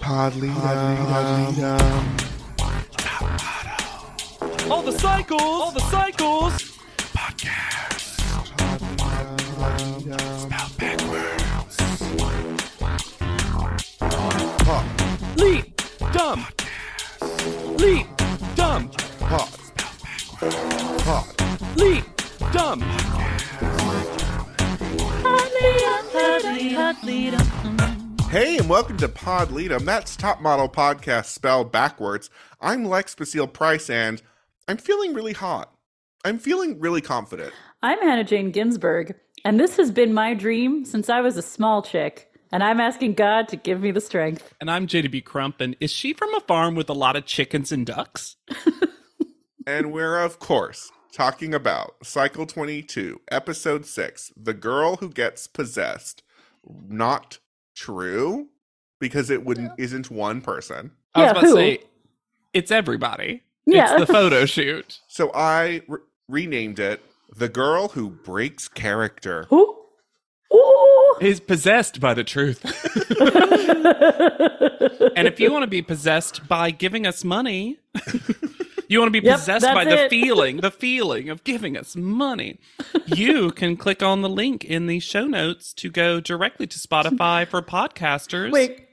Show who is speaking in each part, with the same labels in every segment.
Speaker 1: Podly, Podly, um,
Speaker 2: All the cycles, all the cycles. Leap, dumb. Leap, dumb.
Speaker 1: pod, pod,
Speaker 2: Leap, dumb.
Speaker 1: Hey, and welcome to Pod Leadum. That's Top Model Podcast spelled backwards. I'm Lex Basile Price, and I'm feeling really hot. I'm feeling really confident.
Speaker 3: I'm Hannah Jane Ginsburg, and this has been my dream since I was a small chick, and I'm asking God to give me the strength.
Speaker 2: And I'm JDB Crump, and is she from a farm with a lot of chickens and ducks?
Speaker 1: And we're, of course, talking about Cycle 22, Episode 6 The Girl Who Gets Possessed. Not true, because it wouldn't, isn't one person.
Speaker 2: I was
Speaker 3: Yeah,
Speaker 2: about
Speaker 3: who?
Speaker 2: to say, it's everybody.
Speaker 3: Yeah.
Speaker 2: It's the photo shoot.
Speaker 1: So I re- renamed it The Girl Who Breaks Character.
Speaker 3: Ooh. Ooh.
Speaker 2: He's possessed by the truth. and if you want to be possessed by giving us money, you want to be
Speaker 3: Yep,
Speaker 2: possessed by
Speaker 3: that's
Speaker 2: the
Speaker 3: it.
Speaker 2: feeling, the feeling of giving us money, you can click on the link in the show notes to go directly to Spotify for podcasters.
Speaker 3: Wait.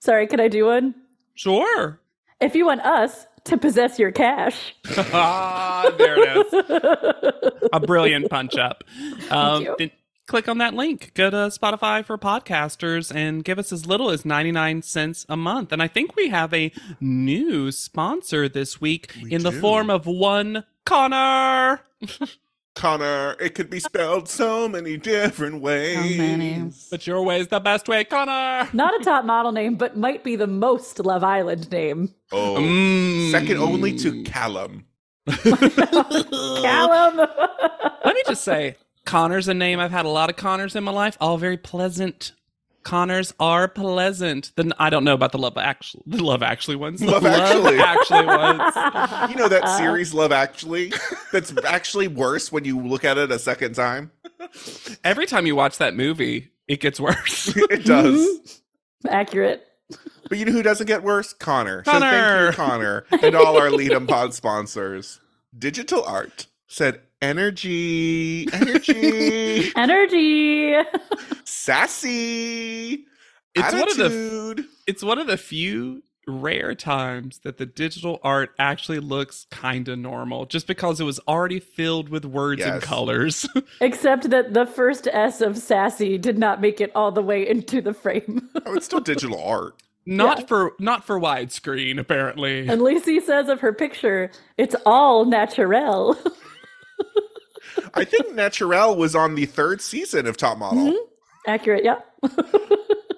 Speaker 3: Sorry, can I do one?
Speaker 2: Sure.
Speaker 3: If you want us to possess your cash,
Speaker 2: ah, there it is. A brilliant punch up. Um,
Speaker 3: you.
Speaker 2: then click on that link. Go to Spotify for podcasters and give us as little as 99 cents a month. And I think we have a new sponsor this week in the
Speaker 1: do.
Speaker 2: form of one Connor.
Speaker 1: Connor, it could be spelled so many different ways.
Speaker 3: many.
Speaker 2: But your way is the best way, Connor.
Speaker 3: not a top model name, but might be the most Love Island name.
Speaker 1: Oh,
Speaker 2: Mm.
Speaker 1: second only to Callum.
Speaker 3: Callum.
Speaker 2: Let me just say, Connor's a name. I've had a lot of Connors in my life, all very pleasant. Connors are pleasant. Then I don't know about the love actually, the love actually ones. The
Speaker 1: Love Actually.
Speaker 2: actually ones.
Speaker 1: You know
Speaker 2: Uh-huh.
Speaker 1: that series Love Actually? That's actually worse when you look at it a second time.
Speaker 2: Every time you watch that movie, it gets worse.
Speaker 1: It
Speaker 2: Mm-hmm.
Speaker 1: does.
Speaker 3: Accurate.
Speaker 1: But you know who doesn't get worse? Connor. So
Speaker 2: Connor.
Speaker 1: thank you, Connor, and all our Lead 'em Pod sponsors. Digital Art said energy, energy,
Speaker 3: Energy.
Speaker 1: sassy,
Speaker 2: It's one of the-
Speaker 1: attitude.
Speaker 2: it's one of the few rare times that the digital art actually looks kind of normal, just because it was already filled with words and
Speaker 1: Yes.
Speaker 2: colors.
Speaker 3: Except that the first S of sassy did not make it all the way into the frame.
Speaker 1: Oh, it's still digital art.
Speaker 2: not for not for widescreen, apparently.
Speaker 3: and Lacey says of her picture, it's all naturel.
Speaker 1: I think Naturel was on the third season of Top Model.
Speaker 2: Mm-hmm.
Speaker 3: Accurate, yeah.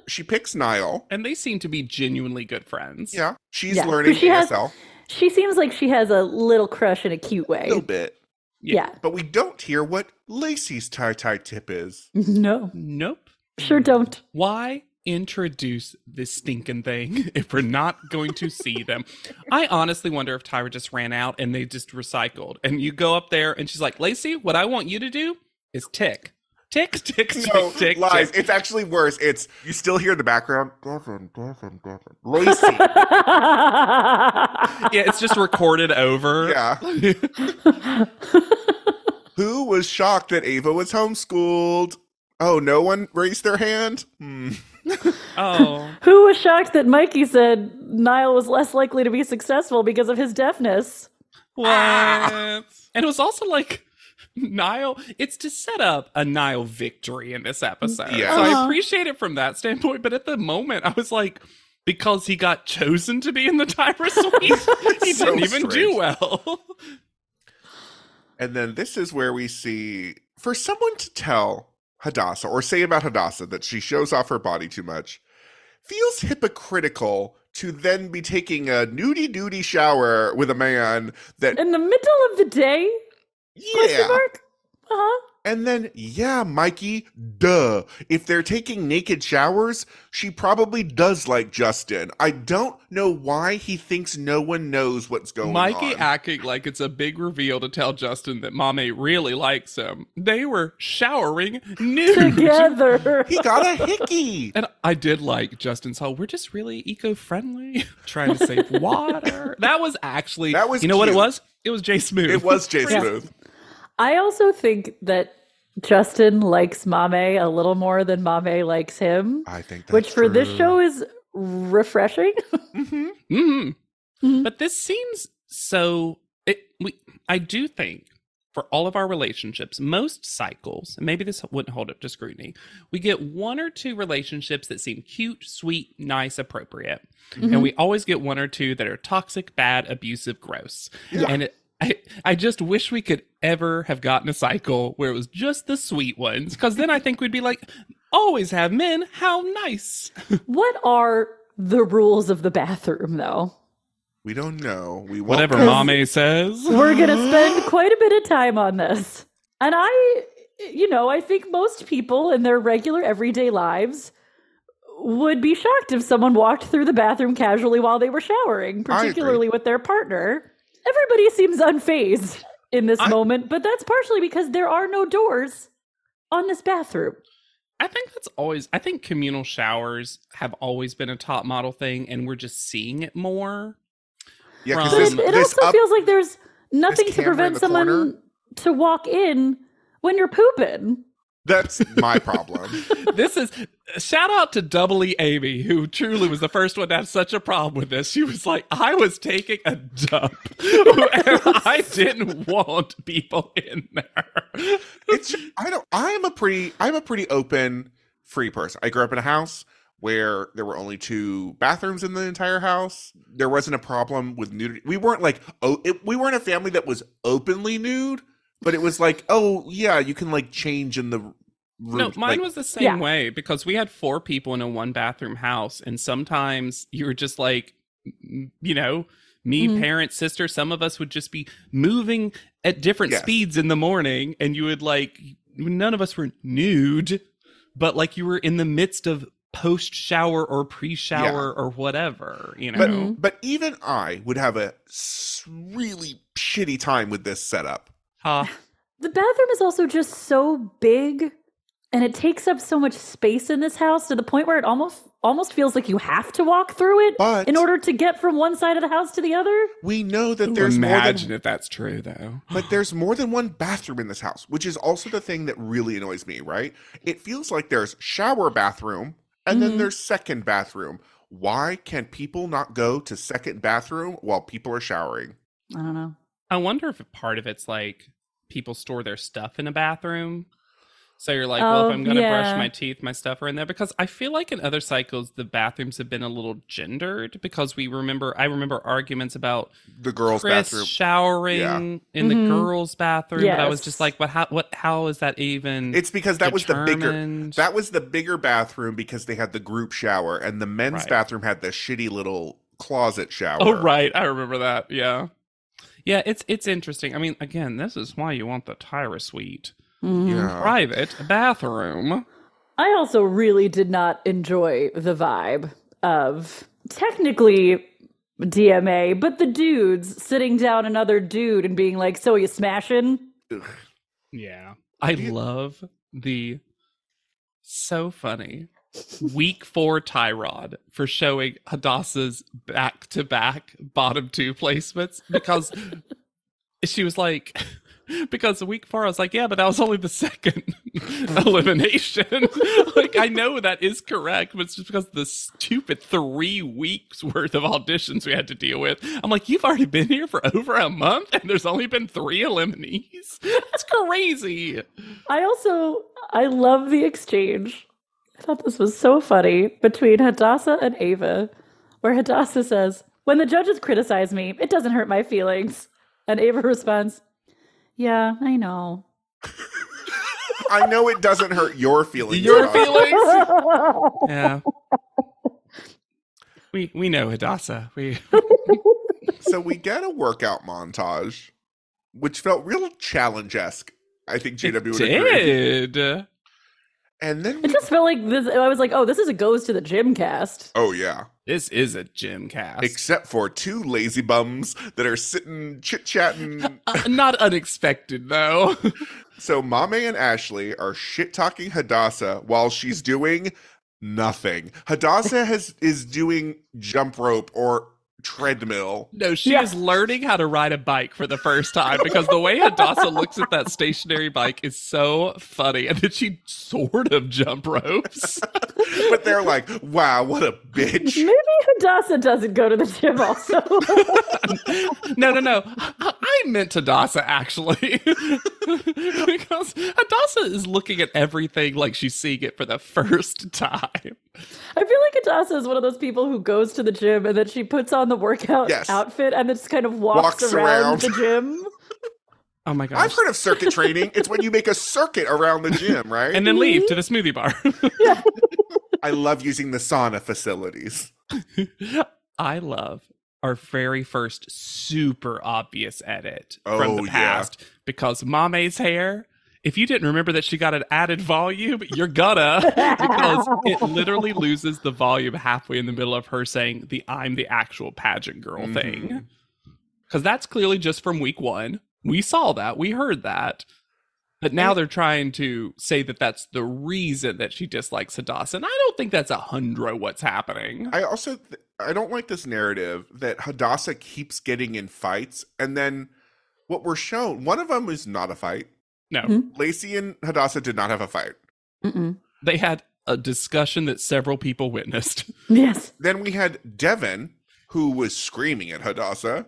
Speaker 1: She picks Niall.
Speaker 2: and they seem to be genuinely good friends.
Speaker 1: Yeah, she's
Speaker 3: Yeah.
Speaker 1: learning
Speaker 3: She has-
Speaker 1: ASL
Speaker 3: She seems like she has a little crush in a cute
Speaker 1: a
Speaker 3: way.
Speaker 1: little bit,
Speaker 3: Yeah.
Speaker 1: but we don't hear what Lacey's tie tie tip is.
Speaker 3: No.
Speaker 2: Nope.
Speaker 3: Sure don't.
Speaker 2: why introduce this stinking thing if we're not going to see them? I honestly wonder if Tyra just ran out and they just recycled. And you go up there and she's like, Lacey, what I want you to do is tick. Tick, tick, tick,
Speaker 1: No
Speaker 2: tick,
Speaker 1: lies.
Speaker 2: tick.
Speaker 1: It's actually worse. It's you still hear in the background. Devin, Devin, Devin. Lacey.
Speaker 2: Yeah, it's just recorded over.
Speaker 1: yeah. Who was shocked that Ava was homeschooled? Oh, no one raised their hand. Hmm.
Speaker 2: Oh.
Speaker 3: Who was shocked that Mikey said Niall was less likely to be successful because of his deafness?
Speaker 2: What?
Speaker 1: Ah.
Speaker 2: And it was also like Nile. It's to set up a Nile victory in this episode.
Speaker 1: Yeah.
Speaker 2: So I
Speaker 3: Uh-huh.
Speaker 2: appreciate it from that standpoint. But at the moment, I was like, because he got chosen to be in the Tyra suite, he
Speaker 1: So
Speaker 2: didn't even
Speaker 1: strange.
Speaker 2: do well.
Speaker 1: And then this is where we see for someone to tell Hadassah or say about Hadassah that she shows off her body too much feels hypocritical to then be taking a nudie nudie shower with a man that
Speaker 3: In the middle of the day? Question
Speaker 1: yeah
Speaker 3: mark? Uh-huh.
Speaker 1: And then, yeah, Mikey, duh. If they're taking naked showers, she probably does like Justin. I don't know why he thinks no one knows what's going
Speaker 2: Mikey
Speaker 1: on.
Speaker 2: acting like it's a big reveal to tell Justin that Mame really likes him. They were showering nude.
Speaker 3: Together.
Speaker 1: he got a hickey.
Speaker 2: and I did like Justin's whole, we're just really eco friendly, trying to save water. That was actually,
Speaker 1: That was
Speaker 2: you know what it
Speaker 1: cute.
Speaker 2: was? It was Jay Smooth.
Speaker 1: It was Jay
Speaker 3: Yeah.
Speaker 1: Smooth.
Speaker 3: I also think that Justin likes Mame a little more than Mame likes him,
Speaker 1: I think that's
Speaker 3: which for this
Speaker 1: true.
Speaker 3: show is refreshing.
Speaker 1: Mhm.
Speaker 2: Mhm.
Speaker 3: Mhm.
Speaker 2: But this seems so. It, we, I do think for all of our relationships, most cycles, and maybe this wouldn't hold up to scrutiny, we get one or two relationships that seem cute, sweet, nice, appropriate.
Speaker 3: Mhm.
Speaker 2: And we always get one or two that are toxic, bad, abusive, gross.
Speaker 1: Yeah.
Speaker 2: And it, I, I just wish we could ever have gotten a cycle where it was just the sweet ones, because then I think we'd be like, always have men. How nice.
Speaker 3: What are the rules of the bathroom, though?
Speaker 1: We don't know. We won't
Speaker 2: Whatever
Speaker 1: know.
Speaker 2: Mame says.
Speaker 3: We're going to spend quite a bit of time on this. And I, you know, I think most people in their regular everyday lives would be shocked if someone walked through the bathroom casually while they were showering,
Speaker 1: I agree.
Speaker 3: particularly with their partner. Everybody seems unfazed in this
Speaker 2: I-
Speaker 3: moment, but that's partially because there are no doors on this bathroom.
Speaker 2: I think that's always I think communal showers have always been a top model thing and we're just seeing it more.
Speaker 1: Yeah, 'cause
Speaker 2: But
Speaker 1: this,
Speaker 3: But it, it
Speaker 1: this
Speaker 3: also
Speaker 1: up-
Speaker 3: feels like there's nothing to
Speaker 1: camera in
Speaker 3: prevent
Speaker 1: the
Speaker 3: someone
Speaker 1: corner?
Speaker 3: to walk in when you're pooping.
Speaker 1: that's my problem.
Speaker 2: this is shout out to Doubly Amy, who truly was the first one to have such a problem with this. She was like, I was taking a dump. and I didn't want people in there.
Speaker 1: it's I don't I'm a pretty I'm a pretty open free person. I grew up in a house where there were only two bathrooms in the entire house. There wasn't a problem with nudity. We weren't like oh it, we weren't a family that was openly nude, but it was like oh yeah, you can like change in the room.
Speaker 2: No, mine
Speaker 1: like,
Speaker 2: was the same
Speaker 3: Yeah.
Speaker 2: way because we had four people in a one bathroom house, and sometimes you were just like, m- you know, me,
Speaker 3: Mhm.
Speaker 2: parents, sister, some of us would just be moving at different
Speaker 1: Yes.
Speaker 2: speeds in the morning, and you would like, none of us were nude, but like you were in the midst of post shower or pre shower or whatever, you know.
Speaker 1: But
Speaker 3: Mhm.
Speaker 1: but even I would have a s- really shitty time with this setup.
Speaker 2: Ha.
Speaker 3: The bathroom is also just so big and it takes up so much space in this house to the point where it almost almost feels like you have to walk through it
Speaker 1: But
Speaker 3: in order to get from one side of the house to the other.
Speaker 1: we know that there's more than
Speaker 2: if that's true, though.
Speaker 1: But there's more than one bathroom in this house, which is also the thing that really annoys me, right? It feels like there's shower bathroom and
Speaker 3: Mhm.
Speaker 2: Mm-hmm.
Speaker 1: then there's second bathroom. Why can people not go to second bathroom while people are showering?
Speaker 3: I don't know.
Speaker 2: I wonder if part of it's like people store their stuff in a bathroom. So you're like, well,
Speaker 3: Oh,
Speaker 2: if I'm going to brush
Speaker 3: yeah.
Speaker 2: my teeth, my stuff are in there. Because I feel like in other cycles, the bathrooms have been a little gendered because we remember, I remember arguments about
Speaker 1: The girls'
Speaker 2: Chris
Speaker 1: bathroom.
Speaker 2: showering in the
Speaker 3: Mhm.
Speaker 2: girls' bathroom. But I was just
Speaker 3: Yes.
Speaker 2: like, what, how, what, how is that even?
Speaker 1: It's because that was the bigger
Speaker 2: determined?
Speaker 1: that was the bigger bathroom because they had the group shower and the men's
Speaker 2: Right.
Speaker 1: bathroom had the shitty little closet shower.
Speaker 2: Oh right, I remember that. Yeah, yeah. It's it's interesting. I mean, again, this is why you want the Tyra Suite
Speaker 3: Mhm.
Speaker 1: Yeah.
Speaker 2: private bathroom.
Speaker 3: I also really did not enjoy the vibe of technically DMA, but the dudes sitting down another dude and being like, "So you smashing?"
Speaker 2: Yeah. I
Speaker 1: Yeah.
Speaker 2: love the so funny week four Tyrod for showing Hadassah's back to back bottom two placements because she was like, because week four, I was like, yeah, but that was only the second elimination. like, I know that is correct, but it's just because of the stupid three weeks worth of auditions we had to deal with. I'm like, you've already been here for over a month and there's only been three eliminees. That's crazy.
Speaker 3: I also I love the exchange. I thought this was so funny between Hadassah and Ava, where Hadassah says, "When the judges criticize me, it doesn't hurt my feelings," and Ava responds, "Yeah, I know."
Speaker 1: I know it doesn't hurt your feelings.
Speaker 2: Your
Speaker 1: Rob.
Speaker 2: feelings? Yeah. We we know Hadassah. We
Speaker 1: so we get a workout montage, which felt real challenge esque I think GW
Speaker 2: It
Speaker 1: would agree.
Speaker 2: did.
Speaker 1: And then,
Speaker 3: It
Speaker 1: we,
Speaker 3: just felt like this. I was like, oh, this is a goes to the gym cast.
Speaker 1: oh yeah,
Speaker 2: This is a gym cast.
Speaker 1: except for two lazy bums that are sitting chit chatting.
Speaker 2: Uh, not unexpected though.
Speaker 1: so Mame and Ashley are shit talking Hadassah while she's doing nothing. Hadassah has is doing jump rope or treadmill.
Speaker 2: No, she
Speaker 3: Yeah.
Speaker 2: is learning how to ride a bike for the first time because the way Hadassah looks at that stationary bike is so funny. And then she sort of jump ropes.
Speaker 1: But they're like, wow, what a bitch.
Speaker 3: Maybe Hadassah doesn't go to the gym also.
Speaker 2: no, no, no. I, I meant Hadassah actually. because Hadassah is looking at everything like she's seeing it for the first time.
Speaker 3: I feel like Hadassah is one of those people who goes to the gym and then she puts on the workout
Speaker 1: Yes.
Speaker 3: outfit and then just kind of walks,
Speaker 1: Walks around.
Speaker 3: around, the gym.
Speaker 2: Oh my
Speaker 1: I've
Speaker 2: gosh.
Speaker 1: heard of circuit training. It's when you make a circuit around the gym, right?
Speaker 2: And then leave to the smoothie bar.
Speaker 1: I love using the sauna facilities.
Speaker 2: I love our very first super obvious edit
Speaker 1: Oh,
Speaker 2: from the
Speaker 1: yeah.
Speaker 2: past because Mame's hair. If you didn't remember that she got an added volume, you're gonna because it literally loses the volume halfway in the middle of her saying the I'm the actual pageant girl
Speaker 1: Mhm.
Speaker 2: thing. Because that's clearly just from week one. We saw that, we heard that. But now they're trying to say that that's the reason that she dislikes Hadassah. And I don't think that's a hundred what's happening.
Speaker 1: I also th- I don't like this narrative that Hadassah keeps getting in fights and then what we're shown, one of them is not a fight.
Speaker 2: No.
Speaker 1: Lacey and Hadassah did not have a fight.
Speaker 3: Mm-mm.
Speaker 2: they had a discussion that several people witnessed.
Speaker 3: Yes.
Speaker 1: Then we had Devin who was screaming at Hadassah,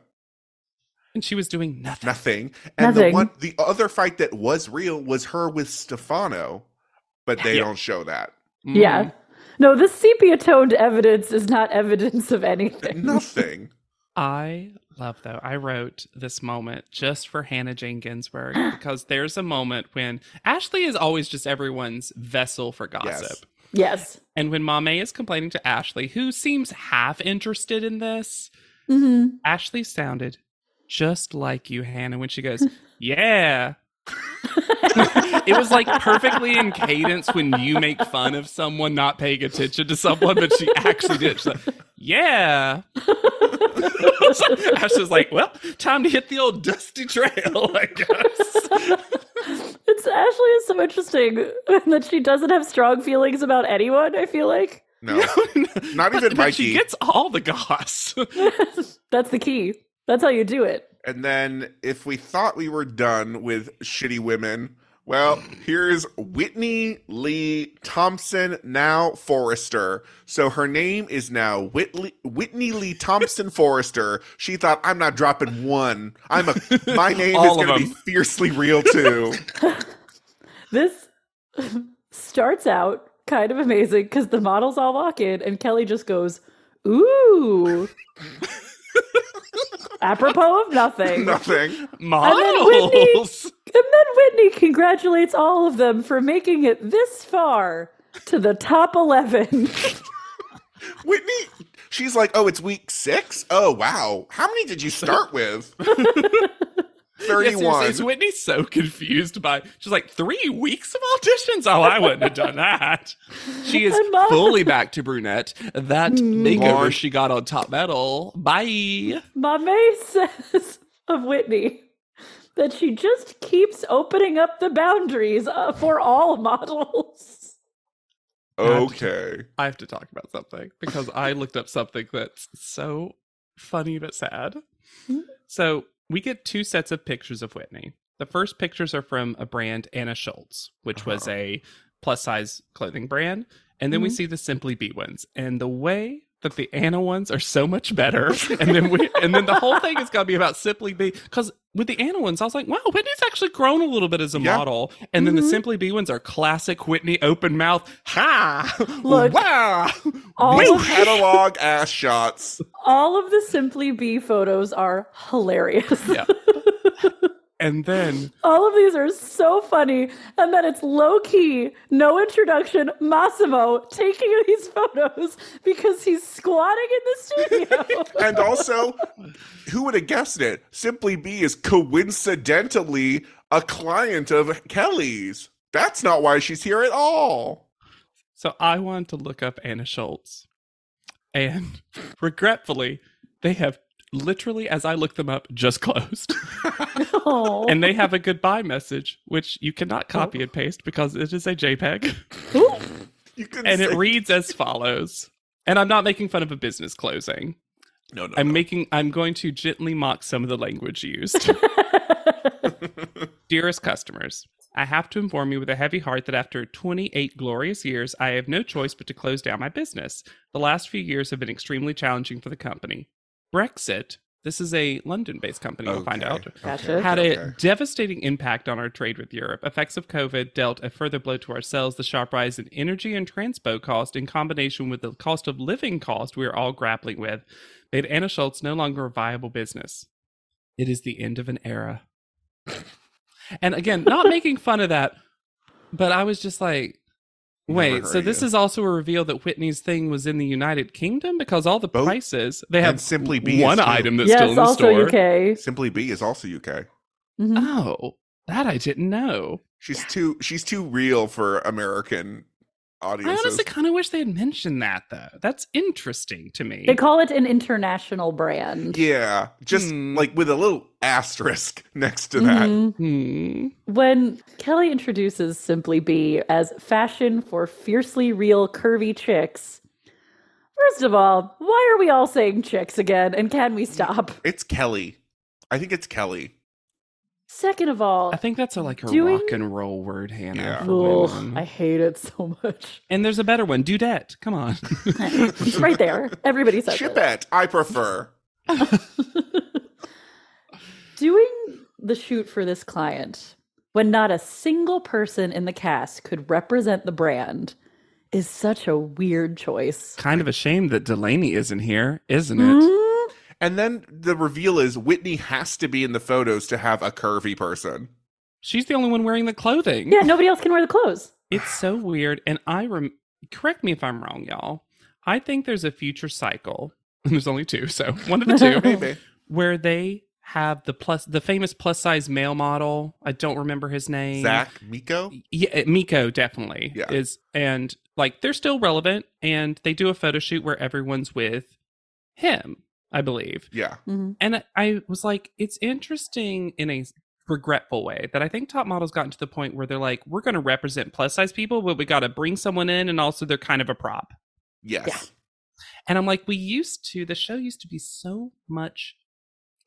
Speaker 2: And she was doing nothing.
Speaker 1: nothing. And the
Speaker 3: Nothing.
Speaker 1: one the other fight that was real was her with Stefano, but they
Speaker 2: Yeah.
Speaker 1: don't show that.
Speaker 2: Mm.
Speaker 3: Yeah. No, this sepia toned evidence is not evidence of anything.
Speaker 1: Nothing.
Speaker 2: I love though. I wrote this moment just for Hannah Jane Ginsburg because there's a moment when Ashley is always just everyone's vessel for gossip.
Speaker 3: Yes.
Speaker 2: And when Mame is complaining to Ashley, who seems half interested in this,
Speaker 3: hmm
Speaker 2: Ashley sounded just like you, Hannah, when she goes, Yeah. it was like perfectly in cadence when you make fun of someone not paying attention to someone, but she actually did. She's like, yeah. Ash was like, well, time to hit the old dusty trail, I guess.
Speaker 3: It's Ashley is so interesting that she doesn't have strong feelings about anyone. I feel like
Speaker 1: No. Not
Speaker 2: But-
Speaker 1: even
Speaker 2: but
Speaker 1: Mikey.
Speaker 2: She gets all the goss.
Speaker 3: that's the key. That's how you do it.
Speaker 1: And then if we thought we were done with shitty women, well, here's Whitney Lee Thompson, now Forrester. So her name is now Whitley, Whitney Lee Thompson Forrester. She thought, I'm not dropping one. I'm a my name is
Speaker 2: All of
Speaker 1: gonna be
Speaker 2: them.
Speaker 1: fiercely real too.
Speaker 3: This starts out kind of amazing because the models all walk in and Kelly just goes, "Ooh." Apropos of nothing.
Speaker 1: Nothing.
Speaker 3: Whitney-
Speaker 2: Models.
Speaker 3: And then Whitney congratulates all of them for making it this far to the top 11.
Speaker 1: Whitney she's like, Oh, it's week six? Oh wow. How many did you start with?
Speaker 2: Yeah,
Speaker 1: Thirty
Speaker 2: seriously,
Speaker 1: one.
Speaker 2: Is Whitney so confused by she's like three weeks of auditions? Oh, I wouldn't have done that. She is
Speaker 3: And Mom-
Speaker 2: fully back to brunette. That makeover
Speaker 1: Lord.
Speaker 2: she got on top metal. Bye.
Speaker 3: Mame says of Whitney that she just keeps opening up the boundaries uh, for all models.
Speaker 1: Okay.
Speaker 2: I have to talk about something because I looked up something that's so funny but sad.
Speaker 1: Mm-hmm.
Speaker 2: So we get two sets of pictures of Whitney. The first pictures are from a brand, Anna Schultz, which was
Speaker 1: Uh-huh. Mm-hmm.
Speaker 2: a plus size clothing brand. And then we
Speaker 3: Mhm.
Speaker 2: see the Simply Be ones. And the way that the Anna ones are so much better. And then we and then the whole thing is gonna be about Simply Be. Because with the Anna ones, I was like, wow, Whitney's actually grown a little bit as a
Speaker 1: Yeah. Mm-hmm.
Speaker 2: model. And then the
Speaker 3: Mhm.
Speaker 2: Simply Be ones are classic Whitney open mouth. Ha!
Speaker 3: Look,
Speaker 2: wow!
Speaker 3: all
Speaker 1: These
Speaker 3: of-
Speaker 1: catalog ass shots.
Speaker 3: All of the Simply Be photos are hilarious.
Speaker 2: Yeah. And then
Speaker 3: All of these are so funny. And then it's low key, no introduction, Massimo taking these photos because he's squatting in the studio.
Speaker 1: And also, who would have guessed it? Simply B is coincidentally a client of Kelly's. That's not why she's here at all.
Speaker 2: So I wanted to look up Anna Schultz. And regretfully, they have literally, as I look them up, just closed.
Speaker 3: Oh.
Speaker 2: and they have a goodbye message, which you cannot copy and paste because it is a JPEG.
Speaker 3: Ooh.
Speaker 1: You can
Speaker 2: And
Speaker 1: say,
Speaker 2: it reads as follows. And I'm not making fun of a business closing.
Speaker 1: no, no,
Speaker 2: I'm
Speaker 1: no.
Speaker 2: making I'm going to gently mock some of the language used. Dearest customers, I have to inform you with a heavy heart that after 28 glorious years, I have no choice but to close down my business. The last few years have been extremely challenging for the company. Brexit, this is a London based company, you'll find
Speaker 1: Okay,
Speaker 2: out,
Speaker 3: Gotcha.
Speaker 2: had a
Speaker 1: okay.
Speaker 2: devastating impact on our trade with Europe. Effects of COVID dealt a further blow to ourselves. The sharp rise in energy and transpo cost, in combination with the cost of living cost we are all grappling with, made Anna Schultz no longer a viable business. It is the end of an era. and again, not making fun of that, but I was just like,
Speaker 1: Never
Speaker 2: wait, so
Speaker 1: heard
Speaker 2: this
Speaker 1: you.
Speaker 2: is also a reveal that Whitney's thing was in the United Kingdom because all the
Speaker 1: Both.
Speaker 2: prices they
Speaker 1: And
Speaker 2: have
Speaker 1: Simply Bee is
Speaker 2: one
Speaker 1: too.
Speaker 2: item that's still in
Speaker 3: yes,
Speaker 2: the
Speaker 3: also
Speaker 2: store.
Speaker 3: UK.
Speaker 1: Simply B is also UK.
Speaker 3: Mhm.
Speaker 2: Oh, that I didn't know.
Speaker 1: She's too she's too real for American
Speaker 2: I
Speaker 1: audiences.
Speaker 2: honestly kind of wish they had mentioned that though. That's interesting to me.
Speaker 3: They call it an international brand.
Speaker 1: yeah, just
Speaker 2: Hmm.
Speaker 1: like with a little asterisk next to that.
Speaker 3: Mhm.
Speaker 2: Hmm.
Speaker 3: When Kelly introduces Simply B as fashion for fiercely real curvy chicks, first of all, why are we all saying chicks again? And can we stop?
Speaker 1: It's Kelly. I think it's Kelly.
Speaker 3: Second of all,
Speaker 2: I think that's a, like a
Speaker 3: Doing-
Speaker 2: rock and roll word, Hannah.
Speaker 1: Yeah.
Speaker 2: for
Speaker 3: Ugh,
Speaker 2: women.
Speaker 3: I hate it so much.
Speaker 2: And there's a better one, Dudette. Come on.
Speaker 3: It's right there. Everybody says it.
Speaker 1: Chipette, I prefer.
Speaker 3: Doing the shoot for this client when not a single person in the cast could represent the brand is such a weird choice.
Speaker 2: kind of a shame that Delaney isn't here, isn't it?
Speaker 3: Mm,
Speaker 1: And then the reveal is Whitney has to be in the photos to have a curvy person.
Speaker 2: She's the only one wearing the clothing.
Speaker 3: Yeah, nobody else can wear the clothes.
Speaker 2: It's so weird. And I rem- correct me if I'm wrong, y'all. I think there's a future cycle. There's only two, so one of the two.
Speaker 1: Maybe.
Speaker 2: where they have the plus the famous plus size male model. I don't remember his name.
Speaker 1: Zach Miko?
Speaker 2: Yeah, uh, Miko definitely
Speaker 1: Yeah.
Speaker 2: is, and like they're still relevant, and they do a photo shoot where everyone's with him, I believe.
Speaker 1: Yeah.
Speaker 3: Mhm.
Speaker 2: And I- I was like, it's interesting in a regretful way that I think top models gotten to the point where they're like, we're going to represent plus size people, but we got to bring someone in, and also they're kind of a prop.
Speaker 1: Yes.
Speaker 2: And I'm like, we used to, the show used to be so much,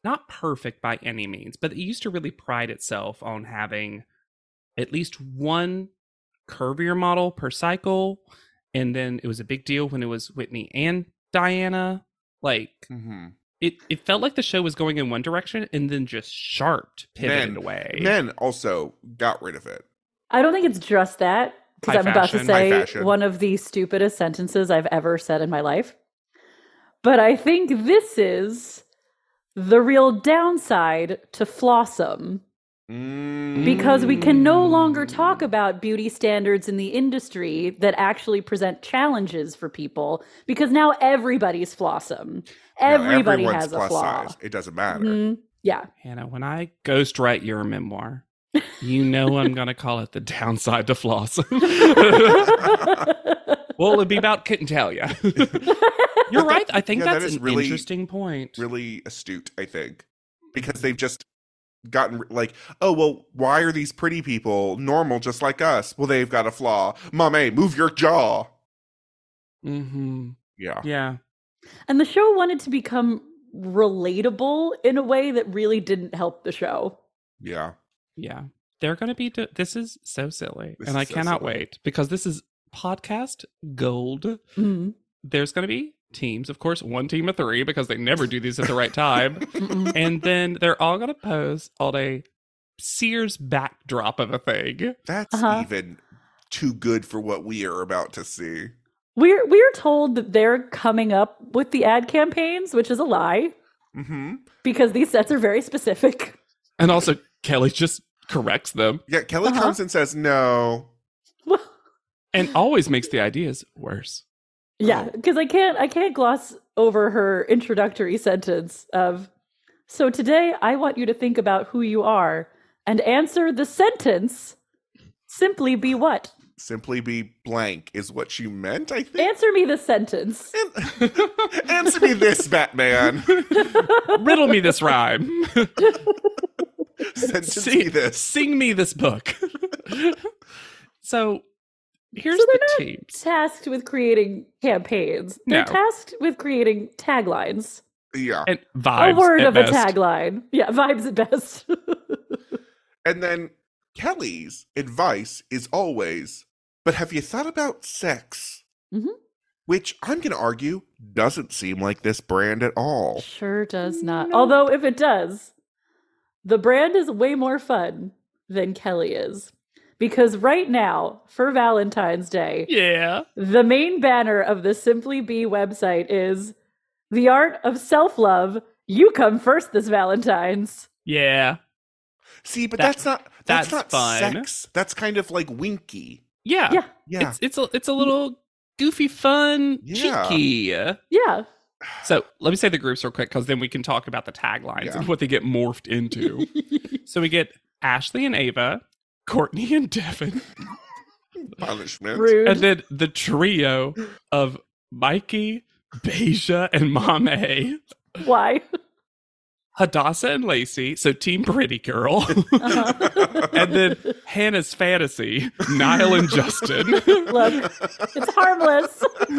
Speaker 2: not perfect by any means, but it used to really pride itself on having at least one curvier model per cycle. And then it was a big deal when it was Whitney and Diana. Like,
Speaker 1: Mhm.
Speaker 2: it, it felt like the show was going in one direction and then just sharp pivoted
Speaker 1: Men.
Speaker 2: away.
Speaker 1: Men also got rid of it.
Speaker 3: I don't think it's just that because
Speaker 2: High
Speaker 3: I'm about to
Speaker 2: fashion. High
Speaker 3: say
Speaker 1: fashion.
Speaker 3: one of the stupidest sentences I've ever said in my life. But I think this is the real downside to Flossom.
Speaker 1: Mm.
Speaker 3: because we can no longer talk about beauty standards in the industry that actually present challenges for people because now everybody's flossom.
Speaker 1: Now,
Speaker 3: Everybody
Speaker 1: everyone's
Speaker 3: has a flaw.
Speaker 1: It doesn't matter.
Speaker 3: Mhm. Yeah.
Speaker 2: Hannah, when I ghostwrite your memoir, you know I'm going to call it The Downside to Floss. well, it'd be about couldn't tell you.
Speaker 3: Hmm?
Speaker 2: You're right. I think
Speaker 1: Yeah, that
Speaker 2: that's
Speaker 1: is
Speaker 2: an
Speaker 1: really-
Speaker 2: interesting point.
Speaker 1: Really astute, I think, because they've just gotten r- like, oh well, why are these pretty people normal just like us? Well, they've got a flaw. Mame, move your jaw.
Speaker 2: hmm
Speaker 1: Yeah.
Speaker 2: Yeah.
Speaker 3: and the show wanted to become relatable in a way that really didn't help the show.
Speaker 1: Yeah.
Speaker 2: Yeah. They're going to be. Do- this is so silly.
Speaker 1: This
Speaker 2: and I
Speaker 1: is so
Speaker 2: cannot
Speaker 1: silly.
Speaker 2: wait because this is podcast gold.
Speaker 3: Mhm.
Speaker 2: There's going to be teams, of course, one team of three because they never do these at the right time.
Speaker 3: Mm-mm.
Speaker 2: and then they're all going to pose on a Sears backdrop of a thing.
Speaker 1: That's
Speaker 3: Uh-huh.
Speaker 1: even too good for what we are about to see.
Speaker 3: we're we're told that they're coming up with the ad campaigns, which is a lie
Speaker 1: Mm-hmm.
Speaker 3: because these sets are very specific.
Speaker 2: And also, Kelly just corrects them
Speaker 1: Yeah, Kelly
Speaker 3: Uh-huh.
Speaker 1: comes and says, No,
Speaker 2: and always makes the ideas worse.
Speaker 3: Yeah,
Speaker 1: Oh.
Speaker 3: because I can't I can't gloss over her introductory sentence of so today I want you to think about who you are and answer the sentence simply be what?
Speaker 1: simply be blank is what she meant, I think.
Speaker 3: Answer me the sentence.
Speaker 1: An- Answer me this, Batman.
Speaker 2: Riddle me this rhyme.
Speaker 1: Sentence
Speaker 2: See-
Speaker 1: me this.
Speaker 2: Sing me this book. so here's
Speaker 3: So they're
Speaker 2: the teams.
Speaker 3: Tasked with creating campaigns.
Speaker 2: No.
Speaker 3: They're tasked with creating taglines.
Speaker 1: Yeah.
Speaker 2: And vibes.
Speaker 3: a word
Speaker 2: at
Speaker 3: of
Speaker 2: best.
Speaker 3: a tagline. Yeah, vibes at best.
Speaker 1: And then Kelly's advice is always, but have you thought about sex?
Speaker 2: Mm-hmm.
Speaker 3: Mhm.
Speaker 1: Which I'm going to argue doesn't seem like this brand at all.
Speaker 3: sure does not.
Speaker 2: Nope.
Speaker 3: Although if it does, the brand is way more fun than Kelly is. Because right now, for Valentine's Day,
Speaker 2: Yeah.
Speaker 3: the main banner of the Simply Be website is The Art of Self Love. You come first this Valentine's.
Speaker 2: Yeah.
Speaker 1: See, but
Speaker 2: That-
Speaker 1: that's not that's,
Speaker 2: that's
Speaker 1: not
Speaker 2: fun.
Speaker 1: sex. That's kind of like winky.
Speaker 2: Yeah.
Speaker 3: Yeah.
Speaker 1: Yeah.
Speaker 2: It's it's a it's a little goofy, fun,
Speaker 1: Yeah.
Speaker 2: cheeky.
Speaker 3: Yeah.
Speaker 2: So let me say the groups real quick because then we can talk about the taglines
Speaker 1: Yeah.
Speaker 2: and what they get morphed into. so we get Ashley and Ava, Courtney and Devin,
Speaker 1: punishment.
Speaker 3: Rude.
Speaker 2: and then the trio of Mikey, Beja, and Mame,
Speaker 3: Why?
Speaker 2: Hadassah and Lacey. So Team Pretty Girl.
Speaker 3: Uh-huh.
Speaker 2: and then Hannah's Fantasy, Niall and Justin.
Speaker 3: Look, it's harmless.
Speaker 1: At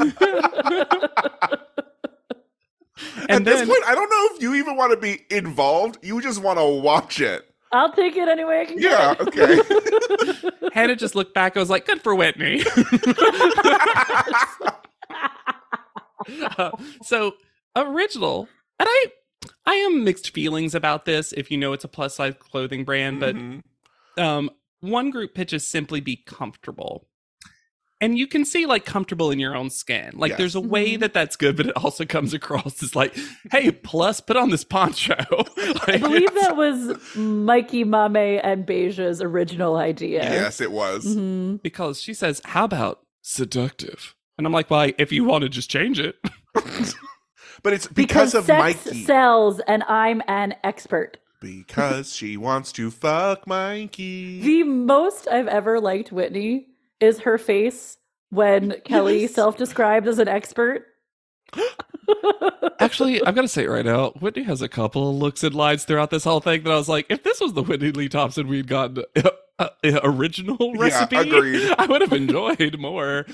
Speaker 2: And
Speaker 1: this
Speaker 2: then-
Speaker 1: point, I don't know if you even want to be involved. You just want to watch it.
Speaker 3: I'll take it any way I can.
Speaker 1: Yeah,
Speaker 3: get
Speaker 1: okay.
Speaker 3: it.
Speaker 2: Hannah just looked back and was like, good for Whitney. Uh, so original and i i am mixed feelings about this if you know it's a plus size clothing brand
Speaker 1: Mhm.
Speaker 2: but um one group pitches simply be comfortable and you can see like comfortable in your own skin like
Speaker 1: Yes.
Speaker 2: there's a way
Speaker 3: Mhm.
Speaker 2: that that's good but it also comes across as like hey plus put on this poncho
Speaker 3: I
Speaker 2: Like,
Speaker 3: believe that was Mikey, Mame, and Beja's original idea.
Speaker 1: yes, it was.
Speaker 3: Mhm.
Speaker 2: because she says how about seductive and i'm like well if you want to just change it
Speaker 1: But it's because, of
Speaker 3: sex
Speaker 1: Mikey.
Speaker 3: sells, and I'm an expert.
Speaker 1: Because she wants to fuck Mikey.
Speaker 3: The most I've ever liked Whitney is her face when Kelly
Speaker 2: Yes.
Speaker 3: self-described as an expert.
Speaker 2: Actually, I've got to say it right now. Whitney has a couple looks and lines throughout this whole thing that I was like, if this was the Whitney Lee Thompson we'd gotten uh, uh, uh, original
Speaker 1: Yeah,
Speaker 2: recipe,
Speaker 1: agreed.
Speaker 2: I would have enjoyed more.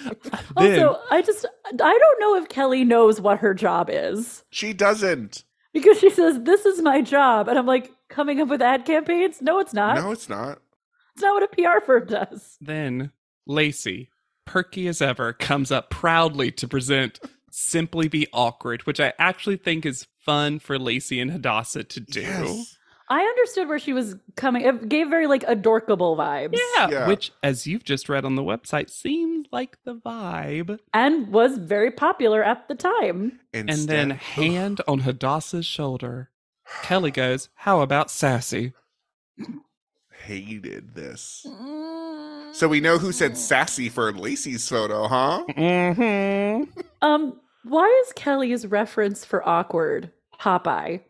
Speaker 3: also, I just I don't know if Kelly knows what her job is.
Speaker 1: she doesn't.
Speaker 3: Because she says, This is my job. And I'm like, coming up with ad campaigns? No, it's not.
Speaker 1: no, it's not.
Speaker 3: It's not what a PR firm does.
Speaker 2: then Lacey, perky as ever, comes up proudly to present Simply Be Awkward, which I actually think is fun for Lacey and Hadassah to do.
Speaker 1: Yes.
Speaker 3: I understood where she was coming. It gave very like adorkable vibes.
Speaker 2: Yeah,
Speaker 1: Yeah.
Speaker 2: which, as you've just read on the website, seems like the vibe.
Speaker 3: And was very popular at the time.
Speaker 2: and then hand on Hadassah's shoulder. Kelly goes, "How about sassy?"
Speaker 1: hated this. So we know who said sassy for Lacey's photo, huh?
Speaker 2: Mm-hmm.
Speaker 3: Um, why is Kelly's reference for awkward Popeye?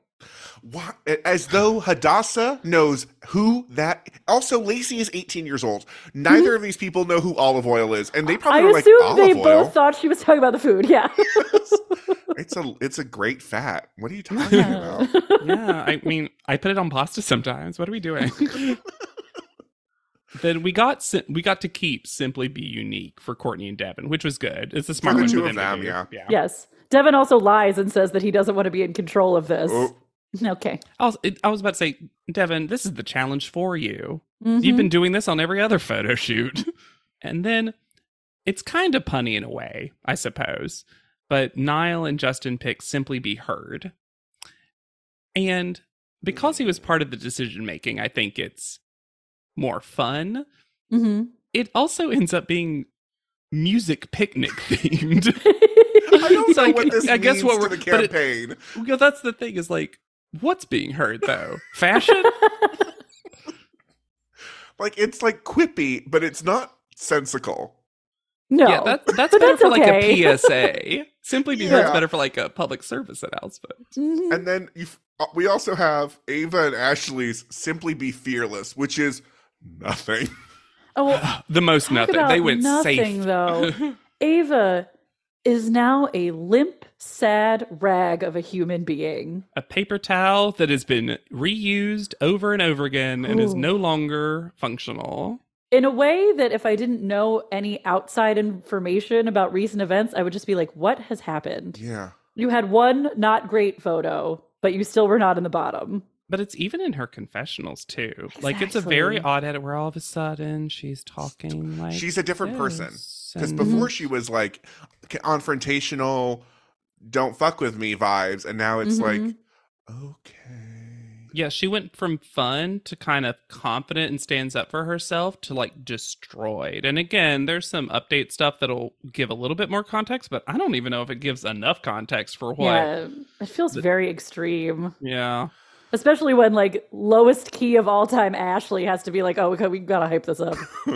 Speaker 1: Why, as though Hadassah knows who that. Also, Lacey is 18 years old. Neither of these people know who olive oil is, and they probably
Speaker 3: Hmm? I
Speaker 1: were like
Speaker 3: assume
Speaker 1: olive
Speaker 3: they
Speaker 1: oil.
Speaker 3: both thought she was talking about the food. Yeah.
Speaker 1: it's a it's a great fat. What are you talking about?
Speaker 2: Yeah, I mean, I put it on pasta sometimes. What are we doing? then we got si- we got to keep simply be unique for Courtney and Devin, which was good. It's a smart
Speaker 1: the
Speaker 2: one
Speaker 1: two
Speaker 2: for
Speaker 1: of
Speaker 2: them to
Speaker 1: them,
Speaker 2: do.
Speaker 1: yeah.
Speaker 3: yes. Devin also lies and says that he doesn't want to be in control of this.
Speaker 1: Oh,
Speaker 3: Okay.
Speaker 2: I was it- I was about to say, Devin, this is the challenge for you.
Speaker 3: Mhm.
Speaker 2: You've been doing this on every other photo shoot. And then it's kind of punny in a way, I suppose. But Niall and Justin pick simply be heard. And because he was part of the decision making, I think it's more fun.
Speaker 3: Mhm.
Speaker 2: It also ends up being music picnic themed.
Speaker 1: I don't
Speaker 2: So
Speaker 1: know
Speaker 2: I
Speaker 1: what
Speaker 2: gu-
Speaker 1: this
Speaker 2: I guess
Speaker 1: means
Speaker 2: what
Speaker 1: to
Speaker 2: we're-
Speaker 1: the
Speaker 2: but it-
Speaker 1: campaign.
Speaker 2: well, that's the thing is like, what's being heard though? Fashion?
Speaker 1: Like it's like quippy, but it's not sensical.
Speaker 3: No.
Speaker 2: Yeah, that, that's
Speaker 3: But
Speaker 2: better
Speaker 3: that's
Speaker 2: for like
Speaker 3: okay.
Speaker 2: a PSA. Simply because
Speaker 1: Yeah.
Speaker 2: it's better for like a public service announcement.
Speaker 3: Mhm.
Speaker 2: Mm.
Speaker 1: And then you, f- uh, we also have Ava and Ashley's "Simply Be Fearless," which is nothing.
Speaker 3: oh, well,
Speaker 2: The most
Speaker 3: talk
Speaker 2: nothing.
Speaker 3: about
Speaker 2: They went
Speaker 3: nothing,
Speaker 2: safe.
Speaker 3: though. Ava is now a limp, sad rag of a human being.
Speaker 2: a paper towel that has been reused over and over again and is
Speaker 3: Ooh.
Speaker 2: no longer functional.
Speaker 3: In a way that if I didn't know any outside information about recent events, I would just be like, what has happened?
Speaker 1: Yeah,
Speaker 3: You had one not great photo, but you still were not in the bottom.
Speaker 2: But it's even in her confessionals too. Like it's a very
Speaker 3: Exactly.
Speaker 2: odd edit where all of a sudden she's talking like
Speaker 1: she's a different person
Speaker 2: this
Speaker 1: because
Speaker 2: and-
Speaker 1: before she was like c- confrontational, "Don't fuck with me" vibes, and now it's like,
Speaker 3: Mhm.
Speaker 1: okay,
Speaker 2: Mm-hmm. Yeah, she went from fun to kind of confident and stands up for herself to like destroyed. And again, there's some update stuff that'll give a little bit more context, but I don't even know if it gives enough context for what. Yeah.
Speaker 3: Yeah, it feels very extreme,
Speaker 2: yeah.
Speaker 3: especially when like lowest key of all time Ashley has to be like, "Oh, okay, we gotta hype this up."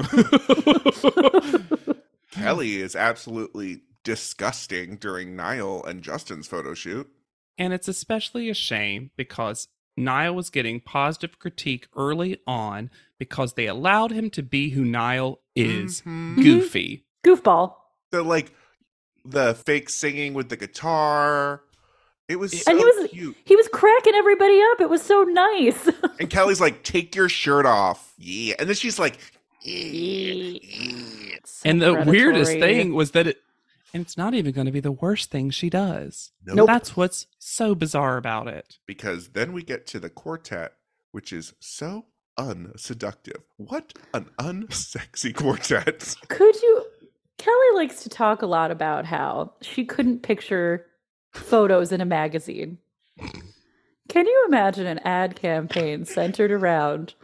Speaker 1: Kelly is absolutely disgusting during Niall and Justin's photo shoot.
Speaker 2: And it's especially a shame because Niall was getting positive critique early on because they allowed him to be who Niall is
Speaker 3: Mm-hmm.
Speaker 1: Mhm.
Speaker 2: goofy.
Speaker 3: Goofball,
Speaker 1: the like the fake singing with the guitar. It was so
Speaker 3: And he was-
Speaker 1: cute.
Speaker 3: he was cracking everybody up. It was so nice.
Speaker 1: And Kelly's like, "Take your shirt off." Yeah. And then she's like, "Yeah, yeah."
Speaker 3: So
Speaker 2: And the weirdest
Speaker 3: predatory.
Speaker 2: thing was that it, and it's not even going to be the worst thing she does.
Speaker 1: No,
Speaker 3: Nope.
Speaker 2: That's what's so bizarre about it.
Speaker 1: because then we get to the quartet, which is so unseductive. What an unsexy quartet.
Speaker 3: Could you? Kelly likes to talk a lot about how she couldn't picture photos in a magazine. Can you imagine an ad campaign centered around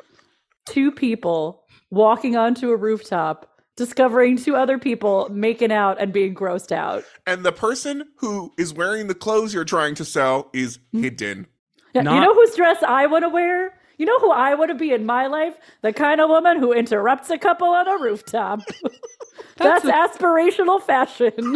Speaker 3: two people walking onto a rooftop, discovering two other people making out and being grossed out?
Speaker 1: And the person who is wearing the clothes you're trying to sell is
Speaker 3: Mm-hmm.
Speaker 1: hidden.
Speaker 3: Yeah, you
Speaker 2: Not-
Speaker 3: know whose dress I want to wear? You know who I want to be in my life? The kind of woman who interrupts a couple on a rooftop. That's,
Speaker 2: the-
Speaker 3: aspirational fashion.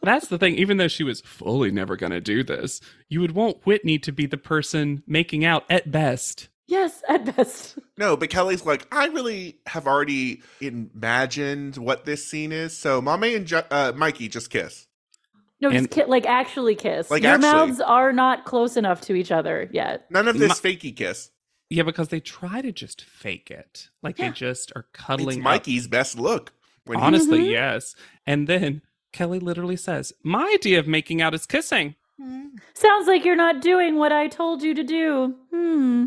Speaker 2: That's the thing. Even though she was fully never going to do this, you would want Whitney to be the person making out at best.
Speaker 3: yes, at best.
Speaker 1: No, but Kelly's like, I really have already imagined what this scene is. So, Mame and Ju- uh, Mikey just kiss.
Speaker 3: No,
Speaker 2: And-
Speaker 3: just ki- like actually kiss.
Speaker 1: Like,
Speaker 3: Your
Speaker 1: actually.
Speaker 3: mouths are not close enough to each other yet.
Speaker 1: None of this
Speaker 2: Mi-
Speaker 1: fakey kiss.
Speaker 2: Yeah, because they try to just fake it. Like
Speaker 3: Yeah.
Speaker 2: they just are
Speaker 1: It's
Speaker 2: cuddling up
Speaker 1: Mikey's best look. When he-
Speaker 2: Honestly,
Speaker 3: Mhm.
Speaker 2: yes. And then Kelly literally says, My idea of making out is kissing.
Speaker 3: Sounds like you're not doing what I told you to do. Hmm.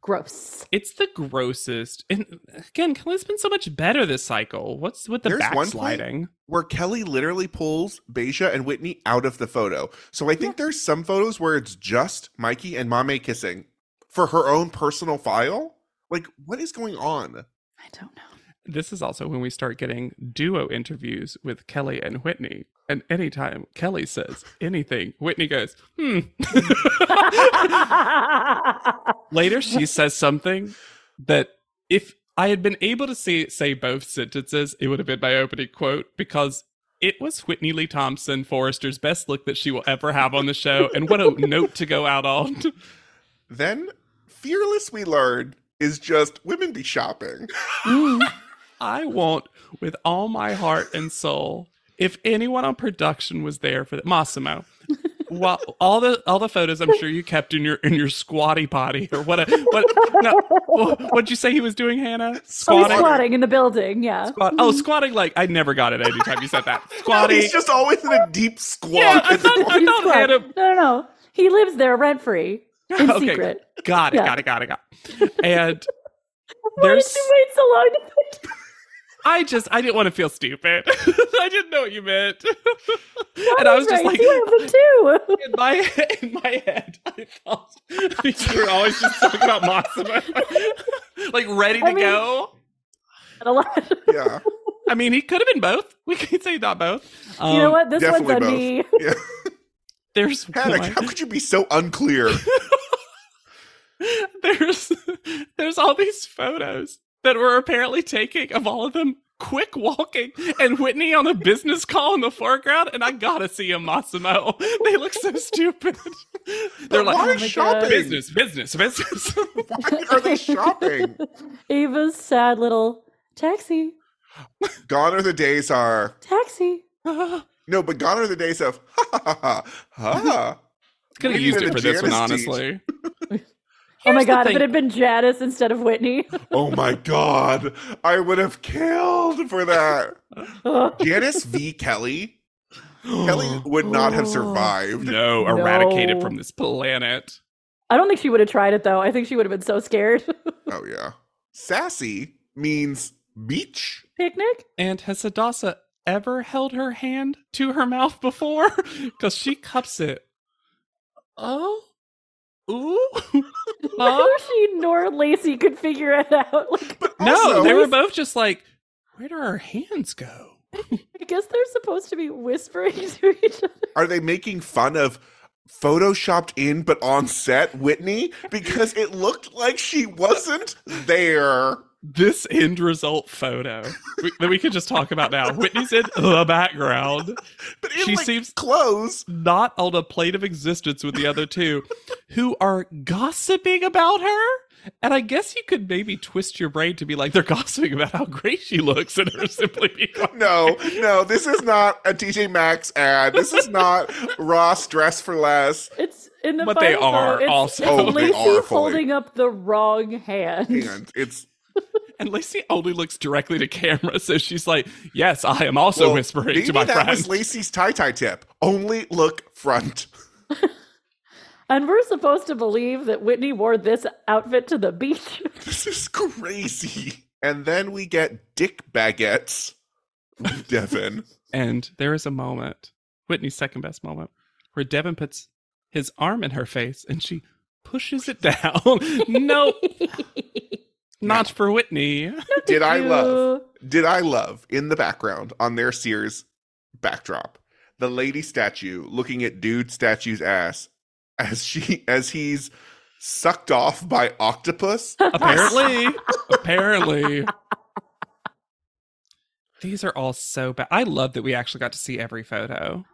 Speaker 3: Gross.
Speaker 2: It's the grossest. And again, Kelly's been so much better this cycle. What's with the
Speaker 1: There's one point-
Speaker 2: backsliding?
Speaker 1: where Kelly literally pulls Beja and Whitney out of the photo. So I think there's some photos where it's just Mikey and Mame kissing for her own personal file. Like, what is going on?
Speaker 3: I don't know.
Speaker 2: This is also when we start getting duo interviews with Kelly and Whitney. And anytime Kelly says anything, Whitney goes, hmm. Later, she says something that if I had been able to see, say both sentences, it would have been my opening quote because it was Whitney Lee Thompson, Forrester's best look that she will ever have on the show. And what a note to go out on.
Speaker 1: Then, Fearless, we learn, is just women be shopping.
Speaker 2: I want, with all my heart and soul, if anyone on production was there for that, Massimo. While all the all the photos I'm sure you kept in your in your squatty potty or what a, what no, what'd you say he was doing Hannah
Speaker 3: Oh, he's
Speaker 1: Squatting.
Speaker 3: squatting in the building. Yeah.
Speaker 2: Squat- Oh, squatting like I never got it anytime you said that. Squatting.
Speaker 1: He's just always in a deep squat.
Speaker 2: yeah, I thought, I
Speaker 3: He's
Speaker 2: thought
Speaker 3: squat-
Speaker 2: Hannah
Speaker 3: No, no, no. He lives there rent free in
Speaker 2: Okay.
Speaker 3: secret.
Speaker 2: got it,
Speaker 3: Yeah.
Speaker 2: got it, got it, got it. And
Speaker 3: Why did
Speaker 2: there's
Speaker 3: you wait so long? To put-
Speaker 2: I just I didn't want to feel stupid. I didn't know what you meant. and I was just
Speaker 3: Right,
Speaker 2: like
Speaker 3: you have them too.
Speaker 2: in my in my head, I thought you were always just talking about Massimo. like ready to
Speaker 3: I mean-
Speaker 2: go.
Speaker 3: A lot.
Speaker 1: yeah.
Speaker 2: I mean, he could have been both. We could say not both. Um,
Speaker 3: you know what? This one's
Speaker 1: definitely
Speaker 3: on
Speaker 1: both.
Speaker 3: me.
Speaker 1: yeah.
Speaker 2: There's
Speaker 1: Hannah,
Speaker 2: one.
Speaker 1: how could you be so unclear?
Speaker 2: there's there's all these photos that were apparently taking of all of them quick walking and Whitney on a business call in the foreground. And I gotta see a Massimo. They look so stupid. They're
Speaker 1: But why
Speaker 2: like, "Oh
Speaker 3: my
Speaker 1: shopping?
Speaker 3: God.
Speaker 2: business, business, business.
Speaker 1: Why are they shopping?
Speaker 3: Ava's sad little taxi,
Speaker 1: Gone are the days are
Speaker 3: taxi.
Speaker 2: Could
Speaker 1: no, but gone are the days of ha ha ha ha. ha.
Speaker 2: have
Speaker 1: Maybe
Speaker 2: used
Speaker 1: they're
Speaker 2: it for
Speaker 1: the
Speaker 2: this one,
Speaker 1: Janice teach.
Speaker 2: honestly.
Speaker 3: oh my
Speaker 2: Here's the
Speaker 3: god, if
Speaker 2: thing.
Speaker 3: it had been Janice instead of Whitney.
Speaker 1: Oh my god, I would have killed for that. Janice v. Kelly. Kelly would not have
Speaker 3: Oh.
Speaker 1: survived.
Speaker 2: no, eradicated
Speaker 3: No.
Speaker 2: from this planet.
Speaker 3: I don't think she would have tried it though. I think she would have been so scared.
Speaker 1: Oh yeah, sassy means beach.
Speaker 3: Picnic?
Speaker 2: And has Sadasa ever held her hand to her mouth before? Because she cups it. Oh? Ooh? Huh?
Speaker 3: Neither she nor Lacey could figure it out. Like,
Speaker 1: But
Speaker 2: no,
Speaker 1: also-
Speaker 2: they were both just like, where do our hands go?
Speaker 3: I guess they're supposed to be whispering to each other.
Speaker 1: Are they making fun of photoshopped in but on set Whitney because it looked like she wasn't there?
Speaker 2: This end result photo we- that we could just talk about now. Whitney's in the background,
Speaker 1: But in
Speaker 2: She
Speaker 1: like,
Speaker 2: seems-
Speaker 1: clothes.
Speaker 2: not on a plate of existence with the other two, who are gossiping about her. And I guess you could maybe twist your brain to be like, they're gossiping about how great she looks, and her simply being like,
Speaker 1: No, no, this is not a TJ Maxx ad. This is not Ross dress for less.
Speaker 3: It's in the
Speaker 2: But they
Speaker 3: final
Speaker 2: are
Speaker 3: photo, it's,
Speaker 2: also-
Speaker 1: Oh,
Speaker 3: it's
Speaker 1: they
Speaker 3: Lacey
Speaker 1: are fully-
Speaker 3: holding up the wrong hand.
Speaker 1: And it's
Speaker 2: And Lacey only looks directly to camera, so she's like, "Yes, I am also
Speaker 1: well,
Speaker 2: whispering
Speaker 1: maybe
Speaker 2: to my
Speaker 1: that
Speaker 2: friend."
Speaker 1: was Lacey's tie tie tip. Only look front.
Speaker 3: And we're supposed to believe that Whitney wore this outfit to the beach.
Speaker 1: This is crazy. And then we get dick baguettes. with Devin.
Speaker 2: and there is a moment, Whitney's second best moment, where Devin puts his arm in her face and she pushes it down. nope, not for Whitney.
Speaker 1: Did I love?
Speaker 3: You-
Speaker 1: did I love in the background on their Sears backdrop the lady statue looking at dude statue's ass as she as he's sucked off by octopus?
Speaker 2: apparently, apparently. These are all so bad. I love that we actually got to see every photo.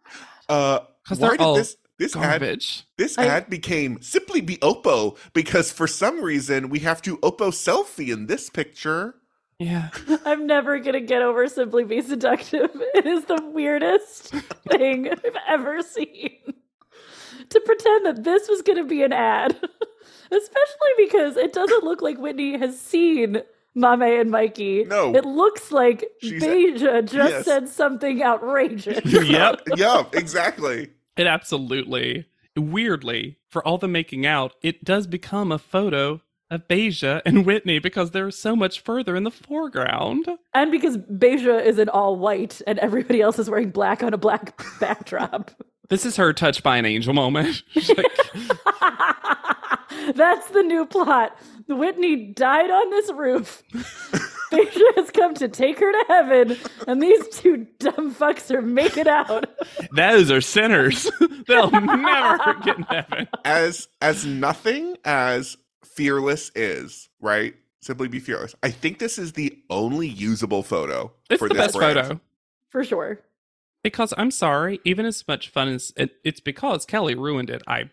Speaker 1: Uh,
Speaker 2: 'Cause
Speaker 1: why
Speaker 2: they're
Speaker 1: did
Speaker 2: all
Speaker 1: this this ad
Speaker 2: Garbage.
Speaker 1: this
Speaker 3: I-
Speaker 1: ad became simply be Oppo because for some reason we have to Oppo selfie in this picture.
Speaker 2: Yeah.
Speaker 3: I'm never gonna get over simply be seductive. It is the weirdest thing I've ever seen. To pretend that this was gonna be an ad, especially because it doesn't look like Whitney has seen Mame and Mikey.
Speaker 1: No.
Speaker 3: it looks like
Speaker 1: She's-
Speaker 3: Beja just
Speaker 1: Yes.
Speaker 3: said something outrageous.
Speaker 2: yep.
Speaker 1: yeah, exactly.
Speaker 2: It absolutely, weirdly, for all the making out, it does become a photo of Beja and Whitney because they're so much further in the foreground.
Speaker 3: and because Beja is in all white and everybody else is wearing black on a black backdrop.
Speaker 2: This is her touched by an angel moment. She's like,
Speaker 3: That's the new plot. Whitney died on this roof. Fascia has come to take her to heaven, and these two dumb fucks are making out.
Speaker 2: Those are sinners. They'll never get in heaven.
Speaker 1: as as nothing as fearless is right simply be fearless i think this is the only usable photo
Speaker 2: It's
Speaker 1: for
Speaker 2: the
Speaker 1: this
Speaker 2: best
Speaker 1: brand.
Speaker 2: photo.
Speaker 3: For sure.
Speaker 2: Because I'm sorry, even as much fun as it, it's because Kelly ruined it, I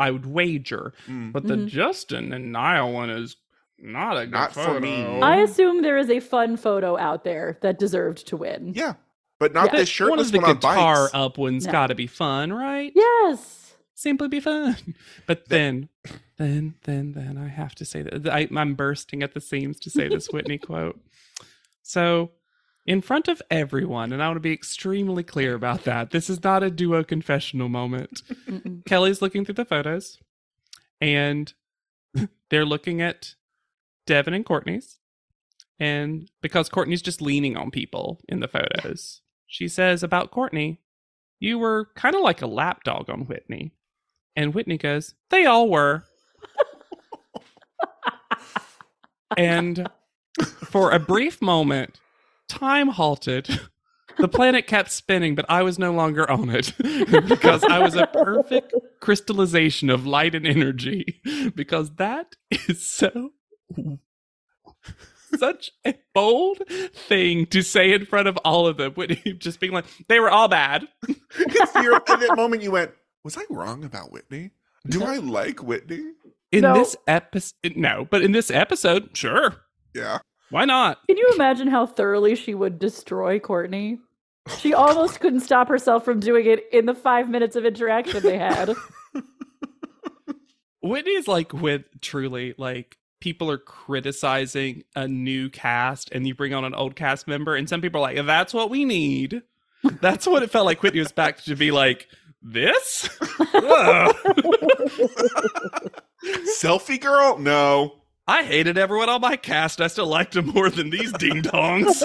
Speaker 2: I would wager.
Speaker 1: Mm.
Speaker 2: But the
Speaker 3: Mhm.
Speaker 2: Justin and Niall one is not a good
Speaker 1: Not for me.
Speaker 2: photo.
Speaker 3: I assume there is a fun photo out there that deserved to win.
Speaker 1: yeah but not
Speaker 3: Yeah.
Speaker 1: this
Speaker 2: one
Speaker 1: shirtless
Speaker 2: of the
Speaker 1: one, on
Speaker 2: guitar
Speaker 1: bikes
Speaker 2: up one's
Speaker 3: No.
Speaker 2: got to be fun, right?
Speaker 3: Yes.
Speaker 2: Simply be fun. But then, then, then, then I have to say that I, I'm bursting at the seams to say this Whitney quote. So, in front of everyone, and I want to be extremely clear about that. This is not a duo confessional moment.
Speaker 3: Mm-mm.
Speaker 2: Kelly's looking through the photos, and they're looking at Devin and Courtney's. And because Courtney's just leaning on people in the photos, she says about Courtney, You were kind of like a lapdog on Whitney. And Whitney goes, They all were. and for a brief moment, time halted. The planet kept spinning, but I was no longer on it because I was a perfect crystallization of light and energy because that is so such a bold thing to say in front of all of them when you just being like, they were all bad.
Speaker 1: You're- at that moment, you went, "Was I wrong about Whitney? Do I like Whitney?"
Speaker 2: In
Speaker 3: No.
Speaker 2: this episode, no, but in this episode, sure.
Speaker 1: Yeah.
Speaker 2: Why not?
Speaker 3: Can you imagine how thoroughly she would destroy Courtney? She almost couldn't stop herself from doing it in the five minutes of interaction they had.
Speaker 2: Whitney's like with truly like people are criticizing a new cast and you bring on an old cast member and some people are like that's what we need. That's what it felt like Whitney was back to be like this. Ugh.
Speaker 1: Selfie girl? No.
Speaker 2: I hated everyone on my cast. I still liked them more than these ding dongs.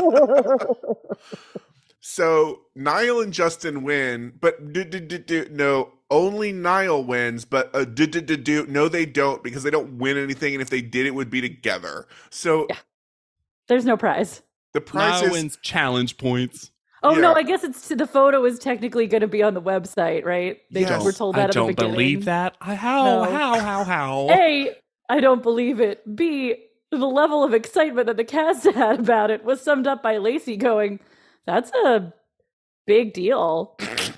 Speaker 1: So Niall and Justin win, but do, do, do, do, no, only Niall wins, but uh, do, do, do, do, no, they don't because they don't win anything. And if they did, it would be together. So
Speaker 3: Yeah. There's no prize.
Speaker 1: the prize
Speaker 2: Now
Speaker 1: is
Speaker 2: wins challenge points.
Speaker 3: Oh no,
Speaker 1: Yeah.
Speaker 3: I guess it's the photo is technically going to be on the website, right? They
Speaker 1: Yes.
Speaker 3: were told that
Speaker 2: I
Speaker 3: at the
Speaker 2: don't
Speaker 3: beginning.
Speaker 2: believe that. I, how,
Speaker 3: No.
Speaker 2: how, how, how?
Speaker 3: A, I don't believe it. B, the level of excitement that the cast had about it was summed up by Lacey going, "That's a big deal."
Speaker 1: Mm.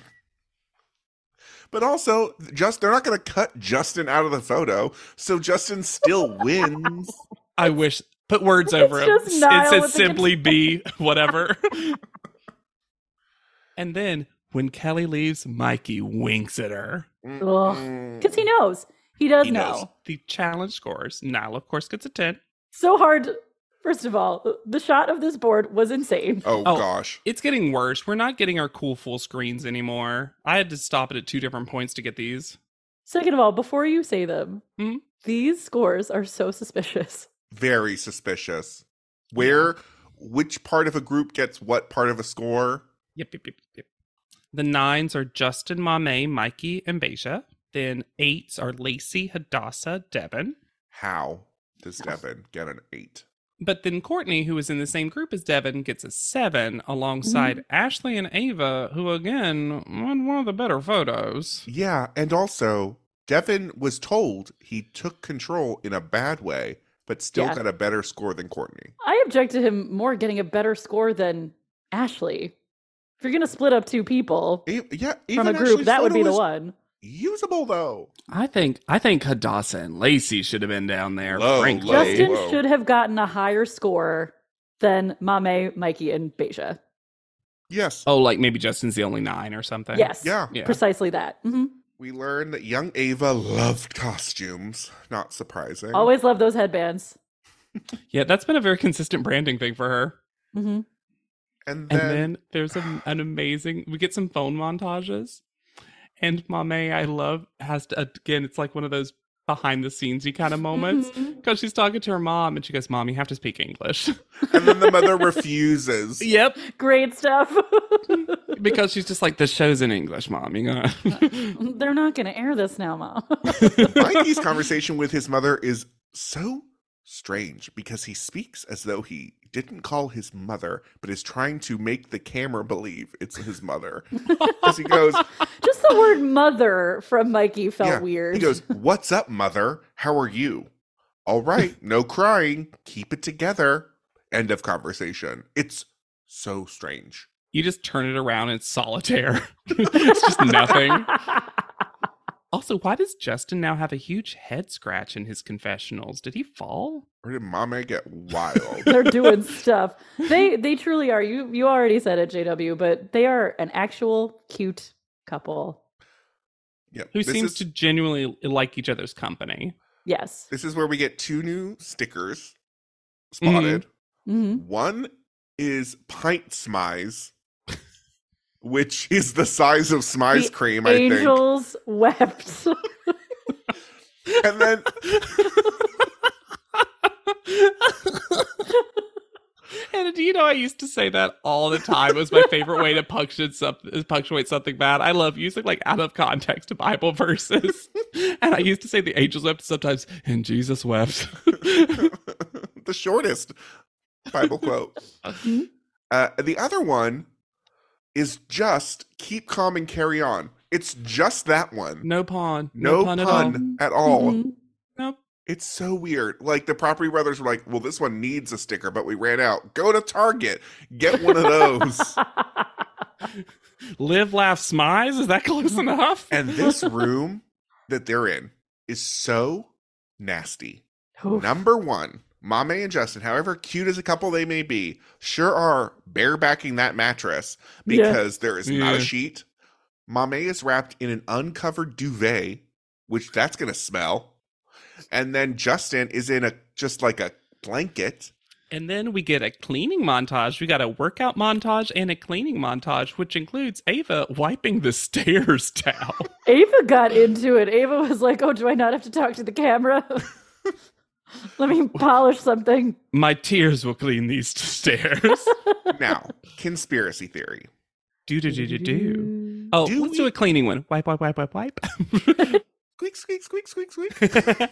Speaker 1: But also, just they're not going to cut Justin out of the photo, so Justin still wins.
Speaker 2: I wish. Put words over him.
Speaker 3: just
Speaker 2: S-
Speaker 3: Niall
Speaker 2: It says
Speaker 3: with a
Speaker 2: simply be whatever. and then when Kelly leaves, Mikey winks at her.
Speaker 1: Mm-mm.
Speaker 3: Because he knows. He does
Speaker 1: He
Speaker 3: know.
Speaker 1: knows.
Speaker 2: The challenge scores. Niall, of course, gets a 10.
Speaker 3: So hard. First of all, the shot of this board was insane.
Speaker 1: Oh,
Speaker 2: Oh.
Speaker 1: gosh,
Speaker 2: It's getting worse. We're not getting our cool full screens anymore. I had to stop it at two different points to get these.
Speaker 3: Second of all, before you say them,
Speaker 2: Mhm.
Speaker 3: these scores are so suspicious.
Speaker 1: very suspicious. Where, which part of a group gets what part of a score?
Speaker 2: Yep, yep, yep, yep. The nines are Justin, Mame, Mikey, and Beja. Then eights are Lacey, Hadassah, Devin.
Speaker 1: How does Devin get an eight?
Speaker 2: But then Courtney, who is in the same group as Devin, gets a seven alongside
Speaker 3: Mm-hmm.
Speaker 2: Ashley and Ava, who again won one of the better photos.
Speaker 1: Yeah, and also Devin was told he took control in a bad way, but still
Speaker 3: Yeah.
Speaker 1: got a better score than Courtney.
Speaker 3: I object to him more getting a better score than Ashley. If you're going to split up two people
Speaker 1: E- yeah,
Speaker 3: from a
Speaker 1: even
Speaker 3: group,
Speaker 1: Ashley's
Speaker 3: that would
Speaker 1: photo
Speaker 3: be the
Speaker 1: was
Speaker 3: one.
Speaker 1: Usable though.
Speaker 2: I think I think Hadassah and Lacey should have been down there.
Speaker 1: Low,
Speaker 2: frankly.
Speaker 1: low.
Speaker 3: Justin
Speaker 1: Whoa.
Speaker 3: should have gotten a higher score than Mame, Mikey, and Beja.
Speaker 1: Yes.
Speaker 2: Oh, like maybe Justin's the only nine or something.
Speaker 3: Yes.
Speaker 1: Yeah.
Speaker 2: Yeah.
Speaker 3: Precisely that. hmm
Speaker 1: We learn that young Ava loved costumes. Not surprising.
Speaker 3: Always love those headbands.
Speaker 2: Yeah, that's been a very consistent branding thing for her.
Speaker 3: hmm
Speaker 2: And
Speaker 1: And then,
Speaker 2: then there's a, an amazing. We get some phone montages, and Mame, I love, has to again. It's like one of those behind the scenesy kind of moments
Speaker 3: Mm-hmm.
Speaker 2: because she's talking to her mom, and she goes, "Mom, you have to speak English."
Speaker 1: and then the mother refuses.
Speaker 2: yep,
Speaker 3: Great stuff.
Speaker 2: because she's just like, "The show's in English, Mom." You know.
Speaker 3: They're not going to air this now, Mom.
Speaker 1: Mikey's conversation with his mother is so strange because he speaks as though he didn't call his mother, but is trying to make the camera believe it's his mother. Because he goes,
Speaker 3: Just the word mother from Mikey felt
Speaker 1: Yeah,
Speaker 3: weird.
Speaker 1: he goes, What's up, mother? How are you? All right, no crying. Keep it together. End of conversation. It's so strange.
Speaker 2: you just turn it around and it's solitaire. it's just nothing. Also, why does Justin now have a huge head scratch in his confessionals? Did he fall?
Speaker 1: Or did mama get wild?
Speaker 3: They're doing stuff. They they truly are. You you already said it, JW, but they are an actual cute couple.
Speaker 1: Yep.
Speaker 2: Who
Speaker 1: this
Speaker 2: seems
Speaker 1: is-
Speaker 2: to genuinely like each other's company?
Speaker 3: Yes.
Speaker 1: This is where we get two new stickers
Speaker 2: Mm-hmm.
Speaker 1: spotted.
Speaker 3: hmm
Speaker 1: One is pint smize, which is the size of smize
Speaker 3: The
Speaker 1: cream,
Speaker 3: Angels wept.
Speaker 1: I think. And then
Speaker 2: Hannah, do you know I used to say that all the time? It was my favorite way to punctuate something, punctuate something bad. I love using like out of context Bible verses, and I used to say the angels wept sometimes, and Jesus wept.
Speaker 1: the shortest Bible quote.
Speaker 2: Hmm?
Speaker 3: Mhm.
Speaker 1: Uh, the other one is just keep calm and carry on. It's just that one.
Speaker 2: no pun,
Speaker 1: No,
Speaker 2: pun, at all. Mm-hmm.
Speaker 1: pun at all.
Speaker 3: Mhm.
Speaker 2: Nope.
Speaker 1: It's so weird. Like the property brothers were like, "Well, this one needs a sticker, but we ran out. Go to Target, get one of those."
Speaker 2: Live, laugh, smize. Is that close enough?
Speaker 1: and this room that they're in is so nasty.
Speaker 3: Oof.
Speaker 1: Number one, Mame and Justin, however cute as a couple they may be, sure are barebacking that mattress
Speaker 3: Yeah.
Speaker 1: because there is not
Speaker 2: Yeah.
Speaker 1: a sheet. Mame is wrapped in an uncovered duvet, which that's gonna smell. And then Justin is in a just like a blanket.
Speaker 2: And then we get a cleaning montage. We got a workout montage and a cleaning montage, which includes Ava wiping the stairs down.
Speaker 3: Ava got into it. Ava was like, "Oh, do I not have to talk to the camera? Let me polish something."
Speaker 2: My tears will clean these stairs.
Speaker 1: Now, conspiracy theory.
Speaker 2: do do do do do. Oh,
Speaker 1: Do
Speaker 2: let's
Speaker 1: we-
Speaker 2: do a cleaning one. Wipe, wipe, wipe, wipe, wipe.
Speaker 1: Squeak, squeak, squeak, squeak, squeak.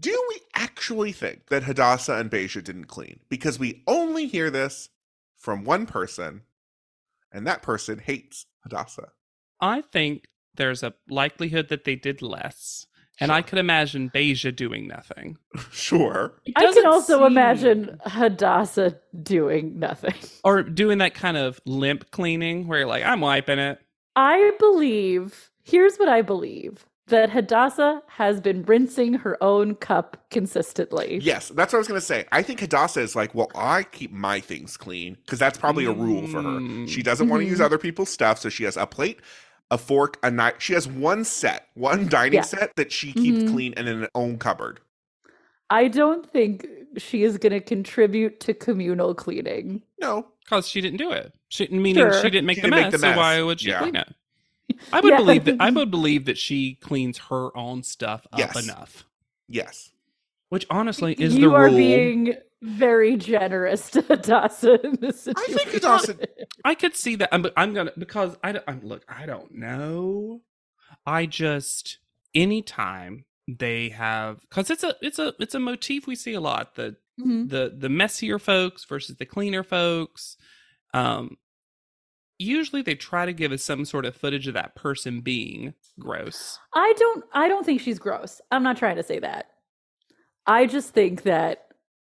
Speaker 1: Do we actually think that Hadassah and Beja didn't clean? Because we only hear this from one person, and that person hates Hadassah.
Speaker 2: I think there's a likelihood that they did less. And I could imagine Beja doing nothing.
Speaker 1: Sure.
Speaker 2: It
Speaker 3: I can
Speaker 2: doesn't
Speaker 3: also
Speaker 2: seem-
Speaker 3: imagine Hadassah doing nothing.
Speaker 2: Or doing that kind of limp cleaning where you're like, I'm wiping it.
Speaker 3: I believe, here's what I believe that Hadassah has been rinsing her own cup consistently.
Speaker 1: Yes, that's what I was going to say. I think Hadassah is like, well, I keep my things clean because that's probably a rule for her.
Speaker 2: Mm.
Speaker 1: She doesn't want to use
Speaker 3: Mhm.
Speaker 1: other people's stuff, so she has a plate, a fork, a knife. She has one set, one dining
Speaker 3: Yeah.
Speaker 1: set that she keeps
Speaker 3: Mhm.
Speaker 1: clean and in her own cupboard.
Speaker 3: I don't think she is going to contribute to communal cleaning.
Speaker 1: No,
Speaker 2: Because she didn't do it. She, meaning
Speaker 3: Sure.
Speaker 2: she didn't make,
Speaker 1: She
Speaker 2: the,
Speaker 1: didn't
Speaker 2: mess,
Speaker 1: make the mess.
Speaker 2: So why would she
Speaker 1: Yeah.
Speaker 2: clean it? I would
Speaker 3: Yeah.
Speaker 2: believe that I would believe that she cleans her own stuff up
Speaker 1: Yes.
Speaker 2: enough.
Speaker 1: yes.
Speaker 2: Which honestly is
Speaker 3: you
Speaker 2: the
Speaker 3: are
Speaker 2: rule.
Speaker 3: being very generous to Hadassah in this
Speaker 1: I
Speaker 3: situation.
Speaker 1: think Hadassah.
Speaker 2: I could see that. I'm, I'm gonna because I don't, I'm, look. I don't know. I just anytime they have because it's a it's a it's a motif we see a lot the
Speaker 1: Mm-hmm.
Speaker 3: Mhm.
Speaker 2: the the messier folks versus the cleaner folks. Um, usually they try to give us some sort of footage of that person being gross.
Speaker 3: I don't I don't think she's gross. I'm not trying to say that. I just think that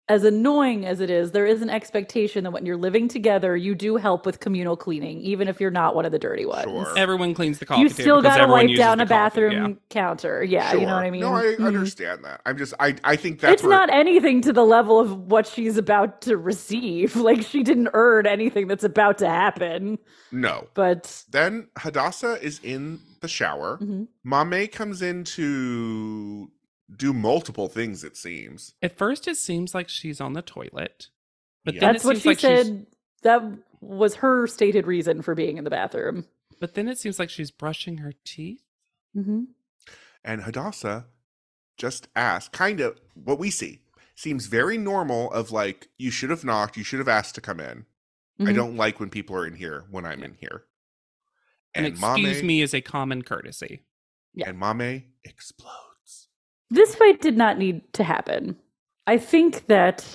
Speaker 3: as annoying as it is, there is an expectation that when you're living together, you do help with communal cleaning, even if you're not one of the dirty ones.
Speaker 1: Sure.
Speaker 2: Everyone cleans the coffee.
Speaker 3: You
Speaker 2: table
Speaker 3: still
Speaker 2: because
Speaker 3: got to
Speaker 2: everyone
Speaker 3: wipe
Speaker 2: uses
Speaker 3: down
Speaker 2: the
Speaker 3: a
Speaker 2: coffee, yeah.
Speaker 3: bathroom counter. Yeah, you know what I
Speaker 1: Sure.
Speaker 3: mean?
Speaker 1: No, I
Speaker 3: Mhm.
Speaker 1: understand that. I'm just I I think that's
Speaker 3: It's
Speaker 1: where
Speaker 3: not anything to the level of what she's about to receive. Like she didn't earn anything that's about to happen.
Speaker 1: no.
Speaker 3: But
Speaker 1: Then Hadassah is in the shower.
Speaker 3: Mhm.
Speaker 1: Mame comes in to do multiple things, it seems.
Speaker 2: At first, it seems like she's on the toilet, but
Speaker 1: Yeah.
Speaker 2: then
Speaker 3: that's
Speaker 2: it
Speaker 3: what
Speaker 2: seems
Speaker 3: she
Speaker 2: like she's-
Speaker 3: said. That was her stated reason for being in the bathroom.
Speaker 2: But then it seems like she's brushing her teeth.
Speaker 3: Mm-hmm.
Speaker 1: And Hadassah just asked, kind of what we see seems very normal of like, you should have knocked, you should have asked to come in. I
Speaker 3: Mhm.
Speaker 1: don't like when people are in here when I'm in here.
Speaker 2: And,
Speaker 1: And,
Speaker 2: excuse
Speaker 1: Mame
Speaker 2: me is a common courtesy.
Speaker 3: Yeah.
Speaker 1: and Mame explodes.
Speaker 3: This fight did not need to happen. I think that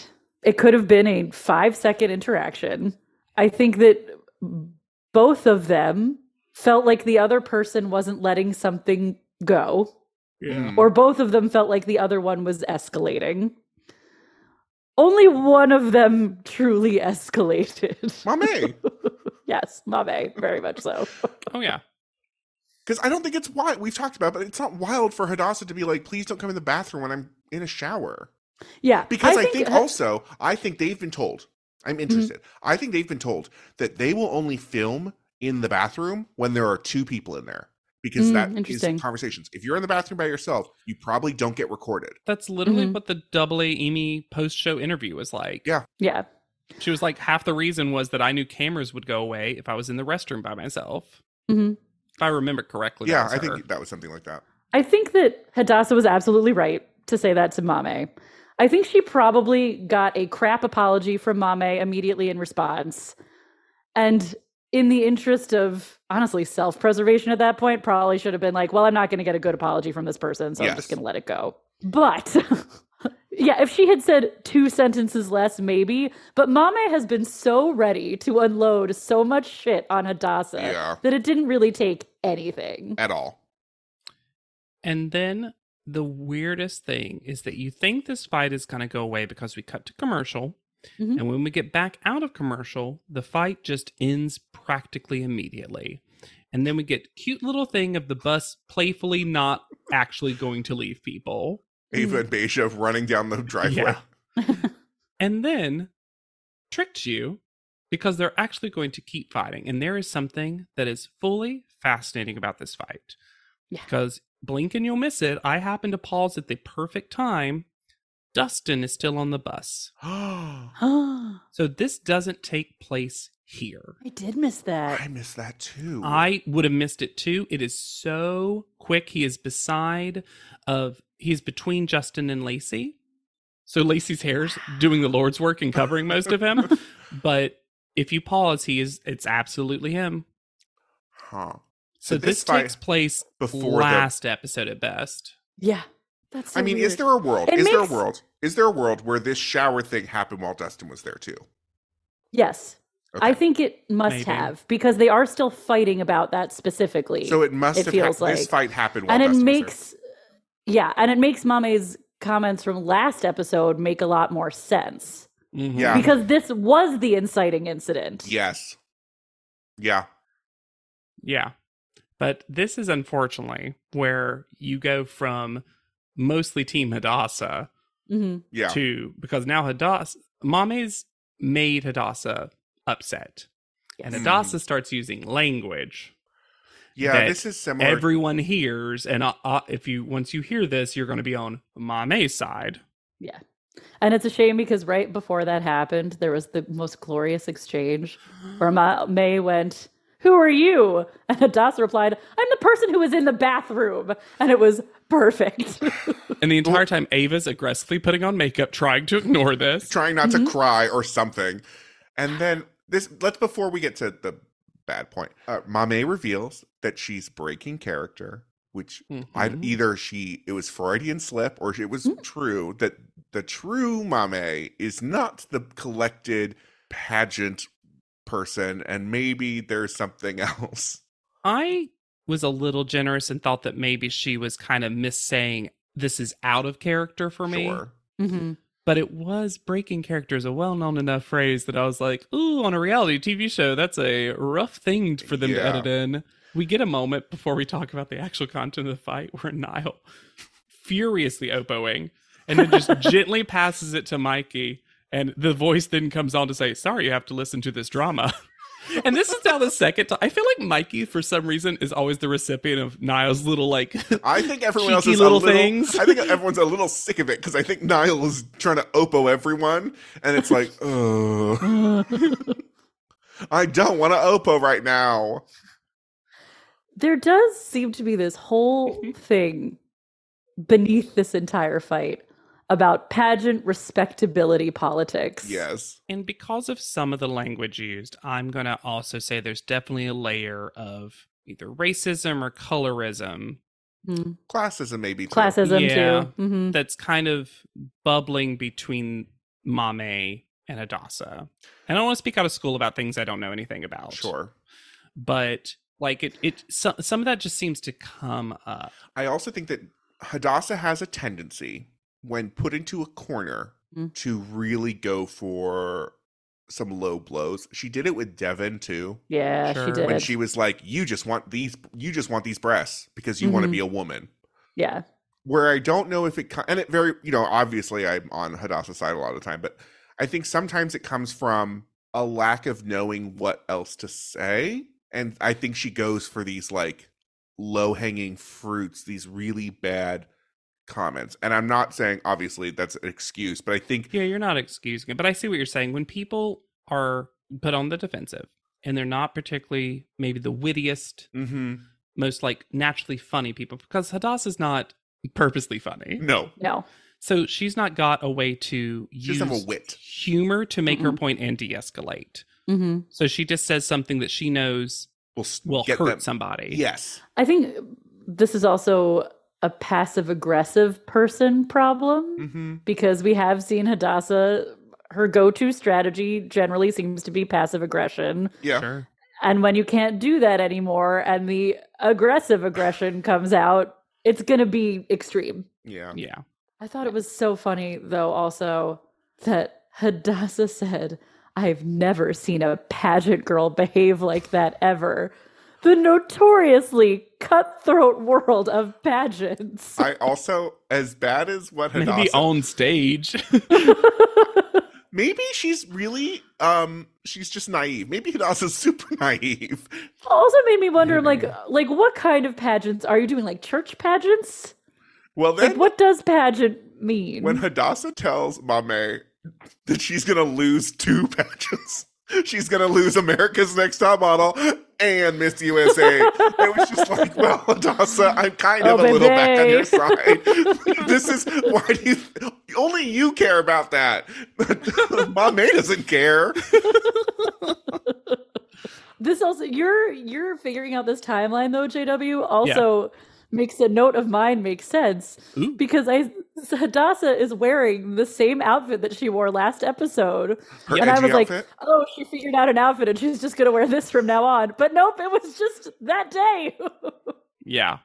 Speaker 3: it could have been a five second interaction. I think that both of them felt like the other person wasn't letting something go,
Speaker 1: Mm.
Speaker 3: or both of them felt like the other one was escalating. Only one of them truly escalated.
Speaker 1: Mame.
Speaker 3: yes, Mame, very much so.
Speaker 2: Oh yeah.
Speaker 1: Because I don't think it's wild. We've talked about, it, but it's not wild for Hadassah to be like, "Please don't come in the bathroom when I'm in a shower."
Speaker 3: Yeah.
Speaker 1: Because I think,
Speaker 3: her-
Speaker 1: also, I think they've been told.
Speaker 3: Mm-hmm.
Speaker 1: I'm interested. I think they've been told that they will only film in the bathroom when there are two people in there because
Speaker 3: Mm,
Speaker 1: that is
Speaker 3: interesting.
Speaker 1: conversations. If you're in the bathroom by yourself, you probably don't get recorded.
Speaker 2: That's literally
Speaker 3: Mhm.
Speaker 2: what the double A Amy post show interview was like.
Speaker 1: Yeah.
Speaker 3: yeah.
Speaker 2: She was like, half the reason was that I knew cameras would go away if I was in the restroom by myself.
Speaker 3: hmm
Speaker 2: If I remember correctly. that
Speaker 1: yeah,
Speaker 2: was
Speaker 1: I
Speaker 2: her.
Speaker 1: think that was something like that.
Speaker 3: I think that Hadassah was absolutely right to say that to Mame. I think she probably got a crap apology from Mame immediately in response. And in the interest of honestly self preservation at that point, probably should have been like, well, I'm not going to get a good apology from this person, so I'm
Speaker 1: Yes.
Speaker 3: just going to let it go. But yeah, if she had said two sentences less, maybe. But Mame has been so ready to unload so much shit on Hadassah
Speaker 1: Yeah.
Speaker 3: that it didn't really take anything.
Speaker 1: At all,
Speaker 2: And then the weirdest thing is that you think this fight is going to go away because we cut to commercial.
Speaker 3: Mhm.
Speaker 2: And when we get back out of commercial, the fight just ends practically immediately. And then we get cute little thing of the bus playfully not actually going to leave people.
Speaker 3: Mm.
Speaker 1: Ava and Beja running down the driveway.
Speaker 2: Yeah. and then tricked you because they're actually going to keep fighting. And there is something that is fully fascinating about this fight.
Speaker 3: Yeah.
Speaker 2: Because blink and you'll miss it. I happen to pause at the perfect time. Dustin is still on the bus.
Speaker 3: I
Speaker 2: So this doesn't take place here.
Speaker 3: did miss
Speaker 1: I
Speaker 3: that.
Speaker 1: miss that too.
Speaker 2: I would have missed it too. It is so quick. He is beside of he's between Justin and Lacey. So Lacey's hair's doing the Lord's work and covering most of him. But if you pause, he is it's absolutely him.
Speaker 1: huh.
Speaker 2: So,
Speaker 1: So
Speaker 2: this,
Speaker 1: this fight
Speaker 2: takes place
Speaker 1: before the-
Speaker 2: last episode at best.
Speaker 3: Yeah. That's so
Speaker 1: I mean, is
Speaker 3: weird.
Speaker 1: there a world?
Speaker 3: It
Speaker 1: Is there a
Speaker 3: makes-
Speaker 1: world? Is there a world where this shower thing happened while Dustin was there too?
Speaker 3: Yes. I think it must
Speaker 2: Maybe.
Speaker 3: have because they are still fighting about that specifically.
Speaker 1: so. It must
Speaker 3: it
Speaker 1: have hap-
Speaker 3: feels
Speaker 1: this
Speaker 3: like-
Speaker 1: fight happened while
Speaker 3: and it
Speaker 1: Dustin was
Speaker 3: makes yeah, and it makes Mame's comments from last episode make a lot more sense
Speaker 2: Mhm.
Speaker 1: Yeah.
Speaker 3: because this was the inciting incident.
Speaker 1: there. Yes. Yeah.
Speaker 2: Yeah. But this is unfortunately where you go from mostly Team Hadassah
Speaker 3: hmm
Speaker 1: Yeah.
Speaker 2: to because now Hadassah Mame's made Hadassah upset. And
Speaker 1: Yes. Mm.
Speaker 2: Hadassah starts using language
Speaker 1: Yeah.
Speaker 2: that
Speaker 1: This is similar.
Speaker 2: everyone hears. And uh, uh, if you once you hear this, you're going to be on Mame's side.
Speaker 3: And it's a shame because right before that happened, there was the most glorious exchange where Ma- May went, Who are you? And Hadassah replied, I'm the person who was in the bathroom. And it was perfect.
Speaker 2: And the entire time, Ava's aggressively putting on makeup, trying to ignore this.
Speaker 1: trying not
Speaker 3: Mm-hmm.
Speaker 1: to cry or something. And then this let's before we get to the bad point. Uh, Mame reveals that she's breaking character, which I
Speaker 2: Mhm.
Speaker 1: either she it was Freudian slip or it was
Speaker 2: Mm.
Speaker 1: true that the true Mame is not the collected pageant person and maybe there's something else.
Speaker 2: I was a little generous and thought that maybe she was kind of missaying this is out of character for me.
Speaker 1: Sure.
Speaker 3: hmm
Speaker 2: But it was breaking character is a well known enough phrase that I was like, ooh, on a reality TV show, that's a rough thing for them to
Speaker 1: Yeah.
Speaker 2: edit in. We get a moment before we talk about the actual content of the fight where Niall furiously opoing and then just gently passes it to Mikey. And the voice then comes on to say, sorry, you have to listen to this drama. And this is now the second time. I feel like Mikey, for some reason, is always the recipient of Niall's little like
Speaker 1: I think everyone else
Speaker 2: Cheeky
Speaker 1: is
Speaker 2: little
Speaker 1: a little,
Speaker 2: things.
Speaker 1: I think everyone's a little sick of it because I think Niall is trying to opo everyone, and it's like, oh, I don't want to opo right now.
Speaker 3: There does seem to be this whole thing beneath this entire fight about pageant respectability politics.
Speaker 1: Yes,
Speaker 2: And because of some of the language used, I'm going to also say there's definitely a layer of either racism or colorism
Speaker 3: Mhm.
Speaker 1: classism maybe. Too.
Speaker 3: Classism,
Speaker 2: Yeah.
Speaker 3: too. hmm
Speaker 2: that's kind of bubbling between Mame and Adasa. And I don't want to speak out of school about things I don't know anything about.
Speaker 1: Sure.
Speaker 2: But like it, it so, some of that just seems to come up.
Speaker 1: I also think that Hadassah has a tendency, when put into a corner,
Speaker 3: Mm.
Speaker 1: to really go for some low blows. She did it with Devin too.
Speaker 3: Yeah,
Speaker 2: Sure.
Speaker 3: she did.
Speaker 1: When she was like, "You just want these, you just want these breasts because you want to
Speaker 3: Mhm.
Speaker 1: be a woman."
Speaker 3: yeah.
Speaker 1: where I don't know if it co- and it very you know obviously I'm on Hadassah's side a lot of the time, but I think sometimes it comes from a lack of knowing what else to say, and I think she goes for these like low hanging fruits, these really bad comments, and I'm not saying obviously that's an excuse, but I think
Speaker 2: Yeah, you're not excusing it, but I see what you're saying. When people are put on the defensive and they're not particularly maybe the wittiest
Speaker 1: Mhm.
Speaker 2: most like naturally funny people because Hadass is not purposely funny.
Speaker 1: no,
Speaker 3: No.
Speaker 2: So she's not got a way to
Speaker 1: she doesn't have a
Speaker 2: use
Speaker 1: wit.
Speaker 2: humor to make her
Speaker 3: Mm-mm.
Speaker 2: point and de-escalate.
Speaker 3: hmm
Speaker 2: So she just says something that she knows
Speaker 1: Will s-
Speaker 2: will
Speaker 1: get
Speaker 2: hurt
Speaker 1: them.
Speaker 2: somebody.
Speaker 1: Yes,
Speaker 3: I think this is also a passive aggressive person problem
Speaker 1: hmm
Speaker 3: because we have seen Hadassah. Her go to strategy generally seems to be passive aggression.
Speaker 1: yeah,
Speaker 2: Sure.
Speaker 3: And when you can't do that anymore and the aggressive aggression comes out, it's going to be extreme.
Speaker 1: Yeah.
Speaker 2: Yeah.
Speaker 3: I thought it was so funny, though, also that Hadassah said, I've never seen a pageant girl behave like that ever. The notoriously cutthroat world of pageants.
Speaker 1: I also, as bad as what Hadassah,
Speaker 2: Maybe on stage.
Speaker 1: maybe she's really, um, she's just naive. Maybe Hadassah's super naive.
Speaker 3: also made me wonder, like, like what kind of pageants are you doing? Like church pageants?
Speaker 1: Well,
Speaker 3: Like,
Speaker 1: then
Speaker 3: what does pageant mean?
Speaker 1: when Hadassah tells Mame that she's gonna lose two pageants, she's gonna lose America's Next Top Model and Miss USA. it was just like, well, Hadassah, I'm kind of
Speaker 3: Oh,
Speaker 1: a little back on your
Speaker 3: baby.
Speaker 1: side. this is why do you only you care about that? Mame doesn't care.
Speaker 3: This also you're you're figuring out this timeline though, JW also makes a note of mine make sense
Speaker 2: Ooh.
Speaker 3: because I Hadassah is wearing the same outfit that she wore last episode.
Speaker 1: Her
Speaker 3: and I
Speaker 1: edgy
Speaker 3: was like,
Speaker 1: outfit.
Speaker 3: oh, she figured out an outfit and she's just gonna wear this from now on. But nope, it was just that day.
Speaker 2: Yeah.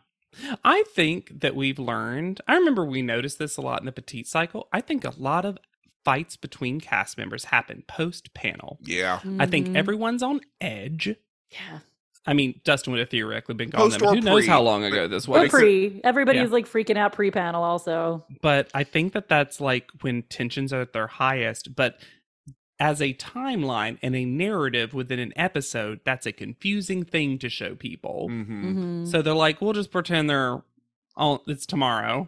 Speaker 2: I think that we've learned. I remember we noticed this a lot in the petite cycle. I think a lot of fights between cast members happen post panel.
Speaker 1: yeah.
Speaker 2: I
Speaker 1: Mm-hmm.
Speaker 2: think everyone's on edge.
Speaker 3: yeah.
Speaker 2: I mean, Dustin would have theoretically been gone.
Speaker 1: Post
Speaker 2: then, but
Speaker 1: or
Speaker 2: who knows
Speaker 1: pre,
Speaker 2: how long
Speaker 1: but-
Speaker 2: ago this
Speaker 1: but
Speaker 3: Or
Speaker 2: was?
Speaker 1: except-
Speaker 3: pre. Everybody
Speaker 2: Yeah.
Speaker 3: is like freaking out pre panel also.
Speaker 2: but I think that that's like when tensions are at their highest. But as a timeline and a narrative within an episode, that's a confusing thing to show
Speaker 3: "Oh,
Speaker 2: people.
Speaker 1: Mhm.
Speaker 2: So they're like, we'll just pretend they're all it's tomorrow.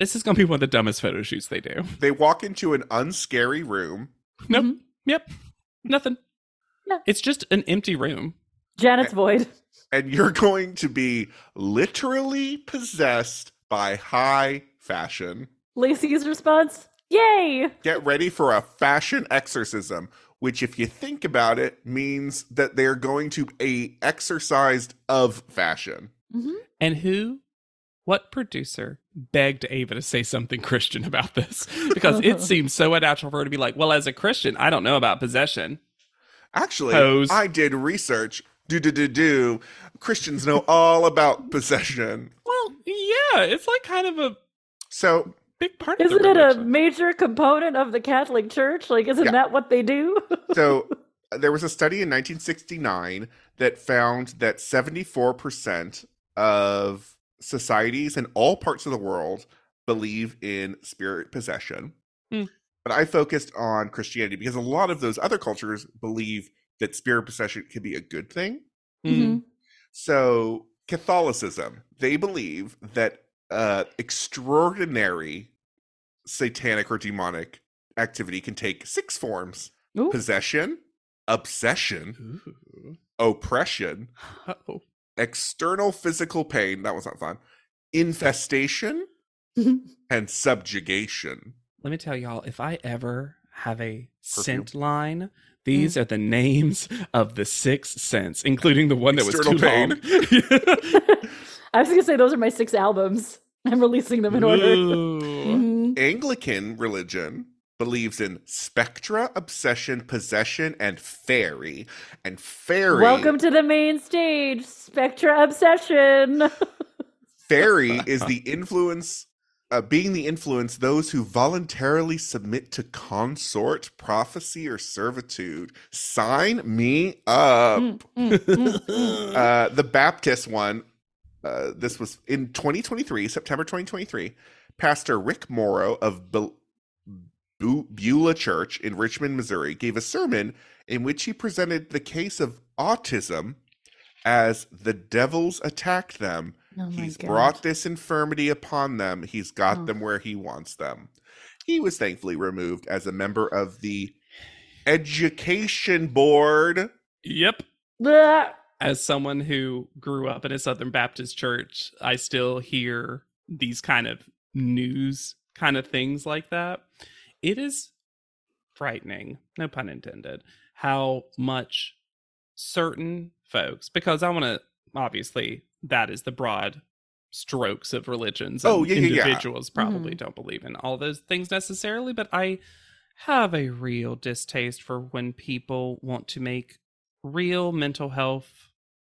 Speaker 2: This is going to be one of the dumbest photo shoots they do.
Speaker 3: mm."
Speaker 1: They walk into an unscary room.
Speaker 2: Nope. Yep. Nothing.
Speaker 3: Yeah.
Speaker 2: It's just an empty room.
Speaker 3: Janet's void.
Speaker 1: and you're going to be literally possessed by high fashion.
Speaker 3: Lacey's response, Yay!
Speaker 1: Get ready for a fashion exorcism, which if you think about it means that they're going to a exercised of fashion.
Speaker 2: And who, what producer begged Ava to say something Christian about this? Because it seems so unnatural for her to be like, well, as a Christian, I don't know about possession.
Speaker 1: Actually,
Speaker 2: Hose.
Speaker 1: I did research. Do do do do. Christians know all about possession.
Speaker 2: Well, yeah, it's like kind of a
Speaker 1: So
Speaker 2: big part of
Speaker 3: Isn't
Speaker 2: the
Speaker 3: it a
Speaker 2: religion.
Speaker 3: major component of the Catholic Church? Like, isn't
Speaker 1: Yeah.
Speaker 3: that what they do?
Speaker 1: so uh, there was a study in 1969 that found that 74% of societies in all parts of the world believe in spirit possession.
Speaker 2: Hmm.
Speaker 1: But I focused on Christianity because a lot of those other cultures believe that spirit possession can be a good thing.
Speaker 2: Mm.
Speaker 1: So Catholicism, they believe that uh, extraordinary satanic or demonic activity can take six forms
Speaker 3: Ooh.
Speaker 2: Hmm.
Speaker 1: possession, obsession,
Speaker 3: mm-hmm.
Speaker 2: Ooh.
Speaker 1: oppression,
Speaker 2: Oh.
Speaker 1: external physical pain. That was not fun. Infestation and subjugation.
Speaker 2: Let me tell y'all, if I ever have a scent line,
Speaker 3: Mm.
Speaker 2: these are the names of the six scents, including the one that was too
Speaker 1: External
Speaker 2: long.
Speaker 3: I was gonna say those are my six albums. I'm releasing them in order.
Speaker 2: Ooh.
Speaker 1: Mm-hmm.
Speaker 3: Mhm.
Speaker 1: Anglican religion believes in spectra, obsession, possession, and fairy. And fairy.
Speaker 3: Welcome to the main stage, Spectra Obsession.
Speaker 1: Fairy is the influence, uh, being the influence those who voluntarily submit to consort, prophecy, or servitude. Sign me up. Uh, the Baptist one, uh, this was in 2023, September 2023. Pastor Rick Morrow of Be- Bu- Beulah Church in Richmond, Missouri, gave a sermon in which he presented the case of autism as the devils attacked them
Speaker 3: Oh my
Speaker 1: He's
Speaker 3: God.
Speaker 1: brought this infirmity upon them. He's got
Speaker 3: Oh.
Speaker 1: them where he wants them. He was thankfully removed as a member of the education board.
Speaker 2: Yep.
Speaker 3: Blah.
Speaker 2: As someone who grew up in a Southern Baptist church, I still hear these kind of news kind of things like that. It is frightening, no pun intended, how much certain folks, because I want to obviously, that is the broad strokes of religions.
Speaker 1: Oh,
Speaker 2: and
Speaker 1: yeah, yeah, yeah.
Speaker 2: individuals probably don't believe in all those things necessarily, but I have a real distaste for when people want to make real mental health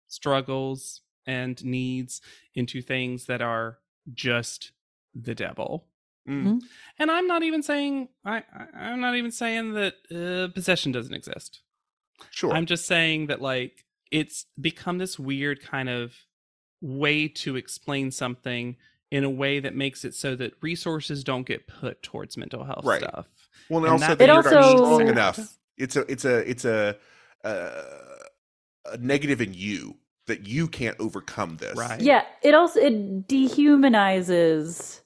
Speaker 2: struggles and needs into things that are just the devil
Speaker 1: Mm.
Speaker 2: and i'm not even saying i I- i'm not even saying that uh, possession doesn't exist
Speaker 1: Sure.
Speaker 2: i'm just saying that like it's become this weird kind of way to explain something in a way that makes it so that resources don't get put towards mental health
Speaker 1: Right.
Speaker 2: stuff
Speaker 1: well,
Speaker 2: and
Speaker 1: and also
Speaker 2: that-
Speaker 1: that
Speaker 3: It
Speaker 1: you're not
Speaker 3: also-
Speaker 1: strong enough. It's a it's a it's a uh, a negative in you that you can't overcome this.
Speaker 2: Right.
Speaker 3: Yeah, it also it dehumanizes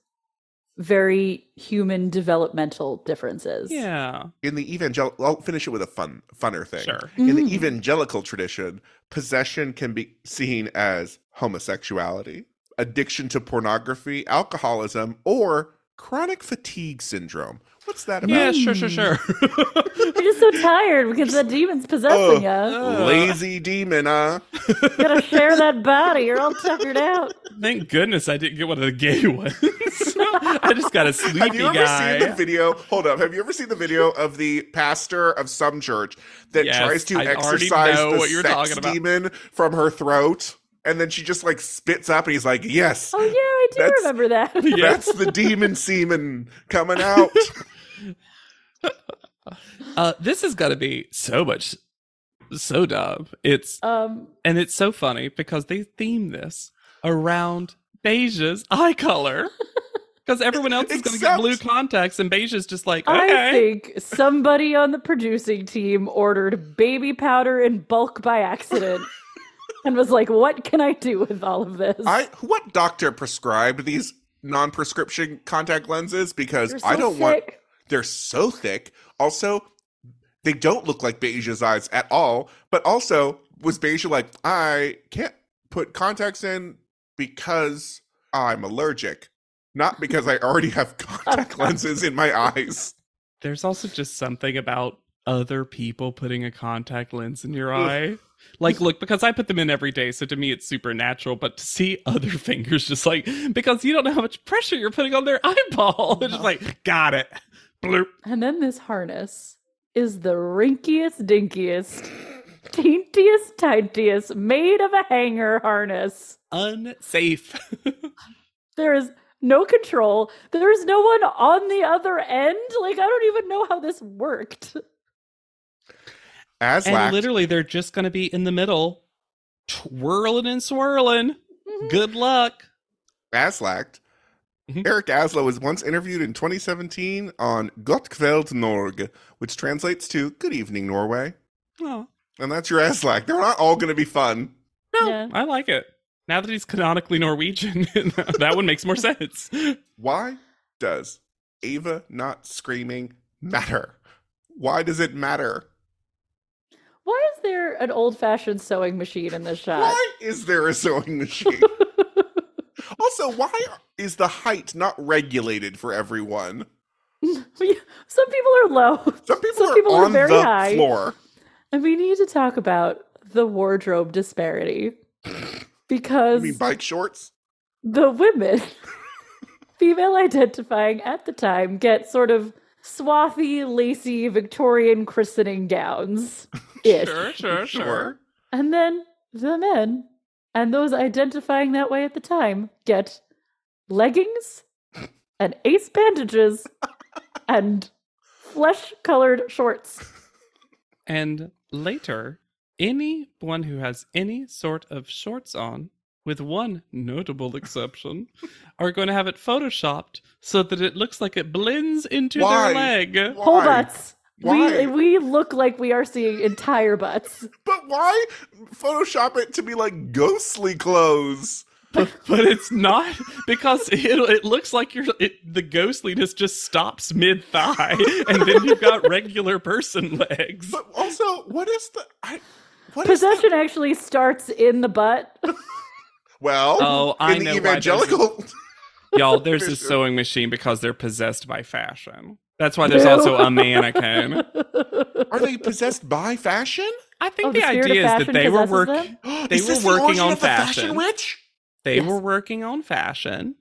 Speaker 3: very human developmental differences.
Speaker 2: yeah
Speaker 1: In the evangel, I'll finish it with a fun funner thing.
Speaker 2: sure
Speaker 1: In the
Speaker 3: Mhm.
Speaker 1: evangelical tradition, possession can be seen as homosexuality, addiction to pornography, alcoholism, or chronic fatigue syndrome. What's that about?
Speaker 2: yeah sure sure sure
Speaker 3: You're just so tired because the demon's possessing you.
Speaker 2: Ugh.
Speaker 1: Lazy demon, huh?
Speaker 3: You gotta share that body. You're all tuckered out.
Speaker 2: Thank goodness I didn't get one of the gay ones. I just got a sleepy
Speaker 1: Have you ever
Speaker 2: guy.
Speaker 1: seen the video? Hold up. Have you ever seen the video of the pastor of some church that
Speaker 2: Yes,
Speaker 1: tries to
Speaker 2: I already
Speaker 1: exercise
Speaker 2: know
Speaker 1: the
Speaker 2: what you're
Speaker 1: sex
Speaker 2: talking about.
Speaker 1: demon from her throat? And then she just like spits up and he's like, Yes,
Speaker 3: Oh yeah, I do
Speaker 1: That's-
Speaker 3: remember that.
Speaker 2: Yeah.
Speaker 1: that's the demon semen coming out.
Speaker 2: Uh, this is gonna be so much, so dumb. It's
Speaker 3: Um,
Speaker 2: and it's so funny because they theme this around Beija's eye color because everyone else is gonna get
Speaker 1: Except-
Speaker 2: blue contacts and Beija's just like
Speaker 3: I
Speaker 2: okay.
Speaker 3: think somebody on the producing team ordered baby powder in bulk by accident and was like, "What can I do with all of this?"
Speaker 1: I what doctor prescribed these non-prescription contact lenses? Because
Speaker 3: You're
Speaker 1: I
Speaker 3: so
Speaker 1: don't want
Speaker 3: sick.
Speaker 1: they're so thick. Also, they don't look like Beija's eyes at all. But also, was Beija like, I can't put contacts in because I'm allergic, not because I already have contact lenses in my eyes.
Speaker 2: There's also just something about other people putting a contact lens in your eye. Like, look, because I put them in every day, so to me it's supernatural. But to see other fingers, just like because you don't know how much pressure you're putting on their eyeball, it's just like got it, bloop.
Speaker 3: And then this harness is the rinkiest, dinkiest, teentiest, tiniest, made of a hanger harness.
Speaker 2: unsafe.
Speaker 3: There is no control. There is no one on the other end. Like, I don't even know how this worked.
Speaker 1: As
Speaker 2: and literally, they're just going to be in the middle, twirling and swirling. Good luck.
Speaker 1: Aslak.
Speaker 2: Mhm.
Speaker 1: Eric Aslow was once interviewed in 2017 on Gottkveld Norge, which translates to Good Evening Norway.
Speaker 2: Oh,
Speaker 1: And that's your Aslak. They're not all going to be fun.
Speaker 2: no,
Speaker 3: Yeah.
Speaker 2: I like it. Now that he's canonically Norwegian, that one makes more sense.
Speaker 1: Why does Ava not screaming matter? Why does it matter?
Speaker 3: Why is there an old fashioned sewing machine in this shot?
Speaker 1: Why is there a sewing machine? also, why is the height not regulated for everyone?
Speaker 3: Some people are low.
Speaker 1: Some people
Speaker 3: Some
Speaker 1: are
Speaker 3: people are
Speaker 1: on
Speaker 3: very
Speaker 1: the
Speaker 3: high.
Speaker 1: floor.
Speaker 3: And we need to talk about the wardrobe disparity.
Speaker 1: You
Speaker 3: Because
Speaker 1: mean bike shorts?
Speaker 3: the women, female identifying at the time, get sort of swathy, lacy Victorian christening gowns ish.
Speaker 2: sure, sure, sure.
Speaker 3: And then the men and those identifying that way at the time get leggings and ace bandages and flesh colored shorts.
Speaker 2: And later, anyone who has any sort of shorts on, with one notable exception, are going to have it photoshopped so that it looks like it blends into
Speaker 1: Why?
Speaker 2: their leg.
Speaker 1: Why?
Speaker 3: Whole butts.
Speaker 1: Why?
Speaker 3: We we look like we are seeing entire butts.
Speaker 1: But why Photoshop it to be like ghostly clothes?
Speaker 2: but, but it's not because it, it looks like you're it, the ghostliness just stops mid thigh and then you've got regular person legs
Speaker 1: But also, what is the I, what is the,
Speaker 3: Possession actually starts in the butt.
Speaker 1: well
Speaker 2: Oh, I
Speaker 1: in the
Speaker 2: know why there's a-
Speaker 1: evangelical
Speaker 2: Y'all, there's a sewing machine because they're possessed by fashion. That's why there's also a mannequin.
Speaker 1: Are they possessed by fashion?
Speaker 2: I think
Speaker 3: Oh,
Speaker 2: the,
Speaker 3: the spirit of
Speaker 2: idea is that
Speaker 3: fashion
Speaker 2: they were
Speaker 3: possesses
Speaker 2: working. They
Speaker 1: Is
Speaker 2: were
Speaker 1: this the
Speaker 2: working
Speaker 1: origin
Speaker 2: on
Speaker 1: of the
Speaker 2: fashion.
Speaker 1: witch?
Speaker 2: They
Speaker 3: Yes.
Speaker 2: were working on fashion,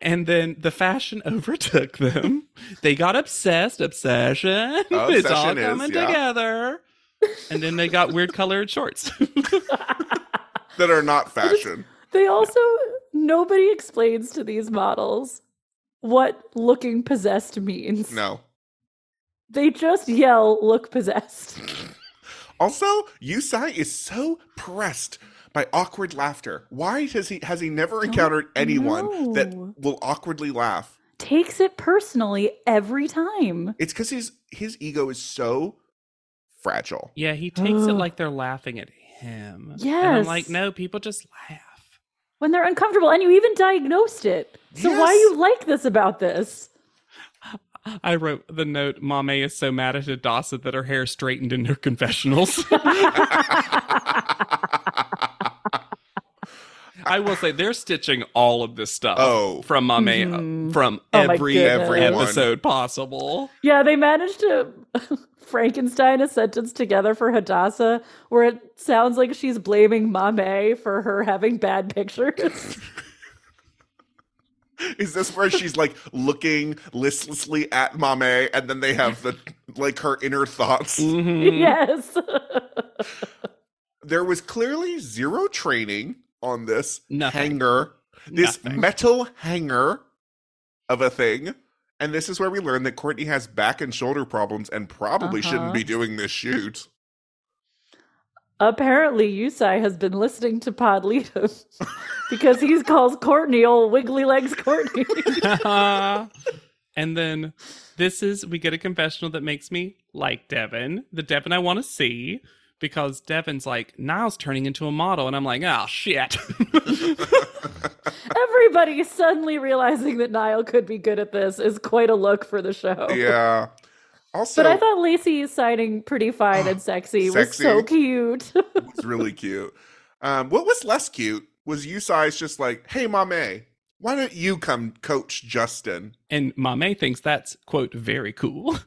Speaker 2: and then the fashion overtook them. They got obsessed. Obsession. it's all
Speaker 1: obsession is,
Speaker 2: coming
Speaker 1: yeah.
Speaker 2: together. And then they got weird colored shorts.
Speaker 1: That are not fashion.
Speaker 3: They also nobody explains to these models what looking possessed means.
Speaker 1: No.
Speaker 3: They just yell look possessed.
Speaker 1: Also, Yusai is so pressed by awkward laughter. Why has he has he never encountered anyone that
Speaker 3: know.
Speaker 1: will awkwardly laugh?
Speaker 3: Takes it personally every time.
Speaker 1: It's because his his ego is so fragile.
Speaker 2: yeah, he takes it
Speaker 3: Ugh.
Speaker 2: like they're laughing at him. And I'm like,
Speaker 3: Yes.
Speaker 2: no, people just laugh.
Speaker 3: When they're uncomfortable and you even diagnosed it. So why
Speaker 1: Yes.
Speaker 3: you like this about this?
Speaker 2: I wrote the note, Mame is so mad at Adasa that her hair straightened in her confessionals. I will say they're stitching all of this stuff
Speaker 1: Oh.
Speaker 2: from Mame
Speaker 3: Mhm.
Speaker 2: from
Speaker 3: Oh my
Speaker 2: every
Speaker 3: goodness.
Speaker 1: Everyone.
Speaker 2: episode possible.
Speaker 3: Yeah, they managed to Frankenstein a sentence together for Hadassah where it sounds like she's blaming Mame for her having bad pictures.
Speaker 1: Is this where she's like looking listlessly at Mame and then they have the like her inner thoughts? Mm-hmm.
Speaker 2: Mhm.
Speaker 3: yes.
Speaker 1: There was clearly zero training on this
Speaker 2: Nothing.
Speaker 1: hanger, this
Speaker 2: Nothing.
Speaker 1: metal hanger of a thing. And this is where we learn that Courtney has back and shoulder problems and probably shouldn't
Speaker 3: Uh-huh.
Speaker 1: be doing this shoot.
Speaker 3: Apparently, Yusai has been listening to Podlito because he calls Courtney old wiggly legs Courtney.
Speaker 2: and then this is we get a confessional that makes me like Devin, the Devin I want to see, because Devin's like Niles turning into a model, and I'm like, oh shit.
Speaker 3: Everybody suddenly realizing that Niall could be good at this is quite a look for the show.
Speaker 1: Yeah. Also,
Speaker 3: Oh. But I thought Lacey signing pretty fine and sexy, was
Speaker 1: Sexy.
Speaker 3: so cute.
Speaker 1: it's really cute. Um, what was less cute was Usai's just like, hey, Mame, why don't you come coach Justin?
Speaker 2: and Mame thinks that's quote very cool.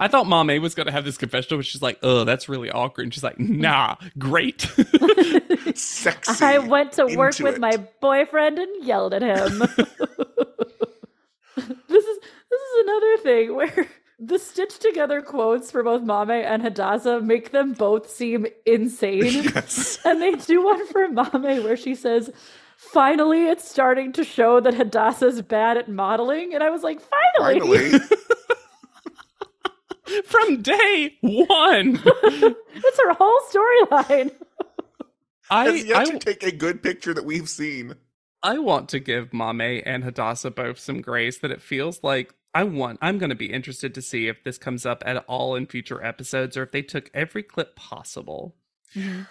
Speaker 2: I thought Mame was going to have this confessional, but she's like, oh, that's really awkward. And she's like, nah, great.
Speaker 1: Sexy.
Speaker 3: I went to work
Speaker 1: into
Speaker 3: with
Speaker 1: it.
Speaker 3: my boyfriend and yelled at him. this is this is another thing where the stitched together quotes for both Mame and Hadassah make them both seem insane.
Speaker 1: Yes.
Speaker 3: And they do one for Mame where she says, Finally, it's starting to show that Hadassah's bad at modeling. And I was like, Finally!
Speaker 1: Finally.
Speaker 2: From day one,
Speaker 3: That's her whole storyline.
Speaker 2: I,
Speaker 1: Has yet
Speaker 2: I
Speaker 1: to take a good picture that we've seen.
Speaker 2: I want to give Mame and Hadassah both some grace that it feels like I want I'm going to be interested to see if this comes up at all in future episodes or if they took every clip possible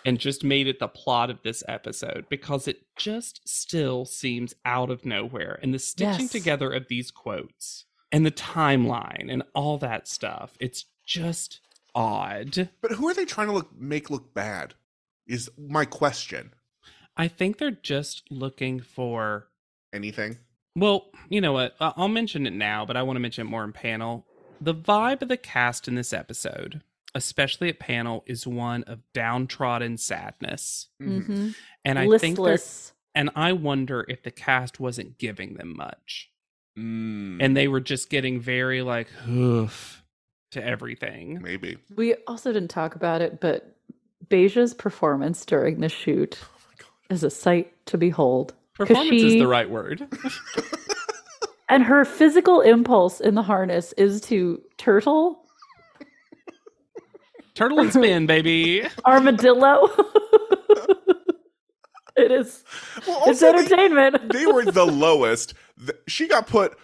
Speaker 2: and just made it the plot of this episode because it just still seems out of nowhere and the stitching
Speaker 3: Yes.
Speaker 2: together of these quotes and the timeline and all that stuff it's just odd.
Speaker 1: But who are they trying to look make look bad? Is my question.
Speaker 2: I think they're just looking for
Speaker 1: Anything?
Speaker 2: Well, you know what? I- I'll mention it now, but I want to mention it more in panel. The vibe of the cast in this episode, especially at panel, is one of downtrodden sadness.
Speaker 3: Mm-hmm.
Speaker 1: Mhm.
Speaker 2: And I think they're-
Speaker 3: Listless.
Speaker 2: and I wonder if the cast wasn't giving them much.
Speaker 1: Mm,
Speaker 2: And they were just getting very like hoof to everything.
Speaker 1: maybe.
Speaker 3: We also didn't talk about it, but Beja's performance during the shoot
Speaker 1: Oh
Speaker 3: is a sight to behold. 'Cause
Speaker 2: Performance is
Speaker 3: she-
Speaker 2: the right word.
Speaker 3: And her physical impulse in the harness is to turtle,
Speaker 2: Turtle and spin, baby.
Speaker 3: armadillo. it is.
Speaker 1: Well,
Speaker 3: It's
Speaker 1: also, they,
Speaker 3: entertainment.
Speaker 1: they were the lowest. Th- She got put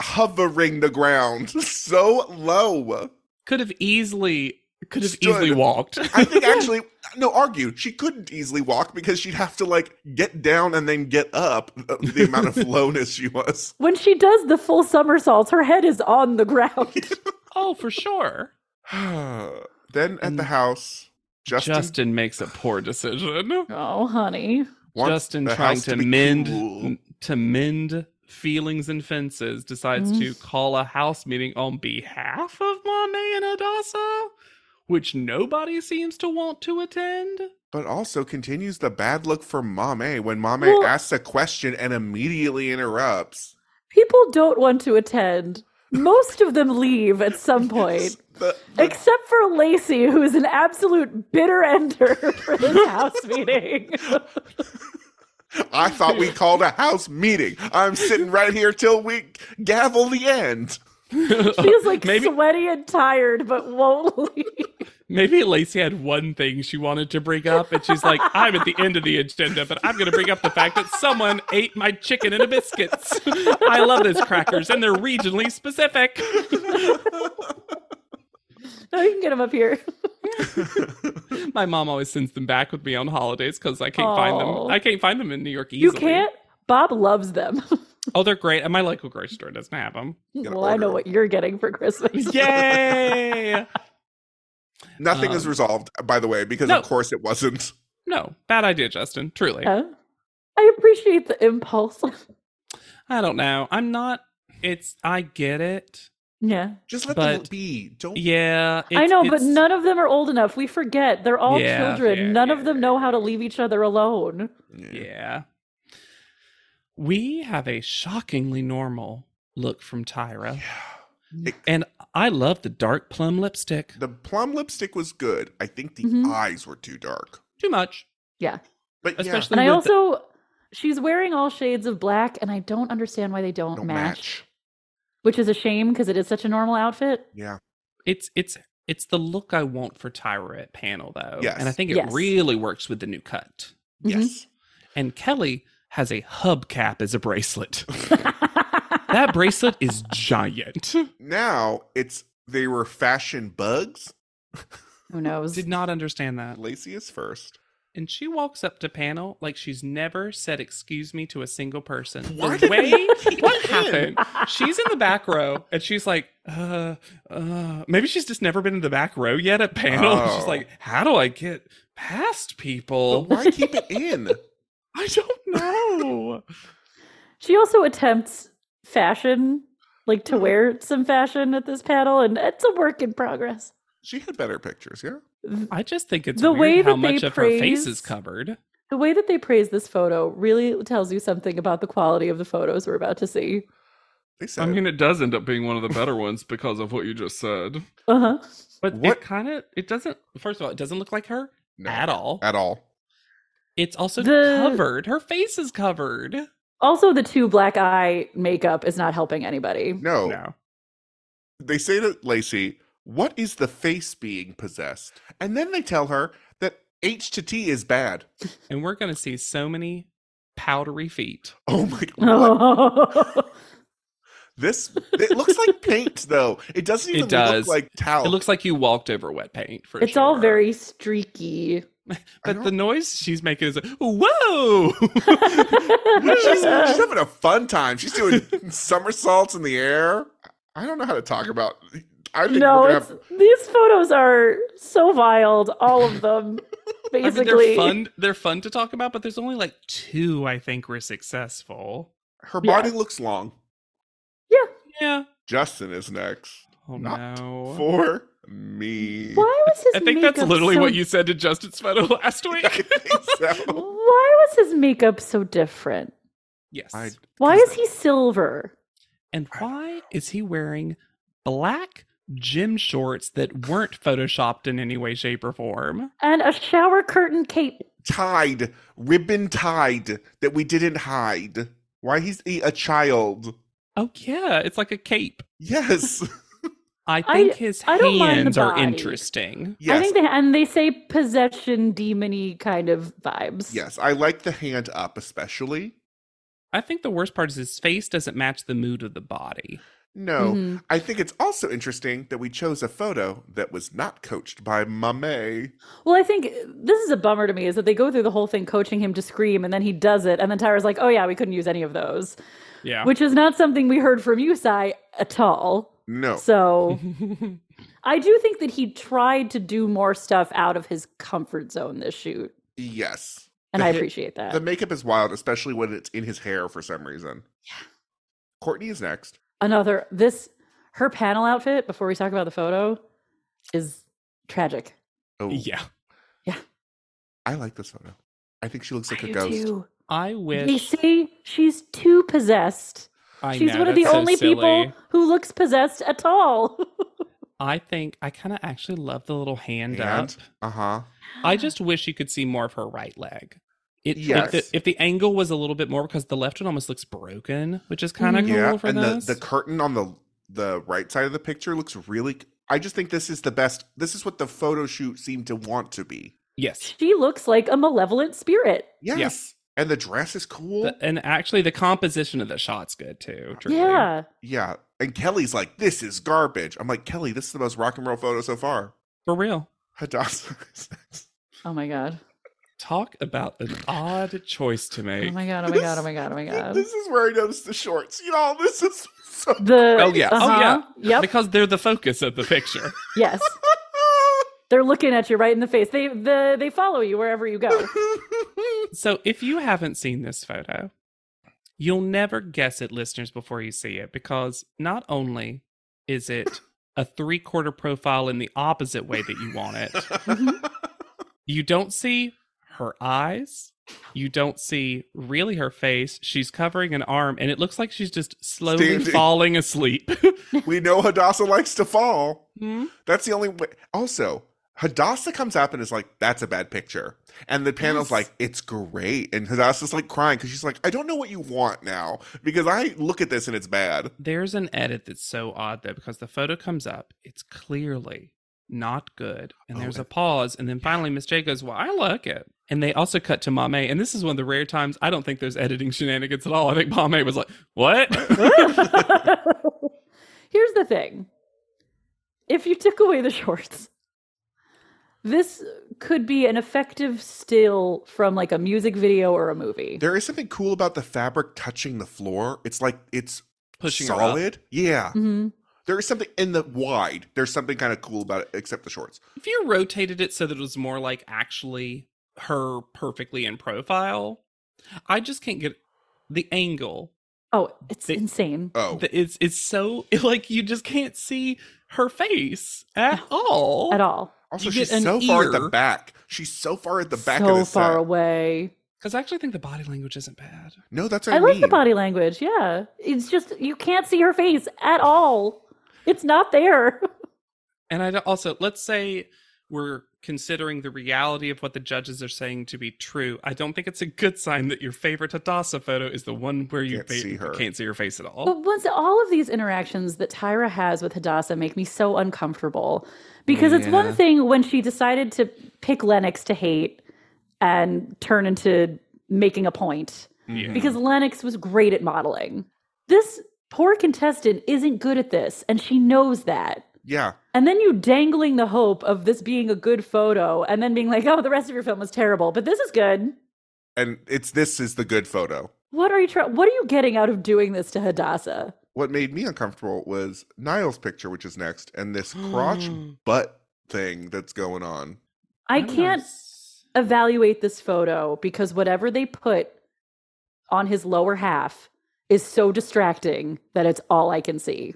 Speaker 1: hovering the ground so low.
Speaker 2: Could have easily could have
Speaker 1: Stood.
Speaker 2: easily walked.
Speaker 1: I think actually, no, argue. She couldn't easily walk because she'd have to like get down and then get up. uh, The amount of lowness she was.
Speaker 3: When she does the full somersaults, her head is on the ground.
Speaker 2: oh, for sure.
Speaker 1: then at the
Speaker 2: And
Speaker 1: house, Justin,
Speaker 2: Justin makes a poor decision.
Speaker 3: oh, honey.
Speaker 1: wants
Speaker 2: Justin
Speaker 1: the
Speaker 2: trying
Speaker 1: house
Speaker 2: to,
Speaker 1: be
Speaker 2: mend
Speaker 1: cool.
Speaker 2: to mend Feelings and Fences decides to call a house meeting on behalf of Monet and Hadassah, which nobody seems to want to attend.
Speaker 1: But also continues the bad look for Mame when Mame
Speaker 3: Well-
Speaker 1: asks a question and immediately interrupts.
Speaker 3: People don't want to attend. Most of them leave at some point.
Speaker 1: The- the-
Speaker 3: Except for Lacey, who is an absolute bitter ender for this house meeting.
Speaker 1: I thought we called a house meeting. I'm sitting right here till we gavel the end.
Speaker 3: She's like
Speaker 2: Maybe-
Speaker 3: sweaty and tired, but won't leave.
Speaker 2: Maybe Lacey had one thing she wanted to bring up, and she's like, I'm at the end of the agenda, but I'm going to bring up the fact that someone ate my chicken and a biscuits. I love those crackers, and they're regionally specific.
Speaker 3: No, you can get him up here.
Speaker 2: My mom always sends them back with me on holidays because I can't find
Speaker 3: Aw.
Speaker 2: them. I can't find them in New York easily.
Speaker 3: You can't? Bob loves them.
Speaker 2: Oh, they're great. And my local grocery store doesn't have them.
Speaker 1: Gotta
Speaker 3: well, I
Speaker 1: order
Speaker 3: know
Speaker 1: 'em.
Speaker 3: what you're getting for Christmas.
Speaker 2: Yay!
Speaker 1: Nothing is
Speaker 2: Um,
Speaker 1: resolved, by the way, because
Speaker 2: no.
Speaker 1: of course it wasn't.
Speaker 2: no, bad idea, Justin. Truly.
Speaker 3: Yeah. I appreciate the impulse.
Speaker 2: I don't know. I'm not. It's. I get it.
Speaker 3: yeah.
Speaker 1: Just let them
Speaker 2: But-
Speaker 1: be. Don't.
Speaker 2: Yeah.
Speaker 3: I
Speaker 2: it's-
Speaker 3: know, but
Speaker 2: it's-
Speaker 3: none of them are old enough. We forget. They're all
Speaker 2: Yeah,
Speaker 3: children.
Speaker 2: fair,
Speaker 3: none
Speaker 2: yeah,
Speaker 3: of them know how to leave each other alone.
Speaker 2: Yeah. We have a shockingly normal look from Tyra.
Speaker 1: It-
Speaker 2: And I love the dark plum lipstick.
Speaker 1: the plum lipstick was good. I think the
Speaker 2: Mm-hmm.
Speaker 3: Mhm.
Speaker 1: eyes were too dark.
Speaker 2: Too much.
Speaker 1: But yeah,
Speaker 2: Especially-
Speaker 3: And I
Speaker 2: With the-
Speaker 3: also, she's wearing all shades of black, and I don't understand why they don't,
Speaker 1: don't
Speaker 3: match,
Speaker 1: match.
Speaker 3: which is a shame because it is such a normal outfit.
Speaker 1: Yeah.
Speaker 2: It's it's it's the look I want for Tyra at panel though.
Speaker 1: Yes.
Speaker 2: And I think it
Speaker 3: Yes.
Speaker 2: really works with the new cut.
Speaker 3: Mhm.
Speaker 1: Yes.
Speaker 2: And Kelly has a hubcap as a bracelet. that bracelet is giant.
Speaker 1: Now it's they were fashion bugs.
Speaker 3: Who knows?
Speaker 2: Did not understand that.
Speaker 1: Lacey is first.
Speaker 2: And she walks up to panel like she's never said excuse me to a single person.
Speaker 1: Why
Speaker 2: The
Speaker 1: did
Speaker 2: way what
Speaker 1: in?
Speaker 2: happened? She's in the back row and she's like, uh, uh maybe she's just never been in the back row yet at panel. She's
Speaker 1: Oh.
Speaker 2: like, how do I get past people?
Speaker 1: But why keep it in?
Speaker 2: I don't know.
Speaker 3: She also attempts fashion, like to wear some fashion at this panel, and it's a work in progress.
Speaker 1: She had better pictures, yeah.
Speaker 2: I just think it's
Speaker 3: The
Speaker 2: weird
Speaker 3: way
Speaker 2: how
Speaker 3: that they
Speaker 2: much of her face is
Speaker 3: praise-
Speaker 2: covered.
Speaker 3: The way that they praise this photo really tells you something about the quality of the photos we're about to see.
Speaker 1: They said
Speaker 2: it does end up being one of the better ones because of what you just said.
Speaker 3: Uh huh.
Speaker 2: But
Speaker 1: What-
Speaker 2: it kind of it doesn't. First of all, it doesn't look like her
Speaker 1: no,
Speaker 2: at all.
Speaker 1: at all.
Speaker 2: It's also
Speaker 3: The-
Speaker 2: covered. Her face is covered.
Speaker 3: Also, the two black eye makeup is not helping anybody.
Speaker 1: No, They say to Lacey, what is the face being possessed? And then they tell her that H to T is bad.
Speaker 2: And we're going to see so many powdery feet.
Speaker 1: Oh my god.
Speaker 3: Oh.
Speaker 1: This it looks like paint though. It doesn't
Speaker 2: It
Speaker 1: even
Speaker 2: does.
Speaker 1: look like talc.
Speaker 2: It looks like you walked over wet paint for
Speaker 3: it's all
Speaker 2: sure.
Speaker 3: very streaky.
Speaker 1: I
Speaker 2: But the
Speaker 1: don't-
Speaker 2: noise she's making is, whoa!
Speaker 1: she's, she's having a fun time. She's doing somersaults in the air. I don't know how to talk about I think
Speaker 3: no,
Speaker 1: we're gonna
Speaker 3: it's,
Speaker 1: have,
Speaker 3: these photos are so wild, all of them.
Speaker 2: I mean,
Speaker 3: Basically,
Speaker 2: they're fun. They're fun to talk about, but there's only like two I think were successful.
Speaker 1: her
Speaker 3: yeah.
Speaker 1: body looks long.
Speaker 2: Yeah.
Speaker 1: Justin is next.
Speaker 2: Oh
Speaker 1: Not
Speaker 2: no.
Speaker 1: For me.
Speaker 3: why was his?
Speaker 2: I think that's
Speaker 3: makeup
Speaker 2: literally
Speaker 3: so
Speaker 2: what you said to Justin's photo last
Speaker 1: I
Speaker 2: week.
Speaker 1: think so.
Speaker 3: Why was his makeup so different?
Speaker 2: yes.
Speaker 1: I-
Speaker 3: Why
Speaker 1: 'Cause
Speaker 3: is he silver?
Speaker 2: And why is he wearing black gym shorts that weren't photoshopped in any way, shape, or form?
Speaker 3: And a shower curtain cape.
Speaker 1: tied, ribbon tied that we didn't hide. Why he's a, a child?
Speaker 2: Oh yeah, it's like a cape.
Speaker 1: Yes,
Speaker 2: I
Speaker 3: I-
Speaker 2: think his
Speaker 3: I don't mind the
Speaker 2: hands are
Speaker 3: body.
Speaker 2: interesting.
Speaker 1: yes,
Speaker 3: I think they and they say possession demony kind of vibes.
Speaker 1: yes. I like the hand up especially.
Speaker 2: I think the worst part is his face doesn't match the mood of the body.
Speaker 1: No,
Speaker 3: Mhm.
Speaker 1: I think it's also interesting that we chose a photo that was not coached by Mame.
Speaker 3: Well, I think this is a bummer to me is that they go through the whole thing coaching him to scream and then he does it and then Tyra's like, "Oh yeah, we couldn't use any of those."
Speaker 2: Yeah.
Speaker 3: Which is not something we heard from you, Sai, at all.
Speaker 1: No,
Speaker 3: So, I do think that he tried to do more stuff out of his comfort zone this shoot,
Speaker 1: yes,
Speaker 3: and
Speaker 1: The
Speaker 3: I
Speaker 1: hit-
Speaker 3: appreciate that.
Speaker 1: the makeup is wild, especially when it's in his hair for some reason. Courtney is next.
Speaker 3: Another this her panel outfit before we talk about the photo is tragic.
Speaker 1: Oh,
Speaker 2: Yeah.
Speaker 1: I like this photo. I think she looks like
Speaker 3: I
Speaker 1: a
Speaker 3: do
Speaker 1: ghost.
Speaker 3: too.
Speaker 2: I
Speaker 3: They
Speaker 2: wish
Speaker 3: say she's too possessed.
Speaker 2: I
Speaker 3: she's
Speaker 2: know,
Speaker 3: one of the
Speaker 2: that's so
Speaker 3: only people
Speaker 2: silly.
Speaker 3: who looks possessed at all.
Speaker 2: I think I kind of actually love the little hand,
Speaker 1: Hand?
Speaker 2: up.
Speaker 1: Uh huh.
Speaker 2: I just wish you could see more of her right leg. It,
Speaker 1: Yes.
Speaker 2: if, the, if the angle was a little bit more, because the left one almost looks broken, which is kind of
Speaker 3: Mhm.
Speaker 2: cool
Speaker 1: Yeah,
Speaker 2: for
Speaker 1: and the
Speaker 2: this.
Speaker 1: the curtain on the the right side of the picture looks really. I just think this is the best. This is what the photo shoot seemed to want to be.
Speaker 2: yes,
Speaker 3: she looks like a malevolent spirit.
Speaker 1: Yes, and the dress is cool.
Speaker 2: The- and actually, the composition of the shot's good too. Truly.
Speaker 3: Yeah.
Speaker 1: yeah, and Kelly's like, "This is garbage." I'm like, Kelly, this is the most rock and roll photo so far.
Speaker 2: for real.
Speaker 1: Hadassah is next.
Speaker 3: Oh my god.
Speaker 2: Talk about an odd choice to
Speaker 3: Oh
Speaker 2: make.
Speaker 3: my god. Oh my god. Oh my god. Oh my god.
Speaker 1: This is where I noticed the shorts. You know, this is so.
Speaker 3: The
Speaker 2: Oh, yeah. Oh,
Speaker 3: uh-huh. Yep.
Speaker 2: Because they're the focus of the picture.
Speaker 3: Yes. They're looking at you right in the face. They the they follow you wherever you go.
Speaker 2: so if you haven't seen this photo, you'll never guess it, listeners, before you see it, because not only is it a three quarter profile in the opposite way that you want it, you don't see her eyes. You don't see really her face. She's covering an arm, and it looks like she's just slowly
Speaker 1: Standing.
Speaker 2: falling asleep.
Speaker 1: we know Hadassah likes to fall.
Speaker 2: Hmm?
Speaker 1: That's the only way. Also, Hadassah comes up and is like, that's a bad picture. And the panel's
Speaker 3: Yes.
Speaker 1: like, it's great. And Hadassah's like crying because she's like, I don't know what you want now because I look at this and it's bad.
Speaker 2: There's an edit that's so odd though, because the photo comes up, it's clearly not good, and
Speaker 1: Oh,
Speaker 2: there's a
Speaker 1: it-
Speaker 2: pause, and then finally Miss J goes, "Well, I like it." And they also cut to Mame, and this is one of the rare times I don't think there's editing shenanigans at all. I think Mame was like, "What?"
Speaker 3: Here's the thing. If you took away the shorts, this could be an effective still from like a music video or a movie.
Speaker 1: There is something cool about the fabric touching the floor. It's like it's
Speaker 2: Pushing her up.
Speaker 1: solid. Yeah.
Speaker 3: hmm
Speaker 1: There is something in the wide. There's something kind of cool about it, except the shorts.
Speaker 2: If you rotated it so that it was more like actually her perfectly in profile, I just can't get the angle
Speaker 3: Oh, it's
Speaker 2: They-
Speaker 3: insane.
Speaker 1: Oh.
Speaker 2: that it's it's so like you just can't see her face at all.
Speaker 3: At all.
Speaker 1: also,
Speaker 2: you
Speaker 1: she's
Speaker 2: get an
Speaker 1: so far at the
Speaker 2: ear.
Speaker 1: back. She's so far at the back
Speaker 3: so
Speaker 1: of the
Speaker 2: uh,
Speaker 1: set.
Speaker 3: far away.
Speaker 2: Because I actually think the body language isn't bad.
Speaker 1: No, that's what
Speaker 3: I,
Speaker 1: I,
Speaker 3: like the
Speaker 1: mean.
Speaker 3: body language. Yeah. It's just you can't see her face at all. It's not there.
Speaker 2: And I d- also let's say we're considering the reality of what the judges are saying to be true. I don't think it's a good sign that your favorite Hadassah photo is the one where you
Speaker 1: Can't see her.
Speaker 2: can't see her face at all.
Speaker 3: But once all of these interactions that Tyra has with Hadassah make me so uncomfortable because it's one
Speaker 2: Yeah.
Speaker 3: thing when she decided to pick Lennox to hate and turn into making a point
Speaker 2: Hmm.
Speaker 1: Mhm.
Speaker 3: because Lennox was great at modeling. This poor contestant isn't good at this and she knows that.
Speaker 1: Yeah.
Speaker 3: And then you dangling the hope of this being a good photo and then being like, oh, the rest of your film was terrible, but this is good.
Speaker 1: And it's this is the good photo.
Speaker 3: What are you trying? What are you getting out of doing this to Hadassah?
Speaker 1: what made me uncomfortable was Niall's picture, which is next, and this crotch
Speaker 2: Mm.
Speaker 1: butt thing that's going on.
Speaker 3: I
Speaker 2: don't know.
Speaker 3: can't evaluate this photo because whatever they put on his lower half is so distracting that it's all I can see.